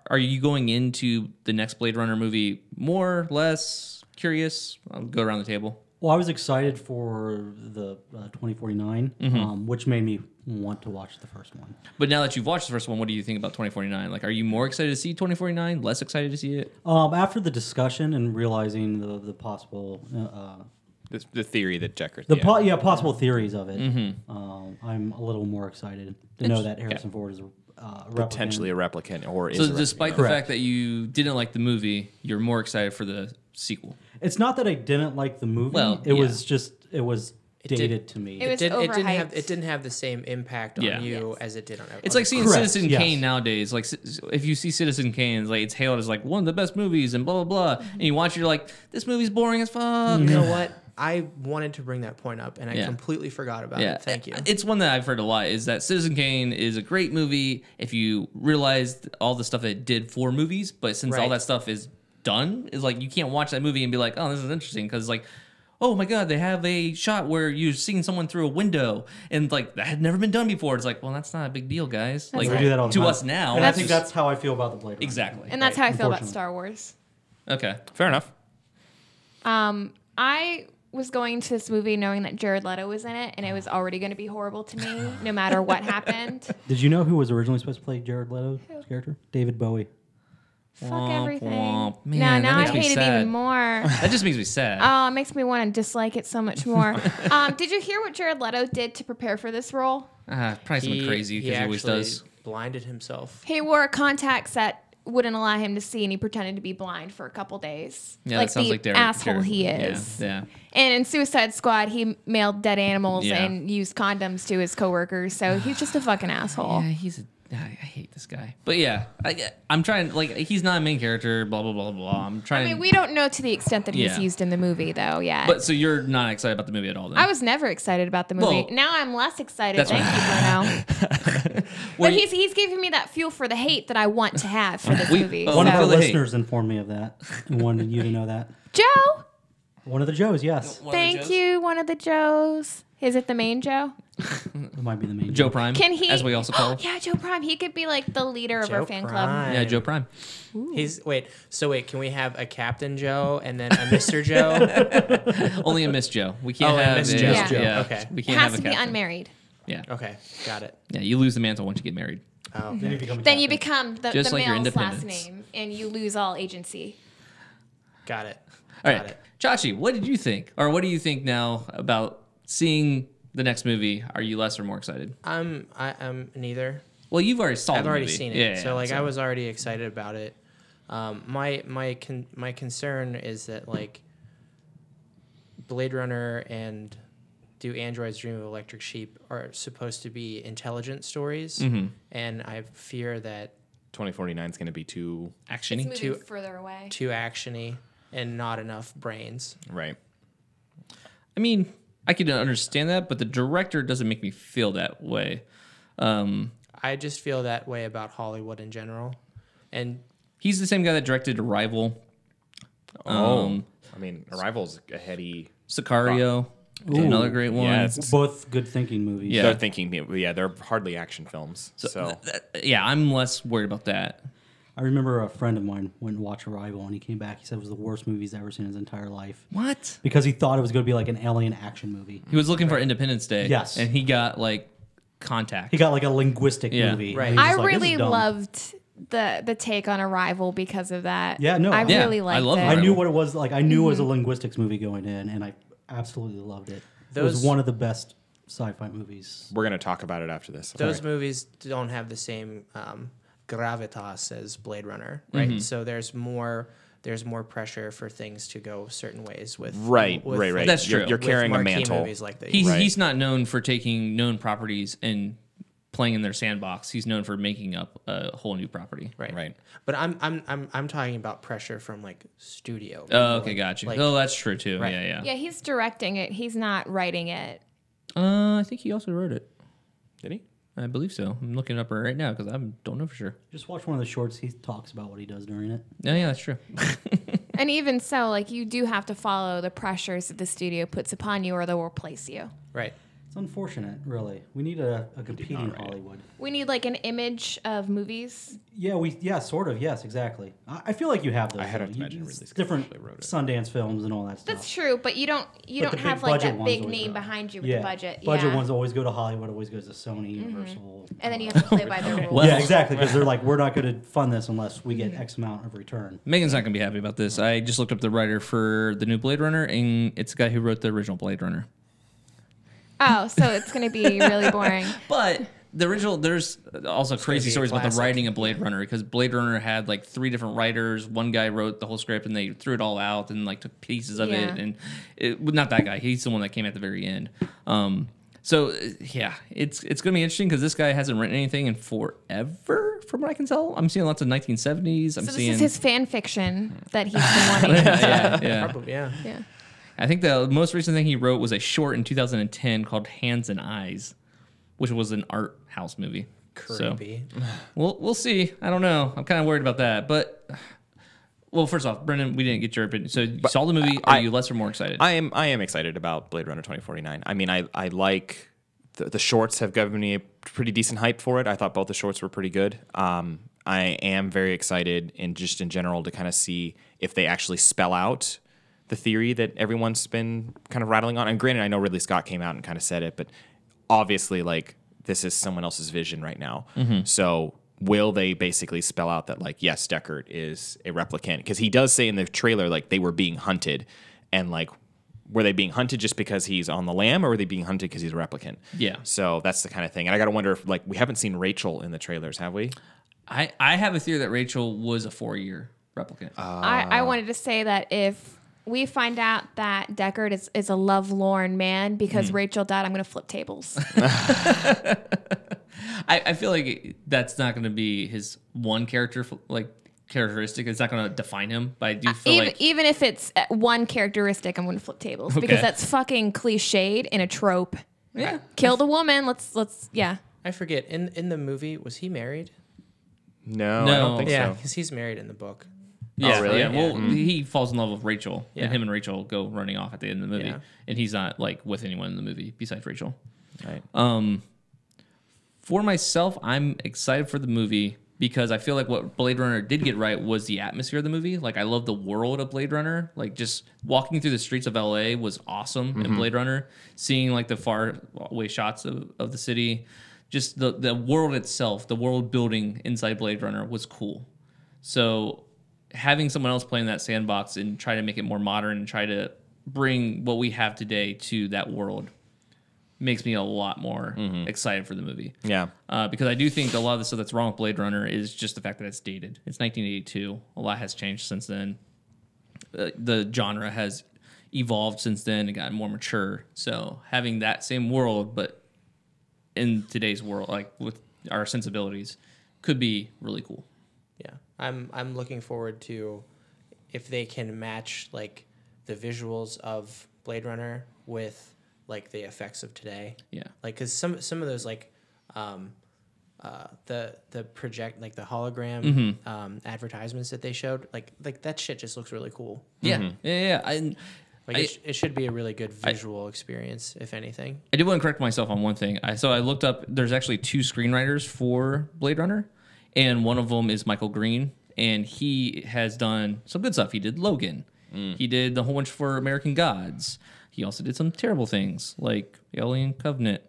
[SPEAKER 1] are you going into the next blade runner movie more less curious i'll go around the table
[SPEAKER 2] well, I was excited for the uh, 2049, um, which made me want to watch the first one.
[SPEAKER 1] but now that you've watched the first one what do you think about 2049 like are you more excited to see 2049 less excited to see it
[SPEAKER 2] Um, after the discussion and realizing the the possible uh, uh,
[SPEAKER 5] The, the theory that Deckard.
[SPEAKER 2] the
[SPEAKER 5] yeah.
[SPEAKER 2] po- yeah possible theories of it,
[SPEAKER 1] Mm-hmm.
[SPEAKER 2] um, I'm a little more excited to know that Harrison Ford is uh, a replicant.
[SPEAKER 5] potentially a replicant or is
[SPEAKER 1] so
[SPEAKER 5] a replicant.
[SPEAKER 1] despite the fact that you didn't like the movie you're more excited for the sequel
[SPEAKER 2] It's not that I didn't like the movie.
[SPEAKER 1] Well,
[SPEAKER 2] it
[SPEAKER 1] yeah.
[SPEAKER 2] was just it was
[SPEAKER 3] did-
[SPEAKER 2] dated to me.
[SPEAKER 4] It was
[SPEAKER 3] did, it didn't have
[SPEAKER 4] overhyped.
[SPEAKER 3] it didn't have the same impact on
[SPEAKER 1] Yeah.
[SPEAKER 3] you
[SPEAKER 4] Yes.
[SPEAKER 3] as it did on everyone.
[SPEAKER 1] it's like seeing
[SPEAKER 2] Correct,
[SPEAKER 1] Citizen
[SPEAKER 2] yes.
[SPEAKER 1] Kane nowadays. Like ci- if you see Citizen Kane, it's like it's hailed as like one of the best movies and blah blah blah. And you watch, it, you're like, this movie's boring as fuck.
[SPEAKER 3] you
[SPEAKER 2] Mm-hmm.
[SPEAKER 3] know what? I wanted to bring that point up, and I
[SPEAKER 1] Yeah.
[SPEAKER 3] completely forgot about it. Thank you.
[SPEAKER 1] It's one that I've heard a lot is that Citizen Kane is a great movie if you realize all the stuff it did for movies, but since all
[SPEAKER 3] Right.
[SPEAKER 1] that stuff is done, is like you can't watch that movie and be like, oh, this is interesting because like. Oh my God! They have a shot where you're seeing someone through a window, and like that had never been done before. It's like, well, that's not a big deal, guys. like
[SPEAKER 2] we do that all the
[SPEAKER 1] to
[SPEAKER 2] time.
[SPEAKER 1] us now.
[SPEAKER 2] and I
[SPEAKER 1] that's
[SPEAKER 2] think
[SPEAKER 1] just-
[SPEAKER 2] that's how I feel about the Blade Runner.
[SPEAKER 1] exactly.
[SPEAKER 4] and that's how I feel about
[SPEAKER 2] Unfortunately.
[SPEAKER 4] Star Wars.
[SPEAKER 1] okay.
[SPEAKER 5] fair enough.
[SPEAKER 4] Um, I was going to this movie knowing that Jared Leto was in it, and it was already going to be horrible to me, no matter what happened.
[SPEAKER 2] Did you know who was originally supposed to play Jared Leto's character? David Bowie.
[SPEAKER 4] Fuck
[SPEAKER 1] Womp
[SPEAKER 4] everything.
[SPEAKER 1] womp.
[SPEAKER 4] no,
[SPEAKER 1] Man, that
[SPEAKER 4] now I
[SPEAKER 1] makes me
[SPEAKER 4] hate it
[SPEAKER 1] sad.
[SPEAKER 4] even more.
[SPEAKER 1] That just makes me sad.
[SPEAKER 4] Oh, it makes me want to dislike it so much more. um, did you hear what Jared Leto did to prepare for this role?
[SPEAKER 1] Ah, probably something crazy because he, always
[SPEAKER 3] actually
[SPEAKER 1] does.
[SPEAKER 3] Blinded himself.
[SPEAKER 4] He wore contacts that wouldn't allow him to see, and he pretended to be blind for a couple days.
[SPEAKER 1] Yeah,
[SPEAKER 4] like
[SPEAKER 1] that sounds
[SPEAKER 4] the
[SPEAKER 1] like Derek.
[SPEAKER 4] asshole
[SPEAKER 1] Derek-
[SPEAKER 4] he is.
[SPEAKER 1] Yeah,
[SPEAKER 4] And in Suicide Squad, he mailed dead animals
[SPEAKER 1] Yeah.
[SPEAKER 4] and used condoms to his coworkers. So he's just a fucking
[SPEAKER 1] yeah.
[SPEAKER 4] asshole.
[SPEAKER 1] yeah he's a. I I hate this guy. But yeah, I, I'm trying. Like, he's not a main character. Blah blah blah blah. I'm
[SPEAKER 4] I
[SPEAKER 1] trying.
[SPEAKER 4] mean, we don't know to the extent that he's
[SPEAKER 1] Yeah.
[SPEAKER 4] used in the movie, though. Yeah.
[SPEAKER 1] But so you're not excited about the movie at all? Then
[SPEAKER 4] I was never excited about the movie.
[SPEAKER 1] Well-
[SPEAKER 4] now I'm less excited.
[SPEAKER 1] That's
[SPEAKER 4] Thank you, Bruno.
[SPEAKER 1] Well,
[SPEAKER 4] but he's he's giving me that fuel for the hate that I want to have for this
[SPEAKER 1] We-
[SPEAKER 4] movie.
[SPEAKER 1] oh,
[SPEAKER 2] One of
[SPEAKER 1] Yeah.
[SPEAKER 2] our
[SPEAKER 4] so.
[SPEAKER 1] Really hate.
[SPEAKER 2] listeners informed me of that and wanted you to know that.
[SPEAKER 4] Joe,
[SPEAKER 2] One of the Joes, yes.
[SPEAKER 1] One of the
[SPEAKER 4] thank
[SPEAKER 1] Joes?
[SPEAKER 4] you. One of the Joes. Is it the main Joe?
[SPEAKER 2] It might be the main
[SPEAKER 1] Joe Prime.
[SPEAKER 4] Can he? Oh,
[SPEAKER 1] As we also call. him.
[SPEAKER 4] yeah, Joe Prime. He could be like the leader of our
[SPEAKER 3] Joe
[SPEAKER 4] fan club.
[SPEAKER 3] Prime.
[SPEAKER 1] yeah, Joe Prime.
[SPEAKER 3] He's wait. So wait, can we have a Captain Joe and then a Mr. Joe?
[SPEAKER 1] Only a Miss Joe. We can't
[SPEAKER 3] Oh, a
[SPEAKER 1] have
[SPEAKER 3] Miss
[SPEAKER 1] a-
[SPEAKER 3] Joe.
[SPEAKER 4] Yeah.
[SPEAKER 1] Yeah.
[SPEAKER 3] Okay.
[SPEAKER 1] We
[SPEAKER 4] It
[SPEAKER 1] can't have
[SPEAKER 4] has to
[SPEAKER 1] a
[SPEAKER 4] be
[SPEAKER 1] captain.
[SPEAKER 4] unmarried.
[SPEAKER 1] Yeah.
[SPEAKER 3] Okay, got it.
[SPEAKER 1] Yeah. You lose the mantle once you get married.
[SPEAKER 3] Oh, okay.
[SPEAKER 2] Then you become a
[SPEAKER 4] Then you
[SPEAKER 2] captain.
[SPEAKER 4] become the,
[SPEAKER 1] Just
[SPEAKER 4] the
[SPEAKER 1] like your
[SPEAKER 4] male's last
[SPEAKER 1] independence.
[SPEAKER 4] name, and you lose all agency.
[SPEAKER 3] got it.
[SPEAKER 1] All
[SPEAKER 3] Got
[SPEAKER 1] right,
[SPEAKER 3] it.
[SPEAKER 1] Chachi, what did you think, or what do you think now about seeing the next movie? Are you less or more excited?
[SPEAKER 3] I'm I, I'm neither.
[SPEAKER 1] Well, you've already saw.
[SPEAKER 3] I've
[SPEAKER 1] the
[SPEAKER 3] already
[SPEAKER 1] movie.
[SPEAKER 3] seen it.
[SPEAKER 1] Yeah,
[SPEAKER 3] so like I was already excited about it. Um, my my con- my concern is that like Blade Runner and Do Androids Dream of Electric Sheep are supposed to be intelligent stories,
[SPEAKER 1] Mm-hmm.
[SPEAKER 3] and I fear that
[SPEAKER 5] 2049 is going to be too
[SPEAKER 1] actiony.
[SPEAKER 4] Moving
[SPEAKER 3] Two-
[SPEAKER 4] further away.
[SPEAKER 3] too actiony and not enough brains.
[SPEAKER 5] right.
[SPEAKER 1] I mean, I can understand that, but the director doesn't make me feel that way. Um,
[SPEAKER 3] I just feel that way about Hollywood in general, and
[SPEAKER 1] he's the same guy that directed Arrival,
[SPEAKER 3] Oh.
[SPEAKER 1] Um,
[SPEAKER 5] I mean, Arrival's a heady.
[SPEAKER 1] Sicario,
[SPEAKER 2] Ooh.
[SPEAKER 1] another great one.
[SPEAKER 5] Yes.
[SPEAKER 2] Both good thinking movies.
[SPEAKER 1] Yeah.
[SPEAKER 5] They're thinking, yeah, they're hardly action films. So,
[SPEAKER 1] That- yeah, I'm less worried about that.
[SPEAKER 2] I remember a friend of mine went and watched Arrival and he came back. He said it was the worst movie he's ever seen in his entire life
[SPEAKER 1] What?
[SPEAKER 2] because he thought it was going to be like an alien action movie.
[SPEAKER 1] He was looking for Independence Day.
[SPEAKER 2] Yes.
[SPEAKER 1] and he got like contact.
[SPEAKER 2] He got like a linguistic
[SPEAKER 1] Yeah.
[SPEAKER 2] movie.
[SPEAKER 3] Right.
[SPEAKER 2] He was
[SPEAKER 4] I
[SPEAKER 2] just like, "This is
[SPEAKER 4] really
[SPEAKER 2] dumb."
[SPEAKER 4] loved the the take on Arrival because of that.
[SPEAKER 2] Yeah, no,
[SPEAKER 4] I
[SPEAKER 2] I- Yeah,
[SPEAKER 4] really
[SPEAKER 1] I
[SPEAKER 4] liked
[SPEAKER 1] love
[SPEAKER 4] it.
[SPEAKER 2] I
[SPEAKER 1] Arrival.
[SPEAKER 2] knew what it was like. I knew it was a
[SPEAKER 4] Mm-hmm.
[SPEAKER 2] linguistics movie going in, and I absolutely loved it. it was
[SPEAKER 3] Those-
[SPEAKER 2] one of the best sci-fi movies.
[SPEAKER 5] we're going to talk about it after this.
[SPEAKER 3] those movies don't have the same um, gravitas as Blade Runner, right?
[SPEAKER 5] Mm-hmm.
[SPEAKER 3] So there's more there's more pressure for things to go certain ways with
[SPEAKER 5] Right,
[SPEAKER 3] with,
[SPEAKER 5] right, right.
[SPEAKER 1] That's
[SPEAKER 5] you're,
[SPEAKER 1] true.
[SPEAKER 5] You're
[SPEAKER 3] with
[SPEAKER 5] carrying a
[SPEAKER 3] marquee
[SPEAKER 5] mantle.
[SPEAKER 3] Movies like that.
[SPEAKER 1] He's
[SPEAKER 5] Right.
[SPEAKER 1] he's not known for taking known properties and playing in their sandbox. He's known for making up a whole new property.
[SPEAKER 3] right,
[SPEAKER 5] right.
[SPEAKER 3] But I'm I'm I'm I'm talking about pressure from like studio.
[SPEAKER 1] Oh, okay, gotcha.
[SPEAKER 3] Like-
[SPEAKER 1] oh, that's true too.
[SPEAKER 3] Right.
[SPEAKER 1] Yeah, yeah.
[SPEAKER 4] Yeah, he's directing it. He's not writing it.
[SPEAKER 1] Uh, I think he also wrote it.
[SPEAKER 5] Did he?
[SPEAKER 1] I believe so. I'm looking it up right now because I don't know for sure.
[SPEAKER 2] Just watch one of the shorts. He talks about what he does during it.
[SPEAKER 1] No, yeah, that's true.
[SPEAKER 4] And even so, like you do have to follow the pressures that the studio puts upon you, or they'll replace you.
[SPEAKER 3] Right.
[SPEAKER 2] It's unfortunate, really. We need a, a competing
[SPEAKER 5] write it.
[SPEAKER 2] Hollywood.
[SPEAKER 4] We need like an image of movies.
[SPEAKER 2] Yeah, we yeah, sort of. Yes, exactly. I, I feel like you have those.
[SPEAKER 5] I had
[SPEAKER 2] though.
[SPEAKER 5] to
[SPEAKER 2] You-
[SPEAKER 5] imagine
[SPEAKER 2] it's
[SPEAKER 5] Ridley Scott
[SPEAKER 2] different
[SPEAKER 5] actually wrote it.
[SPEAKER 2] Sundance films and all that stuff.
[SPEAKER 4] That's true, but you don't you
[SPEAKER 2] But the
[SPEAKER 4] don't have
[SPEAKER 2] big
[SPEAKER 4] like
[SPEAKER 2] budget
[SPEAKER 4] that
[SPEAKER 2] ones
[SPEAKER 4] big
[SPEAKER 2] always
[SPEAKER 4] name
[SPEAKER 2] are.
[SPEAKER 4] behind you with the
[SPEAKER 2] Budget
[SPEAKER 4] budget. yeah. Mm-hmm.
[SPEAKER 2] ones always go to Hollywood. Always goes to Sony, Universal.
[SPEAKER 4] And then you have to play by their rules.
[SPEAKER 1] Well-
[SPEAKER 2] yeah, exactly. Because they're like, we're not going to fund this unless we
[SPEAKER 4] Mm-hmm.
[SPEAKER 2] get X amount of return.
[SPEAKER 1] Megan's not gonna be happy about this. I just looked up the writer for the new Blade Runner, and it's the guy who wrote the original Blade Runner.
[SPEAKER 4] oh, so it's gonna be really boring.
[SPEAKER 1] But the original, there's also crazy
[SPEAKER 3] be a
[SPEAKER 1] stories about the
[SPEAKER 3] classic.
[SPEAKER 1] writing of Blade Runner because Blade Runner had like three different writers. One guy wrote the whole script and they threw it all out and like took pieces of
[SPEAKER 4] Yeah.
[SPEAKER 1] it. And it, well, not that guy. He's the one that came at the very end. Um, so uh, yeah, it's it's gonna be interesting because this guy hasn't written anything in forever, from what I can tell. I'm seeing lots of 1970s. I'm
[SPEAKER 4] So this
[SPEAKER 1] seeing
[SPEAKER 4] is his fan fiction that he's been wanting.
[SPEAKER 1] yeah, yeah.
[SPEAKER 3] Probably. Yeah.
[SPEAKER 4] yeah.
[SPEAKER 1] I think the most recent thing he wrote was a short in 2010 called Hands and Eyes, which was an art house movie. So-
[SPEAKER 3] Creepy.
[SPEAKER 1] We'll we'll see. I don't know. I'm kind of worried about that. But well, first off, Brendan, we didn't get your opinion. So you saw the movie. Are
[SPEAKER 5] I-
[SPEAKER 1] you less or more excited?
[SPEAKER 5] I am I am excited about Blade Runner 2049. I mean, I I like the, the shorts have given me a pretty decent hype for it. I thought both the shorts were pretty good. Um, I am very excited and just in general to kind of see if they actually spell out the theory that everyone's been kind of rattling on. And granted, I know Ridley Scott came out and kind of said it, but obviously, like this is someone else's vision right now. So will they basically spell out that like yes, Deckard is a replicant because he does say in the trailer like they were being hunted, and like were they being hunted just because he's on the lam or were they being hunted because he's a replicant?
[SPEAKER 1] Yeah.
[SPEAKER 5] So that's the kind of thing. And I got to wonder if like we haven't seen Rachel in the trailers, have we?
[SPEAKER 1] I, I have a theory that Rachel was a four year replicant.
[SPEAKER 5] Oh.
[SPEAKER 4] I, I wanted to say that if we find out that Deckard is, is a lovelorn man because
[SPEAKER 1] Hmm.
[SPEAKER 4] Rachel died, I'm going to flip tables.
[SPEAKER 1] I, I feel like that's not going to be his one character like characteristic. It's not going to define him. But I do feel
[SPEAKER 4] even,
[SPEAKER 1] like
[SPEAKER 4] even if it's uh, one characteristic, I'm going to flip tables because
[SPEAKER 1] Okay.
[SPEAKER 4] that's fucking cliched in a trope.
[SPEAKER 1] Yeah.
[SPEAKER 4] Killed a woman. Let's, let's, yeah.
[SPEAKER 3] I forget in in the movie was he married?
[SPEAKER 5] No, I
[SPEAKER 1] No.
[SPEAKER 5] don't think
[SPEAKER 3] Yeah,
[SPEAKER 5] so.
[SPEAKER 3] because he's married in the book.
[SPEAKER 1] yeah,
[SPEAKER 5] really?
[SPEAKER 1] yeah. Well, he falls in love with Rachel,
[SPEAKER 3] Yeah.
[SPEAKER 1] and him and Rachel go running off at the end of the movie,
[SPEAKER 3] Yeah.
[SPEAKER 1] and he's not like with anyone in the movie besides Rachel.
[SPEAKER 5] Right.
[SPEAKER 1] Um, for myself, I'm excited for the movie because I feel like what Blade Runner did get right was the atmosphere of the movie. Like I love the world of Blade Runner. Like just walking through the streets of LA was awesome in Blade Runner. Seeing like the far away shots of, of the city, just the the world itself, the world building inside Blade Runner was cool. So having someone else play in that sandbox and try to make it more modern and try to bring what we have today to that world makes me a lot more excited for the movie.
[SPEAKER 5] Yeah.
[SPEAKER 1] Uh, because I do think a lot of the stuff that's wrong with Blade Runner is just the fact that it's dated. It's 1982. A lot has changed since then. Uh, the genre has evolved since then and gotten more mature. So having that same world, but in today's world, like with our sensibilities, could be really cool.
[SPEAKER 3] Yeah, I'm I'm looking forward to if they can match like the visuals of Blade Runner with like the effects of today.
[SPEAKER 1] Yeah.
[SPEAKER 3] like because some some of those like um uh the the project like the hologram
[SPEAKER 1] Mm-hmm.
[SPEAKER 3] um advertisements that they showed like like that shit just looks really cool
[SPEAKER 1] Yeah. Yeah. Yeah. yeah. I,
[SPEAKER 3] like
[SPEAKER 1] I-
[SPEAKER 3] it, sh- it should be a really good visual experience if anything
[SPEAKER 1] I did want to correct myself on one thing. I, so I looked up. There's actually two screenwriters for Blade Runner, and one of them is Michael Green, and he has done some good stuff. He did Logan. He did the whole bunch for American Gods. He also did some terrible things like Alien Covenant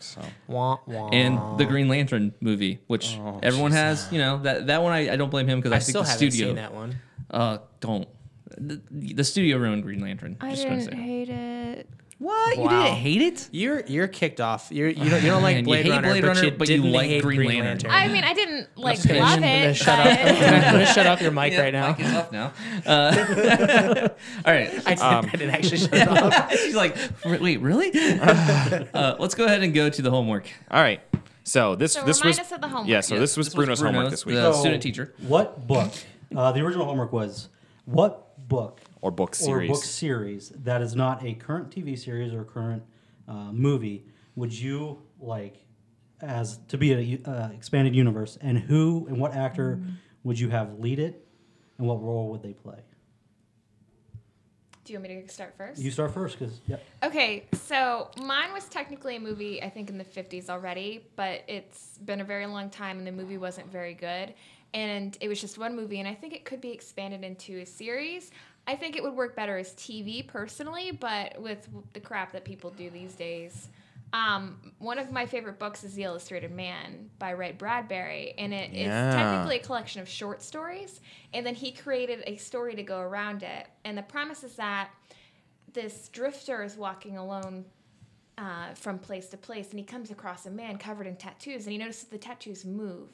[SPEAKER 5] So
[SPEAKER 3] wah, wah.
[SPEAKER 1] and the Green Lantern movie, which everyone has. You know that that one. I, I don't blame him because I,
[SPEAKER 3] I
[SPEAKER 1] think
[SPEAKER 3] still
[SPEAKER 1] the
[SPEAKER 3] haven't
[SPEAKER 1] studio.
[SPEAKER 3] seen that one.
[SPEAKER 1] Uh, don't. The, the studio ruined Green Lantern.
[SPEAKER 4] I
[SPEAKER 1] Just gonna
[SPEAKER 4] didn't
[SPEAKER 1] say.
[SPEAKER 4] hate it.
[SPEAKER 1] What you
[SPEAKER 3] Wow.
[SPEAKER 1] didn't hate it?
[SPEAKER 3] You're you're kicked off. You're, you don't you don't
[SPEAKER 1] Man,
[SPEAKER 3] like
[SPEAKER 1] you
[SPEAKER 3] Blade
[SPEAKER 1] hate
[SPEAKER 3] Runner,
[SPEAKER 1] Blade
[SPEAKER 3] but
[SPEAKER 1] Runner,
[SPEAKER 3] you,
[SPEAKER 1] but you
[SPEAKER 3] didn't
[SPEAKER 1] like
[SPEAKER 3] hate
[SPEAKER 1] Green
[SPEAKER 3] Green
[SPEAKER 1] Lantern.
[SPEAKER 3] Lantern.
[SPEAKER 4] I mean, I didn't like
[SPEAKER 3] gonna-
[SPEAKER 4] love
[SPEAKER 3] I'm gonna
[SPEAKER 4] it.
[SPEAKER 3] shut up.
[SPEAKER 4] but-
[SPEAKER 3] I'm gonna shut off your mic
[SPEAKER 1] Yeah,
[SPEAKER 3] right now.
[SPEAKER 1] mic is off now. Uh, all right.
[SPEAKER 3] I, I didn't actually shut it off.
[SPEAKER 1] She's like, "R- wait, really? uh, let's go ahead and go to the homework.
[SPEAKER 5] all right. So this
[SPEAKER 4] So
[SPEAKER 5] this
[SPEAKER 4] remind
[SPEAKER 5] was
[SPEAKER 4] us of the homework.
[SPEAKER 5] yeah. So
[SPEAKER 1] Yeah,
[SPEAKER 5] this was
[SPEAKER 1] this was
[SPEAKER 5] Bruno's, homework
[SPEAKER 1] Bruno's,
[SPEAKER 5] this week
[SPEAKER 1] the- student teacher.
[SPEAKER 2] What book? Uh, the original homework was what book
[SPEAKER 5] or book series.
[SPEAKER 2] or book series that is not a current TV series or current uh, movie would you like as to be an uh, expanded universe? And who and what actor
[SPEAKER 4] Mm-hmm.
[SPEAKER 2] would you have lead it, and what role would they play?
[SPEAKER 4] Do you want me to start first?
[SPEAKER 2] You start first, because yep.
[SPEAKER 4] Okay, so mine was technically a movie, I think, in the 50s already, but it's been a very long time and the movie wasn't very good. And it was just one movie, and I think it could be expanded into a series. I think it would work better as TV personally, but with the crap that people do these days. Um, one of my favorite books is The Illustrated Man by Ray Bradbury, and it is
[SPEAKER 5] Yeah.
[SPEAKER 4] technically a collection of short stories. And then he created a story to go around it. And the premise is that this drifter is walking alone uh, from place to place, and he comes across a man covered in tattoos, and he notices the tattoos move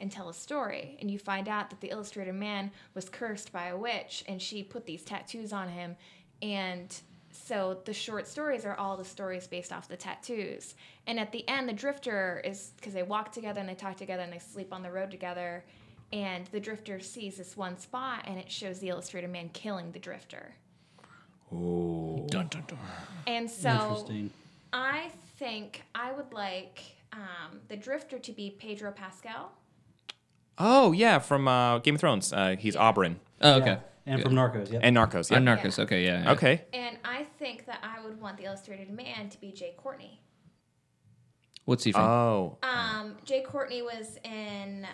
[SPEAKER 4] and tell a story. And you find out that the illustrated man was cursed by a witch, and she put these tattoos on him. And so the short stories are all the stories based off the tattoos. And at the end, the drifter is because they walk together and they talk together and they sleep on the road together. And the drifter sees this one spot, and it shows the illustrated man killing the drifter. And so
[SPEAKER 2] Interesting.
[SPEAKER 4] I think I would like um, the Drifter to be Pedro Pascal.
[SPEAKER 5] Oh yeah, from uh, Game of Thrones. Uh, he's Oberyn
[SPEAKER 1] Oh, okay.
[SPEAKER 2] And from Narcos, yep.
[SPEAKER 5] and Narcos. Yeah.
[SPEAKER 1] I'm Narcos. Okay, yeah. yeah.
[SPEAKER 5] okay.
[SPEAKER 4] And I think that I would want the Illustrated Man to be Jay Courtney.
[SPEAKER 1] What's he from?
[SPEAKER 5] Oh
[SPEAKER 4] Um, Jay Courtney was in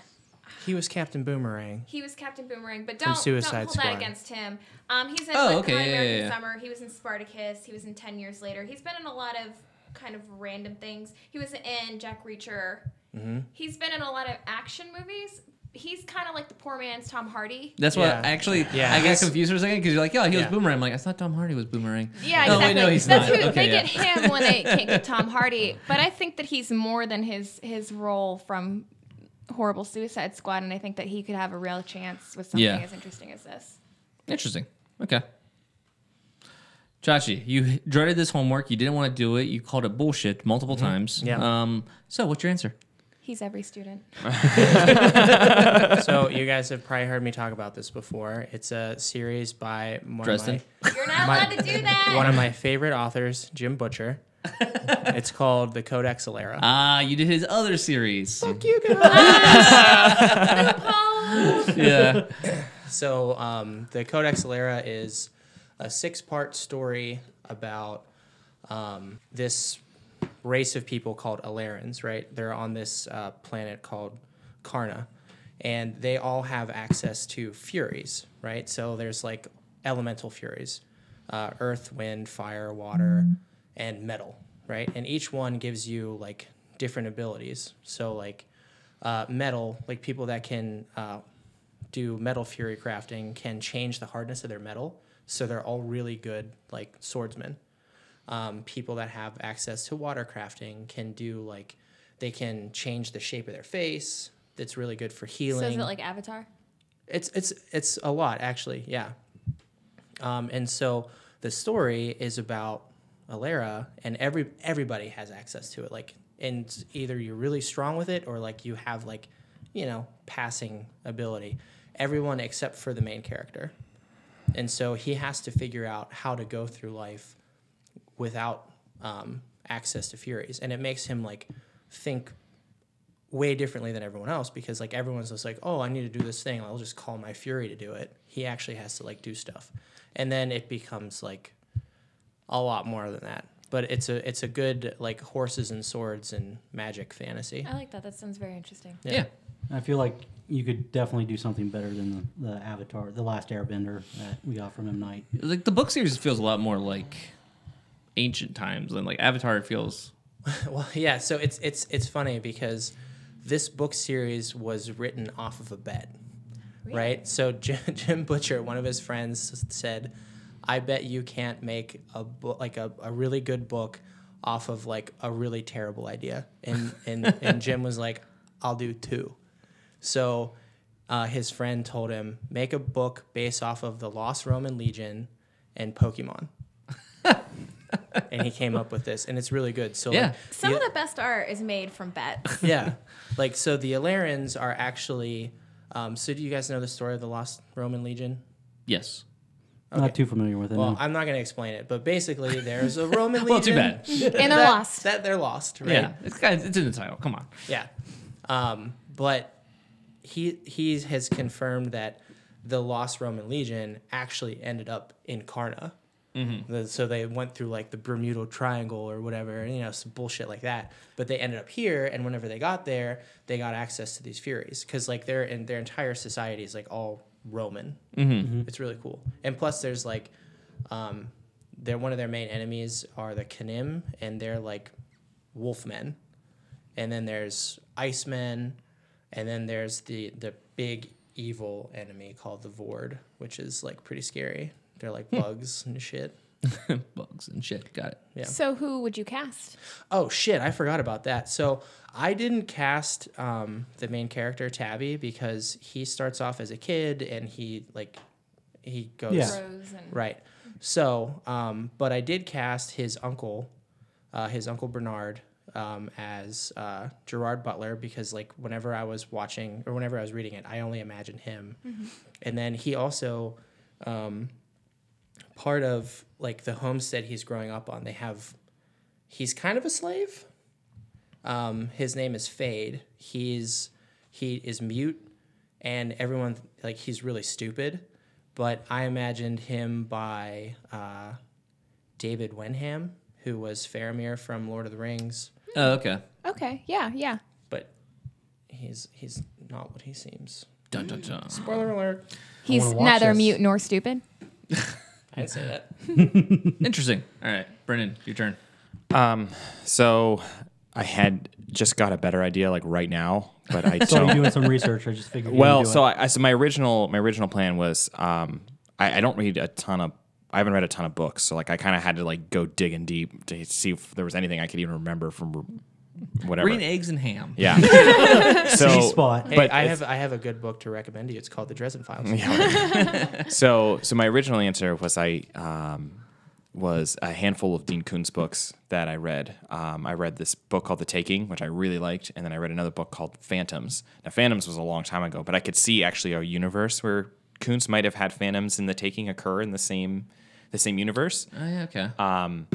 [SPEAKER 3] He was Captain Boomerang.
[SPEAKER 4] He was Captain Boomerang, but don't, don't
[SPEAKER 3] Suicide
[SPEAKER 4] hold
[SPEAKER 3] Squad.
[SPEAKER 4] that against him. Um, he's in
[SPEAKER 1] Oh,
[SPEAKER 4] like,
[SPEAKER 1] okay,
[SPEAKER 4] My
[SPEAKER 1] yeah, yeah,
[SPEAKER 4] American
[SPEAKER 1] yeah.
[SPEAKER 4] Summer. He was in Spartacus. He was in Ten Years Later. He's been in a lot of kind of random things. He was in Jack Reacher.
[SPEAKER 1] Mm-hmm.
[SPEAKER 4] He's been in a lot of action movies. He's kind of like the poor man's Tom Hardy.
[SPEAKER 1] That's
[SPEAKER 3] Yeah.
[SPEAKER 1] what actually.
[SPEAKER 3] Yeah.
[SPEAKER 1] I got
[SPEAKER 3] He's-
[SPEAKER 1] confused for a second because you're like, yeah, he was
[SPEAKER 3] Yeah.
[SPEAKER 1] boomerang. I'm like, I thought Tom Hardy was boomerang.
[SPEAKER 4] Yeah,
[SPEAKER 1] No, wait,
[SPEAKER 4] exactly.
[SPEAKER 1] no, he's
[SPEAKER 4] That's
[SPEAKER 1] not.
[SPEAKER 4] who
[SPEAKER 1] Okay,
[SPEAKER 4] they
[SPEAKER 1] yeah.
[SPEAKER 4] get him when they can't get Tom Hardy. But I think that he's more than his his role from Horrible Suicide Squad, and I think that he could have a real chance with something
[SPEAKER 1] Yeah.
[SPEAKER 4] as interesting as this.
[SPEAKER 1] Interesting. Okay. Chachi, you dreaded this homework. You didn't want to do it. You called it bullshit multiple times.
[SPEAKER 3] Yeah.
[SPEAKER 1] Um. So, what's your answer?
[SPEAKER 4] He's every student.
[SPEAKER 3] so you guys have probably heard me talk about this before. It's a series by one
[SPEAKER 1] Dresden?
[SPEAKER 3] of my
[SPEAKER 4] You're not
[SPEAKER 3] My-
[SPEAKER 4] allowed to do that.
[SPEAKER 3] one of my favorite authors, Jim Butcher. it's called The Codex Alera.
[SPEAKER 1] Ah, you did his other series.
[SPEAKER 4] Paul.
[SPEAKER 1] yeah.
[SPEAKER 3] So um, the Codex Alera is a six-part story about um, this race of people called Alarans, right? They're on this uh, planet called Karna, and they all have access to Furies, right? So there's like elemental Furies, uh, earth, wind, fire, water, and metal, right? And each one gives you like different abilities. So like uh, metal, like people that can uh, do metal fury crafting can change the hardness of their metal, so they're all really good like swordsmen. Um, people that have access to water crafting can do like they can change the shape of their face. That's really good for
[SPEAKER 4] So
[SPEAKER 3] healing
[SPEAKER 4] is it like Avatar?
[SPEAKER 3] it's it's it's a lot actually yeah um, and so the story is about Alera and every everybody has access to it like and either you're really strong with it or like you have like you know passing ability everyone except for the main character and so he has to figure out how to go through life without um, access to furies and it makes him like think way differently than everyone else because like everyone's just like, oh, I need to do this thing. I'll just call my fury to do it. He actually has to like do stuff, and then it becomes like a lot more than that. But it's a it's a good like horses and swords and magic fantasy.
[SPEAKER 4] I like that. That sounds very interesting.
[SPEAKER 1] Yeah.
[SPEAKER 2] I feel like you could definitely do something better than the, the Avatar, the last Airbender that we got from M Night.
[SPEAKER 1] Like the book series feels a lot more like ancient times than like Avatar feels.
[SPEAKER 3] well, yeah. So it's it's it's funny because this book series was written off of a bet. right? So Jim, Jim Butcher, one of his friends, s- said, "I bet you can't make a book like a, a really good book off of like a really terrible idea." And and and Jim was like, "I'll do two. So uh, his friend told him, "Make a book based off of the Lost Roman Legion and Pokemon." and he came up with this, and it's really good. So like,
[SPEAKER 1] Yeah.
[SPEAKER 4] Some
[SPEAKER 3] the-
[SPEAKER 4] of the best art is made from bets.
[SPEAKER 3] yeah. Like, so the Alarans are actually. Um, so, do you guys know the story of the Lost Roman Legion?
[SPEAKER 1] Yes.
[SPEAKER 2] Not too familiar with it.
[SPEAKER 3] Well,
[SPEAKER 2] no.
[SPEAKER 3] I'm not going to explain it, but basically, there's a Roman Legion.
[SPEAKER 1] Mm. Well, too bad.
[SPEAKER 4] and they're
[SPEAKER 3] That,
[SPEAKER 4] lost.
[SPEAKER 3] That they're lost, right?
[SPEAKER 1] Yeah. It's kind of, it's in the title. Come on.
[SPEAKER 3] Yeah. Um, but he he has confirmed that the lost Roman legion actually ended up in Karna. The- so they went through like the Bermuda Triangle or whatever, you know, some bullshit like that. But they ended up here, and whenever they got there, they got access to these furies because like their and their entire society is like all Roman. It's really cool, and plus there's like, um, they're one of their main enemies are the Kanim, and they're like wolfmen and then there's Iceman, and then there's the the big evil enemy called the Vord, which is like pretty scary. They're like bugs and shit.
[SPEAKER 1] Bugs and shit. Got it.
[SPEAKER 3] Yeah.
[SPEAKER 4] So who would you cast?
[SPEAKER 3] Oh shit, I forgot about that. So I didn't cast um, the main character Tabby because he starts off as a kid and he like he goes
[SPEAKER 2] Yeah.
[SPEAKER 4] Rose and
[SPEAKER 3] Right. So, um, but I did cast his uncle, uh, his uncle Bernard, um, as uh, Gerard Butler because, like, whenever I was watching or whenever I was reading it, I only imagined him. And then he also, um, part of like the homestead he's growing up on, they have, he's kind of a slave. Um, his name is Fade. He's he is mute, and everyone like he's really stupid. But I imagined him by uh, David Wenham, who was Faramir from Lord of the Rings.
[SPEAKER 1] Oh, okay.
[SPEAKER 4] Okay. Yeah. Yeah.
[SPEAKER 3] But he's he's not what he seems.
[SPEAKER 1] Dun, dun, dun.
[SPEAKER 3] Spoiler alert.
[SPEAKER 4] He's
[SPEAKER 2] wanna watch
[SPEAKER 4] neither
[SPEAKER 2] this.
[SPEAKER 4] mute nor stupid.
[SPEAKER 3] I'd say that.
[SPEAKER 1] Interesting. All right, Brennan, your turn.
[SPEAKER 5] Um, so I had just got a better idea like right now, but I
[SPEAKER 2] So
[SPEAKER 5] don't.
[SPEAKER 2] I'm doing some research. I just figured. you
[SPEAKER 5] well,
[SPEAKER 2] would do
[SPEAKER 5] so
[SPEAKER 2] it.
[SPEAKER 5] I, I- so my original my original plan was um I, I don't read a ton of I haven't read a ton of books, so like I kind of had to like go digging deep to see if there was anything I could even remember from whatever.
[SPEAKER 1] Green eggs and ham.
[SPEAKER 5] Yeah. so
[SPEAKER 2] G spot.
[SPEAKER 3] Hey,
[SPEAKER 5] But
[SPEAKER 3] I
[SPEAKER 5] it's-
[SPEAKER 3] have I have a good book to recommend to you. It's called The Dresden Files.
[SPEAKER 5] so so my original answer was I um, was a handful of Dean Koontz books that I read. Um, I read this book called The Taking, which I really liked, and then I read another book called Phantoms. Now Phantoms was a long time ago, but I could see actually a universe where Koontz might have had Phantoms and The Taking occur in the same the same universe.
[SPEAKER 1] Oh, yeah, okay.
[SPEAKER 5] Um,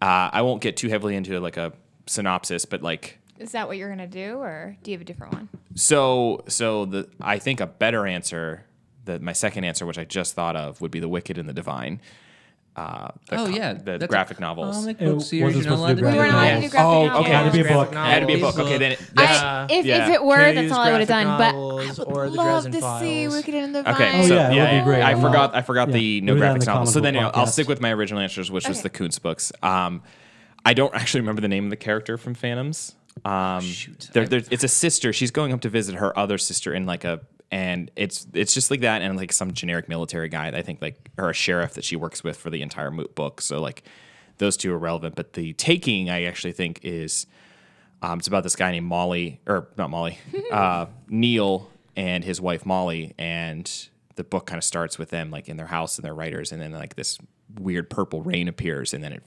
[SPEAKER 5] uh, I won't get too heavily into like a synopsis, but like
[SPEAKER 4] Is that what you're gonna do, or do you have a different one?
[SPEAKER 5] so so the I think a better answer that my second answer, which I just thought of, would be the Wicked and the Divine. Uh, the
[SPEAKER 1] oh,
[SPEAKER 5] co-
[SPEAKER 1] yeah.
[SPEAKER 5] the
[SPEAKER 1] that's a
[SPEAKER 5] graphic novels.
[SPEAKER 1] Comic
[SPEAKER 2] It
[SPEAKER 1] book
[SPEAKER 2] wasn't
[SPEAKER 1] series. You're not allowed
[SPEAKER 2] supposed to be
[SPEAKER 1] to do
[SPEAKER 4] We weren't allowed
[SPEAKER 1] that.
[SPEAKER 4] to do graphic
[SPEAKER 5] Oh,
[SPEAKER 4] novels.
[SPEAKER 5] okay. Had
[SPEAKER 2] to be a book.
[SPEAKER 3] Graphic
[SPEAKER 5] It had to be a
[SPEAKER 3] novels.
[SPEAKER 5] book. Okay, then it,
[SPEAKER 4] I, if,
[SPEAKER 5] yeah.
[SPEAKER 4] if it were, that's
[SPEAKER 3] Katie's
[SPEAKER 4] all I would have
[SPEAKER 3] graphic
[SPEAKER 4] done. But
[SPEAKER 3] novels
[SPEAKER 4] I would
[SPEAKER 3] or the
[SPEAKER 4] love
[SPEAKER 3] Dresden
[SPEAKER 4] to see
[SPEAKER 3] Files.
[SPEAKER 4] Wicked and the Vine.
[SPEAKER 5] Okay,
[SPEAKER 2] Oh,
[SPEAKER 5] so
[SPEAKER 2] yeah, it
[SPEAKER 5] yeah,
[SPEAKER 2] would be great.
[SPEAKER 5] I
[SPEAKER 2] Wow.
[SPEAKER 5] forgot I forgot
[SPEAKER 2] Yeah,
[SPEAKER 5] the no
[SPEAKER 2] we were down in
[SPEAKER 5] graphics
[SPEAKER 2] the
[SPEAKER 5] novel. So
[SPEAKER 2] comic
[SPEAKER 5] then
[SPEAKER 2] book
[SPEAKER 5] I'll- I'll
[SPEAKER 2] podcast.
[SPEAKER 5] stick with my original answers, which was
[SPEAKER 4] Okay.
[SPEAKER 5] the Koontz books. Um, I don't actually remember the name of the character from Phantoms. Um,
[SPEAKER 1] shoot.
[SPEAKER 5] there- there- it's a sister. She's going up to visit her other sister in like a, and it's it's just like that, and like some generic military guy. that I think like or a sheriff that she works with for the entire mo- book. So like those two are relevant, but the taking I actually think is. Um, it's about this guy named Molly, or not Molly, uh, Neil and his wife Molly. And the book kind of starts with them like in their house and their writers, and then like this weird purple rain appears, and then it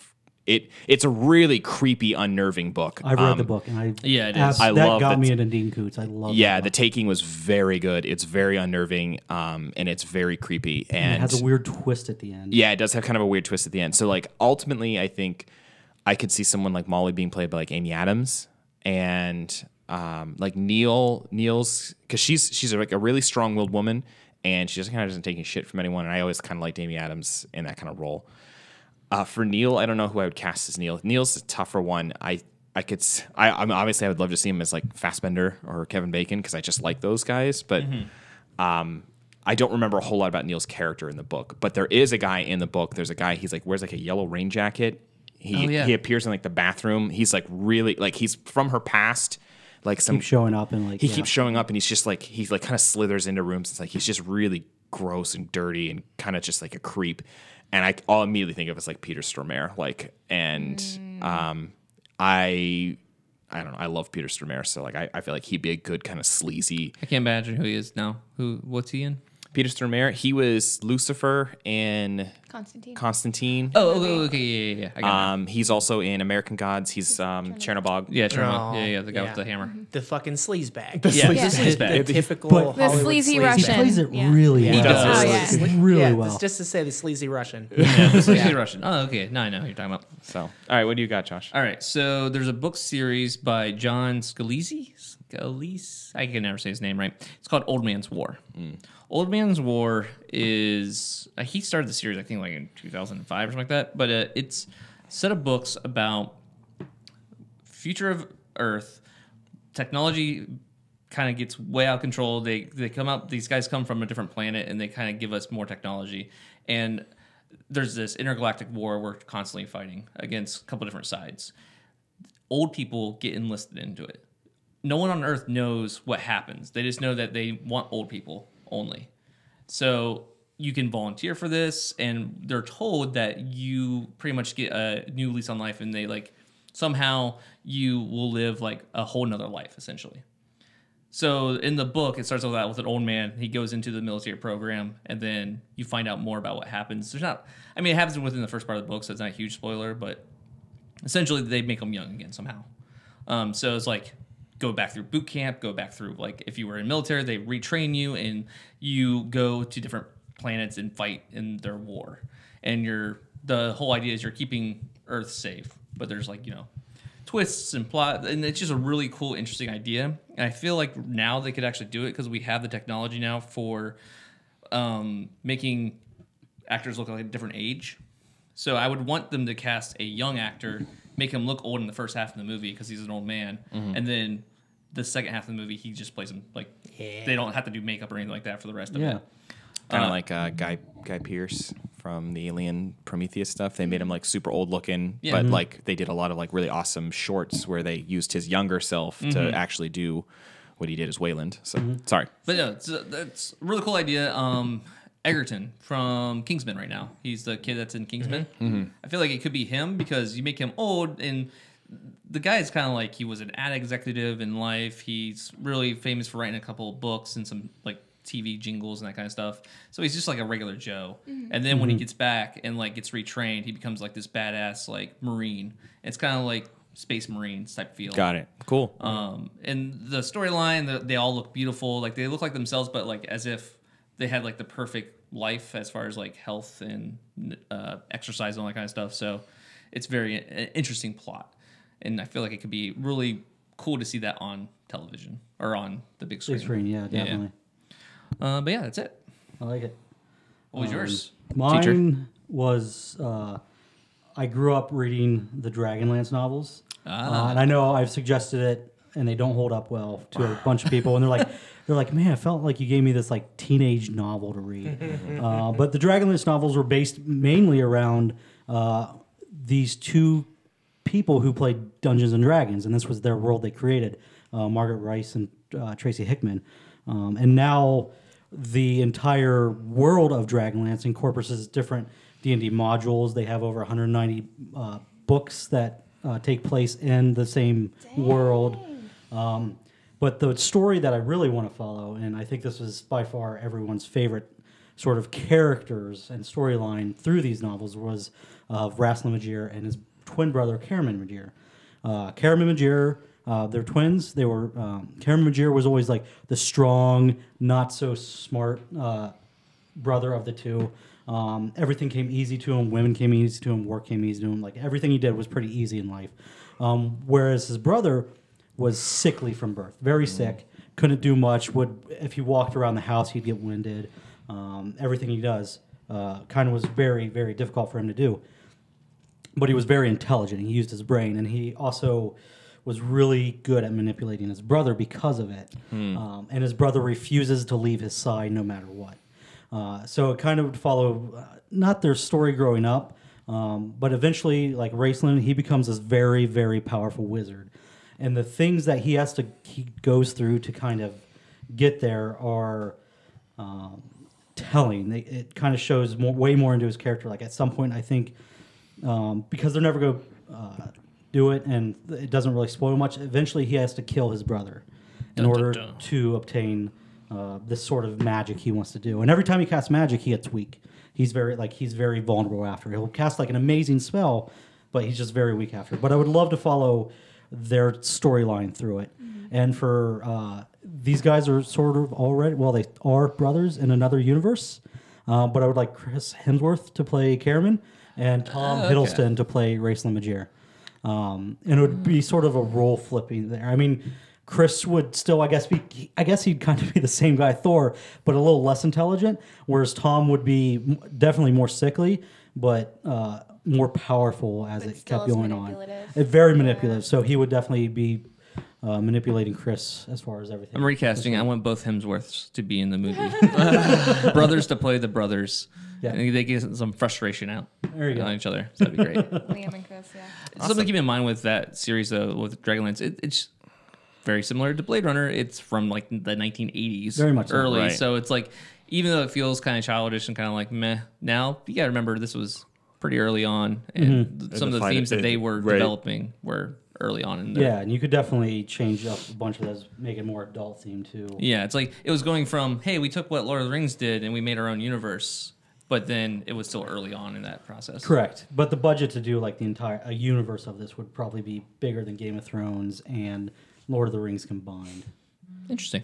[SPEAKER 5] it it's a really creepy, unnerving book.
[SPEAKER 2] I've read
[SPEAKER 5] Um,
[SPEAKER 2] the book, and I
[SPEAKER 1] Yeah, it is.
[SPEAKER 2] abs-
[SPEAKER 5] I
[SPEAKER 2] that
[SPEAKER 5] love
[SPEAKER 2] got
[SPEAKER 5] that-
[SPEAKER 2] me into Dean Coots. I love.
[SPEAKER 5] Yeah,
[SPEAKER 2] that
[SPEAKER 5] the
[SPEAKER 2] book.
[SPEAKER 5] taking was very good. It's very unnerving, um, and it's very creepy.
[SPEAKER 2] And
[SPEAKER 5] And
[SPEAKER 2] it has a weird twist at the end.
[SPEAKER 5] yeah, it does have kind of a weird twist at the end. So like ultimately, I think I could see someone like Molly being played by like Amy Adams and um, like Neil Neil's because she's she's like a really strong willed woman and she just kind of doesn't take any shit from anyone. And I always kind of liked Amy Adams in that kind of role. Uh, for Neil, I don't know who I would cast as Neil. Neil's a tougher one. I I could s- I I'm obviously I would love to see him as like Fassbender or Kevin Bacon because I just like those guys, but.
[SPEAKER 1] Mm-hmm.
[SPEAKER 5] Um, I don't remember a whole lot about Neil's character in the book, but there is a guy in the book. There's a guy. He's like wears like a yellow rain jacket. He
[SPEAKER 1] Oh, yeah.
[SPEAKER 5] he appears in like the bathroom. He's like really like he's from her past. Like some
[SPEAKER 2] keep showing up and like
[SPEAKER 5] he
[SPEAKER 2] yeah.
[SPEAKER 5] keeps showing up and he's just like he like kind of slithers into rooms. It's like he's just really gross and dirty and kind of just like a creep. And I all I immediately think of is like Peter Stormare. Like and
[SPEAKER 1] Mm.
[SPEAKER 5] um I I don't know. I love Peter Stormare, so like I, I feel like he'd be a good kind of sleazy
[SPEAKER 1] I can't imagine who he is now. Who? What's he in?
[SPEAKER 5] Peter Stormare. He was Lucifer in
[SPEAKER 4] Constantine.
[SPEAKER 5] Constantine.
[SPEAKER 1] Oh, okay, okay, yeah, yeah, yeah. I got it.
[SPEAKER 5] Um, he's also in American Gods. He's um, Chernobog.
[SPEAKER 1] Yeah, sure.
[SPEAKER 3] Oh,
[SPEAKER 1] yeah, yeah, the guy
[SPEAKER 3] yeah.
[SPEAKER 1] with the hammer.
[SPEAKER 3] the fucking sleaze bag.
[SPEAKER 5] The
[SPEAKER 1] Yeah.
[SPEAKER 5] sleaze
[SPEAKER 4] Yeah.
[SPEAKER 5] sleaze
[SPEAKER 3] The,
[SPEAKER 5] bag.
[SPEAKER 3] typical
[SPEAKER 2] But-
[SPEAKER 4] The
[SPEAKER 3] Hollywood
[SPEAKER 4] sleazy
[SPEAKER 3] sleaze
[SPEAKER 2] He
[SPEAKER 4] Russian.
[SPEAKER 3] bag.
[SPEAKER 2] plays it
[SPEAKER 4] Yeah.
[SPEAKER 2] really
[SPEAKER 5] He
[SPEAKER 2] well.
[SPEAKER 5] does.
[SPEAKER 4] Oh, yeah.
[SPEAKER 2] Really
[SPEAKER 3] yeah,
[SPEAKER 2] well.
[SPEAKER 3] It's just to say the sleazy Russian.
[SPEAKER 1] Sleazy Russian. Oh, okay. Now I know who you're talking about.
[SPEAKER 5] So, all right, what do you got, Josh?
[SPEAKER 1] All right. So there's a book series by John Scalise. Scalise. I can never say his name right. It's called Old Man's War. Old Man's War is uh, he started the series I think like in 2005 or something like that. But uh, it's a set of books about future of Earth technology kind of gets way out of control. They they come out. These guys come from a different planet, and they kind of give us more technology. And there's this intergalactic war we're constantly fighting against a couple different sides. Old people get enlisted into it. No one on Earth knows what happens. They just know that they want old people only. So you can volunteer for this, and they're told that you pretty much get a new lease on life, and they like somehow you will live like a whole nother life essentially. So in the book, it starts with that with an old man. He goes into the military program, and then you find out more about what happens. There's not, I mean, it happens within the first part of the book, so it's not a huge spoiler, but essentially they make him young again somehow. Um, so it's like go back through boot camp, go back through like if you were in military, they retrain you and you go to different planets and fight in their war. And you're the whole idea is you're keeping Earth safe, but there's like you know twists and plot, and it's just a really cool, interesting idea. And I feel like now they could actually do it because we have the technology now for um, making actors look like a different age. So I would want them to cast a young actor, make him look old in the first half of the movie because he's an old man, and then the second half of the movie, he just plays him like
[SPEAKER 3] Yeah.
[SPEAKER 1] they don't have to do makeup or anything like that for the rest of
[SPEAKER 2] Yeah.
[SPEAKER 1] it.
[SPEAKER 5] Kind of
[SPEAKER 1] Uh,
[SPEAKER 5] like uh, Guy Guy Pierce from the Alien Prometheus stuff. They made him like super old looking,
[SPEAKER 1] Yeah.
[SPEAKER 5] but
[SPEAKER 1] Mhm.
[SPEAKER 5] like they did a lot of like really awesome shorts where they used his younger self
[SPEAKER 1] Mm-hmm.
[SPEAKER 5] to actually do what he did as Wayland. So sorry,
[SPEAKER 1] But yeah, it's a, that's a really cool idea. Um, Egerton from Kingsman right now. He's the kid that's in Kingsman.
[SPEAKER 5] Mm-hmm.
[SPEAKER 1] I feel like it could be him because you make him old and the guy is kind of like he was an ad executive in life. He's really famous for writing a couple of books and some like TV jingles and that kind of stuff. So he's just like a regular Joe. And then when
[SPEAKER 5] Mm-hmm.
[SPEAKER 1] he gets back and like gets retrained, he becomes like this badass like Marine. It's kind of like Space Marines type feel.
[SPEAKER 5] got it. Cool.
[SPEAKER 1] Um, and the storyline, the, they all look beautiful. Like they look like themselves, but like as if they had like the perfect life as far as like health and uh, exercise and all that kind of stuff. So it's very an interesting plot, and I feel like it could be really cool to see that on television or on the big screen.
[SPEAKER 2] Big screen, yeah, definitely.
[SPEAKER 1] Uh, but yeah, that's it.
[SPEAKER 2] I like it.
[SPEAKER 1] What was
[SPEAKER 2] Um,
[SPEAKER 1] yours?
[SPEAKER 2] Mine
[SPEAKER 5] Teacher.
[SPEAKER 2] was uh, I grew up reading the Dragonlance novels, uh, and I know I've suggested it, and they don't hold up well to a bunch of people, and they're like, they're like, man, I felt like you gave me this like teenage novel to read, uh, but the Dragonlance novels were based mainly around uh, these two people who played Dungeons and Dragons, and this was their world they created. Uh, Margaret Rice and uh, Tracy Hickman, um, and now the entire world of Dragonlance incorporates different D and D modules. They have over 190 uh, books that uh, take place in the same world. Um, but the story that I really want to follow, and I think this was by far everyone's favorite sort of characters and storyline through these novels, was of Raslan Majir and his twin brother, Karaman Majir. Uh, Karaman Majir, uh, they're twins. They were, um, Karaman Majir was always like the strong, not so smart uh, brother of the two. Um, everything came easy to him. Women came easy to him. Work came easy to him. Like everything he did was pretty easy in life. Um, whereas his brother was sickly from birth, very sick, couldn't do much. Would if he walked around the house, he'd get winded. Um, everything he does uh, kind of was very, very difficult for him to do but he was very intelligent. He used his brain, and he also was really good at manipulating his brother because of it. Um, and his brother refuses to leave his side no matter what. Uh, so it kind of would follow uh, not their story growing up, um, but eventually, like Raceland, he becomes this very, very powerful wizard. And the things that he has to he goes through to kind of get there are um, telling. They, it kind of shows more, way more into his character. Like at some point, I think um, because they're never going to uh, do it, and it doesn't really spoil much. Eventually, he has to kill his brother in
[SPEAKER 1] Dun, dun,
[SPEAKER 2] order
[SPEAKER 1] dun.
[SPEAKER 2] to obtain uh, this sort of magic he wants to do. And every time he casts magic, he gets weak. He's very like he's very vulnerable after. He'll cast like an amazing spell, but he's just very weak after. But I would love to follow their storyline through it, and for uh, these guys are sort of already well they are brothers in another universe. Uh, but I would like Chris Hemsworth to play Karaman and Tom
[SPEAKER 1] okay.
[SPEAKER 2] Hiddleston to play Race Lemajir. Um, and it would
[SPEAKER 4] Mm.
[SPEAKER 2] be sort of a role flipping there. I mean, Chris would still, I guess, be, I guess he'd kind of be the same guy, Thor, but a little less intelligent, whereas Tom would be m- definitely more sickly, but uh, more powerful as
[SPEAKER 4] But
[SPEAKER 2] it
[SPEAKER 4] still
[SPEAKER 2] kept
[SPEAKER 4] as
[SPEAKER 2] going on.
[SPEAKER 4] manipulative.
[SPEAKER 2] Uh, very manipulative. So he would definitely be uh, manipulating Chris as far as everything.
[SPEAKER 1] I'm recasting. I want both Hemsworths to be in the movie. brothers to play the brothers.
[SPEAKER 2] Yeah.
[SPEAKER 1] And they get some frustration out
[SPEAKER 2] There you go.
[SPEAKER 1] on each other. So that'd be great.
[SPEAKER 4] Liam and Chris, yeah.
[SPEAKER 1] Something to keep in mind with that series though, with Dragonlance, it, it's very similar to Blade Runner. It's from like the 1980s,
[SPEAKER 2] Very much so.
[SPEAKER 1] early.
[SPEAKER 5] Right.
[SPEAKER 1] So it's like, even though it feels kind of childish and kind of like meh, now you got to remember this was pretty early on, and
[SPEAKER 2] Mm-hmm.
[SPEAKER 1] th- some
[SPEAKER 5] And
[SPEAKER 1] of the
[SPEAKER 5] the
[SPEAKER 1] themes
[SPEAKER 5] fin-
[SPEAKER 1] that they
[SPEAKER 5] it-
[SPEAKER 1] were
[SPEAKER 5] right.
[SPEAKER 1] developing were early on in there.
[SPEAKER 2] Yeah, and you could definitely change up a bunch of those, make it more adult themed too.
[SPEAKER 1] Yeah, it's like it was going from hey, we took what Lord of the Rings did and we made our own universe, but then it was still early on in that process.
[SPEAKER 2] Correct, but the budget to do like the entire a universe of this would probably be bigger than Game of Thrones and Lord of the Rings combined.
[SPEAKER 1] Interesting.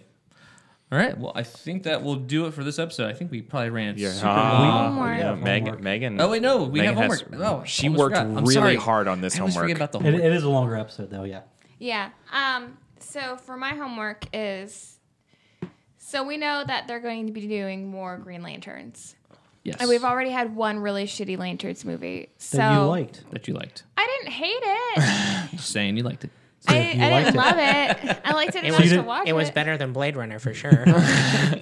[SPEAKER 1] All right. Well, I think that will do it for this episode. I think we probably ran.
[SPEAKER 5] Yeah.
[SPEAKER 1] super
[SPEAKER 5] Ah,
[SPEAKER 4] We have
[SPEAKER 5] yeah,
[SPEAKER 2] homework.
[SPEAKER 5] Megan, Megan.
[SPEAKER 1] Oh wait, no, we
[SPEAKER 5] Mm-hmm. Megan
[SPEAKER 1] have
[SPEAKER 5] has-
[SPEAKER 1] homework. oh,
[SPEAKER 5] she
[SPEAKER 1] almost
[SPEAKER 5] worked
[SPEAKER 1] forgot. I'm
[SPEAKER 5] really
[SPEAKER 1] sorry.
[SPEAKER 5] hard on this
[SPEAKER 1] I always
[SPEAKER 5] homework.
[SPEAKER 1] forget about the
[SPEAKER 2] It,
[SPEAKER 1] homework.
[SPEAKER 2] it is a longer episode though, yeah.
[SPEAKER 4] Yeah. Um, so for my homework is so we know that they're going to be doing more Green Lanterns.
[SPEAKER 1] yes,
[SPEAKER 4] And we've already had one really shitty Lanterns movie. So
[SPEAKER 2] That you liked.
[SPEAKER 1] that you liked.
[SPEAKER 4] I didn't hate it.
[SPEAKER 1] Just saying, you liked it.
[SPEAKER 4] I,
[SPEAKER 2] You
[SPEAKER 4] I
[SPEAKER 2] liked
[SPEAKER 4] didn't love it. I liked it
[SPEAKER 3] It
[SPEAKER 4] enough
[SPEAKER 3] was,
[SPEAKER 4] to
[SPEAKER 2] didn't-
[SPEAKER 4] watch it.
[SPEAKER 3] it was better than Blade Runner for sure.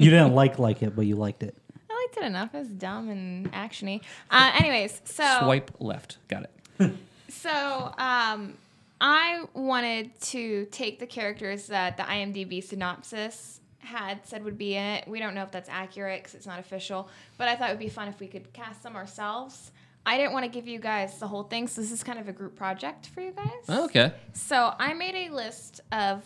[SPEAKER 2] You didn't like like it, but you liked it.
[SPEAKER 4] I liked it enough. It was dumb and actiony. Uh, anyways, so
[SPEAKER 1] Swipe left. Got it.
[SPEAKER 4] So, um, I wanted to take the characters that the IMDb synopsis had said would be in it. We don't know if that's accurate because it's not official, but I thought it would be fun if we could cast them ourselves. I didn't want to give you guys the whole thing, so this is kind of a group project for you guys.
[SPEAKER 1] Oh,
[SPEAKER 5] Oh,
[SPEAKER 1] Okay.
[SPEAKER 4] So I made a list of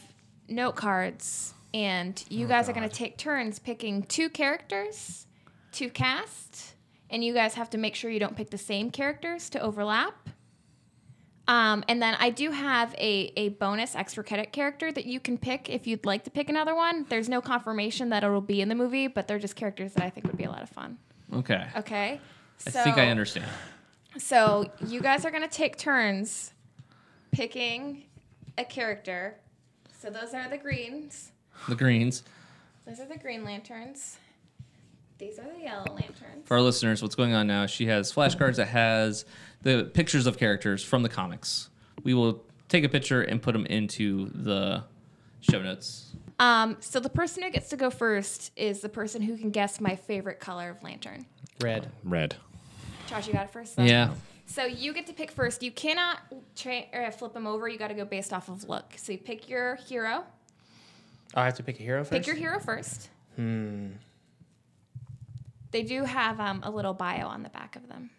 [SPEAKER 4] note cards, and you
[SPEAKER 1] Oh,
[SPEAKER 4] guys are going to take turns picking two characters to cast, and you guys have to make sure you don't pick the same characters to overlap. Um, and then I do have a, a bonus extra credit character that you can pick if you'd like to pick another one. There's no confirmation that it'll be in the movie, but they're just characters that I think would be a lot of fun.
[SPEAKER 1] Okay.
[SPEAKER 4] Okay?
[SPEAKER 1] I think I understand.
[SPEAKER 4] So you guys are gonna take turns picking a character. So those are the greens.
[SPEAKER 1] The greens.
[SPEAKER 4] Those are the green lanterns. These are the yellow lanterns.
[SPEAKER 1] For our listeners, what's going on now? She has flashcards that has the pictures of characters from the comics. We will take a picture and put them into the show notes.
[SPEAKER 4] Um, so the person who gets to go first is the person who can guess my favorite color of lantern.
[SPEAKER 3] Red.
[SPEAKER 5] Red.
[SPEAKER 4] Josh, you got it first. though?
[SPEAKER 1] Yeah.
[SPEAKER 4] So you get to pick first. You cannot tra- or flip them over. You got to go based off of look. So you pick your hero.
[SPEAKER 3] Oh, I have to pick a hero first.
[SPEAKER 4] Pick your hero first. Hmm. They do have um, a little bio on the back of them.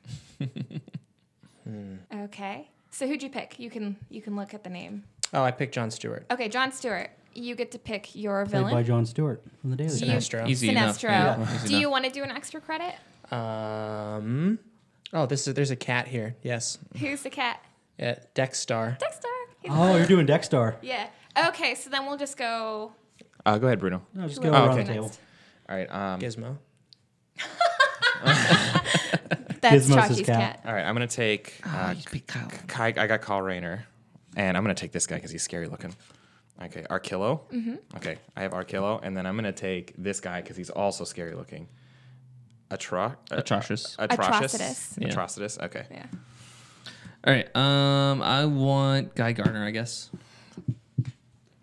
[SPEAKER 4] Okay. So who'd you pick? You can you can look at the name.
[SPEAKER 3] oh, I picked John Stewart.
[SPEAKER 4] Okay, John Stewart. You get to pick your
[SPEAKER 2] Played by
[SPEAKER 4] villain.
[SPEAKER 2] John Stewart from the Daily
[SPEAKER 4] Do
[SPEAKER 2] Show.
[SPEAKER 4] you-
[SPEAKER 3] Sinestro.
[SPEAKER 1] Easy enough.
[SPEAKER 4] Sinestro.
[SPEAKER 1] Yeah, easy
[SPEAKER 4] Do
[SPEAKER 1] enough.
[SPEAKER 4] you want to do an extra credit?
[SPEAKER 3] Um. Oh, this is there's a cat here. Yes.
[SPEAKER 4] Who's the cat?
[SPEAKER 3] Yeah, Dexstar.
[SPEAKER 4] Dexter. He's-
[SPEAKER 2] Oh, you're doing Dexstar.
[SPEAKER 4] Yeah. Okay, so then we'll just go.
[SPEAKER 5] Uh, go ahead, Bruno.
[SPEAKER 2] No, just
[SPEAKER 4] Who
[SPEAKER 2] go
[SPEAKER 4] wants
[SPEAKER 5] Oh,
[SPEAKER 2] around
[SPEAKER 4] to
[SPEAKER 5] okay.
[SPEAKER 2] the
[SPEAKER 4] go
[SPEAKER 2] table.
[SPEAKER 3] Uh,
[SPEAKER 4] next?
[SPEAKER 5] All right. Um,
[SPEAKER 3] Gizmo.
[SPEAKER 4] That's
[SPEAKER 2] Gizmo's his cat.
[SPEAKER 4] Chachi's cat.
[SPEAKER 5] all right. I'm gonna take. Uh,
[SPEAKER 1] you pick Kyle.
[SPEAKER 5] Kai, I got Kyle Rayner, and I'm gonna take this guy because he's scary looking. Okay, Arkillo. Mm-hmm. Okay, I have Arkillo, and then I'm gonna take this guy because he's also scary looking. Atro-
[SPEAKER 1] Atrocious.
[SPEAKER 5] atrocious.
[SPEAKER 4] Atrocitus.
[SPEAKER 1] Yeah.
[SPEAKER 5] Atrocitus, Okay.
[SPEAKER 4] Yeah.
[SPEAKER 1] All right. Um, I want Guy Gardner. I guess.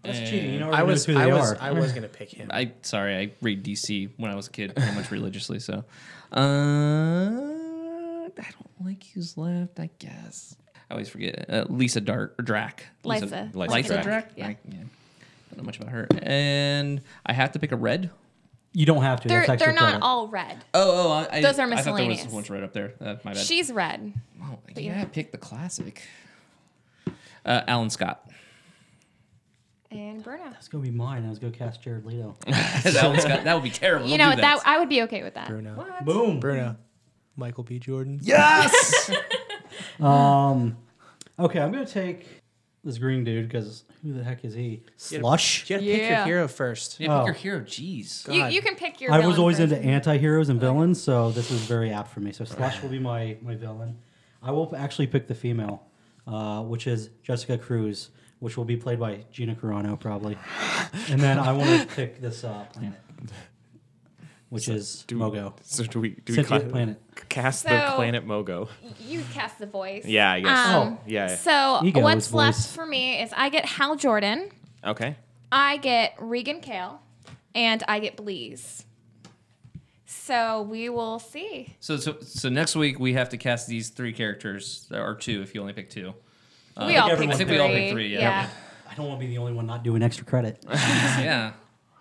[SPEAKER 2] That's
[SPEAKER 1] Eh,
[SPEAKER 2] cheating. You know
[SPEAKER 3] I was
[SPEAKER 2] who they
[SPEAKER 3] I was
[SPEAKER 2] are.
[SPEAKER 3] I was gonna pick him.
[SPEAKER 1] I sorry. I read DC when I was a kid pretty much religiously. So, uh, I don't like who's left. I guess I always forget. Uh, Lisa Dark or Drac.
[SPEAKER 4] Lysa.
[SPEAKER 1] Lisa,
[SPEAKER 5] Lysa
[SPEAKER 1] Lysa
[SPEAKER 5] Drac.
[SPEAKER 1] Drac.
[SPEAKER 4] Yeah.
[SPEAKER 1] I, Don't know much about her. And I have to pick a red.
[SPEAKER 2] you don't have to.
[SPEAKER 4] They're,
[SPEAKER 2] That's extra
[SPEAKER 4] they're not
[SPEAKER 2] credit.
[SPEAKER 4] all red.
[SPEAKER 1] Oh, oh I, I-
[SPEAKER 4] Those are
[SPEAKER 1] I thought there was
[SPEAKER 4] miscellaneous.
[SPEAKER 1] one red up there. Uh, my bad.
[SPEAKER 4] She's red.
[SPEAKER 1] oh,
[SPEAKER 4] you're-
[SPEAKER 1] yeah, pick the classic. Uh, Alan Scott.
[SPEAKER 4] And Bruno.
[SPEAKER 2] It's gonna be mine. I was gonna cast Jared Leto.
[SPEAKER 1] Alan Scott. That would be terrible. Don't
[SPEAKER 4] You know
[SPEAKER 1] do
[SPEAKER 4] what? That I would be okay with that.
[SPEAKER 3] Bruno.
[SPEAKER 2] Boom.
[SPEAKER 3] Bruno. Michael B. Jordan.
[SPEAKER 1] Yes.
[SPEAKER 2] Um, okay, I'm gonna take this green dude because who the heck is he? Slush.
[SPEAKER 3] You gotta pick your
[SPEAKER 4] Yeah.
[SPEAKER 3] hero first.
[SPEAKER 1] yeah, pick
[SPEAKER 2] Oh.
[SPEAKER 1] your hero. Jeez.
[SPEAKER 4] You,
[SPEAKER 3] God.
[SPEAKER 4] you can pick your.
[SPEAKER 2] I was
[SPEAKER 4] villain
[SPEAKER 2] always
[SPEAKER 4] first.
[SPEAKER 2] into anti-heroes and villains, so this is very apt for me. So Slush will be my my villain. I will actually pick the female, uh, which is Jessica Cruz, which will be played by Gina Carano probably. and then I want to pick this uh, planet, which is
[SPEAKER 5] do-
[SPEAKER 2] Mogo.
[SPEAKER 5] So do we do we
[SPEAKER 2] Cynthia
[SPEAKER 5] ca-
[SPEAKER 2] Planet.
[SPEAKER 5] cast the
[SPEAKER 4] So-
[SPEAKER 5] planet Mogo?
[SPEAKER 4] You cast the voice.
[SPEAKER 5] Yeah, I guess.
[SPEAKER 4] Um,
[SPEAKER 5] Oh, yeah, yeah.
[SPEAKER 4] So
[SPEAKER 2] You go
[SPEAKER 4] what's
[SPEAKER 2] with
[SPEAKER 4] left
[SPEAKER 2] voice.
[SPEAKER 4] for me is I get Hal Jordan,
[SPEAKER 5] Okay.
[SPEAKER 4] I get Regan Kale, and I get Bleeze. So we will see.
[SPEAKER 1] So, so so next week we have to cast these three characters or two if you only pick two.
[SPEAKER 4] we all
[SPEAKER 2] everyone
[SPEAKER 4] picked
[SPEAKER 2] I
[SPEAKER 1] Uh, think we
[SPEAKER 4] three.
[SPEAKER 1] all picked three, yeah.
[SPEAKER 2] I don't want to be the only one not doing extra credit.
[SPEAKER 1] yeah,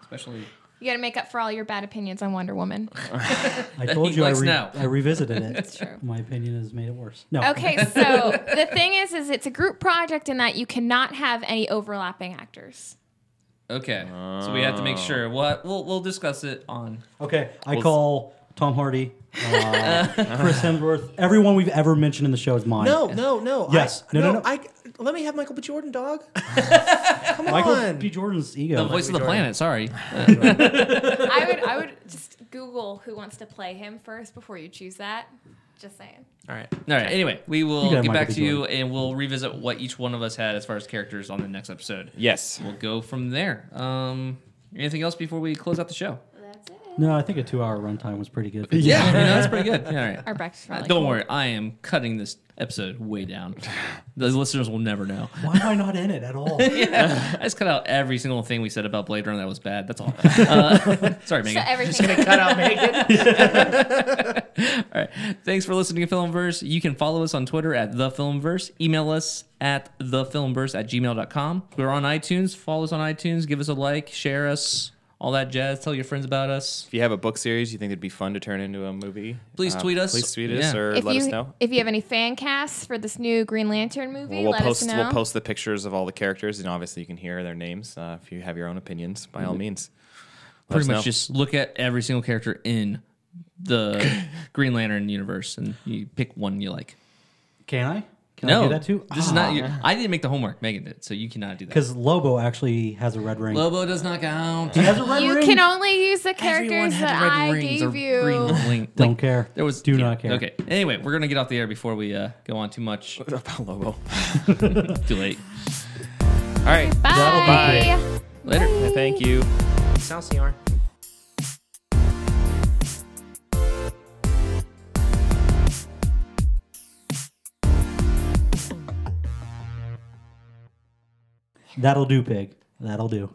[SPEAKER 1] especially
[SPEAKER 4] You got to make up for all your bad opinions on Wonder Woman.
[SPEAKER 2] I
[SPEAKER 1] That
[SPEAKER 2] told
[SPEAKER 1] he
[SPEAKER 2] you I,
[SPEAKER 1] likes
[SPEAKER 2] re-
[SPEAKER 1] now.
[SPEAKER 2] I revisited it.
[SPEAKER 4] That's true.
[SPEAKER 2] My opinion has made it worse. No.
[SPEAKER 4] Okay, so the thing is, is it's a group project in that you cannot have any overlapping actors.
[SPEAKER 1] okay. So we have to make sure. What we'll we'll discuss it on.
[SPEAKER 2] Okay. I
[SPEAKER 5] Well,
[SPEAKER 2] call Tom Hardy, uh, Chris Hemsworth, everyone we've ever mentioned in the show is mine.
[SPEAKER 3] No, no, no.
[SPEAKER 2] Yes.
[SPEAKER 3] I,
[SPEAKER 2] No, no, no.
[SPEAKER 3] I let me have Michael B. Jordan, dog. Come
[SPEAKER 2] Michael
[SPEAKER 3] on.
[SPEAKER 2] B. Jordan's ego.
[SPEAKER 1] The voice of the
[SPEAKER 3] Jordan.
[SPEAKER 1] planet. Sorry.
[SPEAKER 4] I would, I would just Google who wants to play him first before you choose that. Just saying.
[SPEAKER 3] All right.
[SPEAKER 1] All right. Anyway, we will
[SPEAKER 2] You can have
[SPEAKER 1] get back
[SPEAKER 2] Michael
[SPEAKER 1] to
[SPEAKER 2] B.
[SPEAKER 1] you and we'll revisit what each one of us had as far as characters on the next episode.
[SPEAKER 5] Yes.
[SPEAKER 1] We'll go from there. Um, anything else before we close out the show?
[SPEAKER 4] That's it.
[SPEAKER 2] No, I think a two-hour runtime was pretty good. For
[SPEAKER 1] Yeah, you know, that's pretty good. Yeah, all right.
[SPEAKER 4] Our breakfast.
[SPEAKER 1] Uh, don't worry, I am cutting this episode way down. The listeners will never know.
[SPEAKER 2] Why am I not in it at all?
[SPEAKER 1] I just cut out every single thing we said about Blade Runner that was bad. That's all. Uh, sorry,
[SPEAKER 4] So
[SPEAKER 1] Megan.
[SPEAKER 4] everything.
[SPEAKER 3] Cut out Megan.
[SPEAKER 1] All right. Thanks for listening to Filmverse. You can follow us on Twitter at The Filmverse. Email us at TheFilmverse at gmail.com. We're on iTunes. Follow us on iTunes. Give us a like, share us, all that jazz. Tell your friends about us.
[SPEAKER 5] If you have a book series you think it'd be fun to turn into a movie, um,
[SPEAKER 1] Please tweet us.
[SPEAKER 5] Please tweet us
[SPEAKER 1] Yeah.
[SPEAKER 5] or
[SPEAKER 4] if
[SPEAKER 5] let
[SPEAKER 4] you
[SPEAKER 5] us know.
[SPEAKER 4] if you have any fan casts for this new Green Lantern movie,
[SPEAKER 5] We'll, we'll
[SPEAKER 4] let
[SPEAKER 5] post
[SPEAKER 4] us know.
[SPEAKER 5] we'll post the pictures of all the characters, and obviously you can hear their names. Uh, if you have your own opinions, by all means. Let us
[SPEAKER 1] Pretty
[SPEAKER 5] know.
[SPEAKER 1] much just look at every single character in the Green Lantern universe and you pick one you like.
[SPEAKER 2] Can I? Can
[SPEAKER 1] no,
[SPEAKER 2] I do that too? Ah,
[SPEAKER 1] This is not your. I didn't make the homework. Megan did, so you cannot do that.
[SPEAKER 2] because Lobo actually has a red ring.
[SPEAKER 1] Lobo does not count.
[SPEAKER 2] He has a red
[SPEAKER 4] you
[SPEAKER 2] ring.
[SPEAKER 4] can only use the
[SPEAKER 1] Everyone
[SPEAKER 4] characters
[SPEAKER 1] had
[SPEAKER 4] that
[SPEAKER 1] red
[SPEAKER 4] I
[SPEAKER 1] rings or
[SPEAKER 4] gave you.
[SPEAKER 1] Green link.
[SPEAKER 2] Don't
[SPEAKER 1] like,
[SPEAKER 2] care.
[SPEAKER 1] There was
[SPEAKER 2] Do
[SPEAKER 1] yeah,
[SPEAKER 2] not care.
[SPEAKER 1] Okay. Anyway, we're gonna get off the air before we uh, go on too much.
[SPEAKER 5] about Lobo.
[SPEAKER 1] Too late.
[SPEAKER 5] All right.
[SPEAKER 4] Bye.
[SPEAKER 1] Later.
[SPEAKER 5] Thank you.
[SPEAKER 3] Excelsior.
[SPEAKER 2] That'll do, pig. That'll do.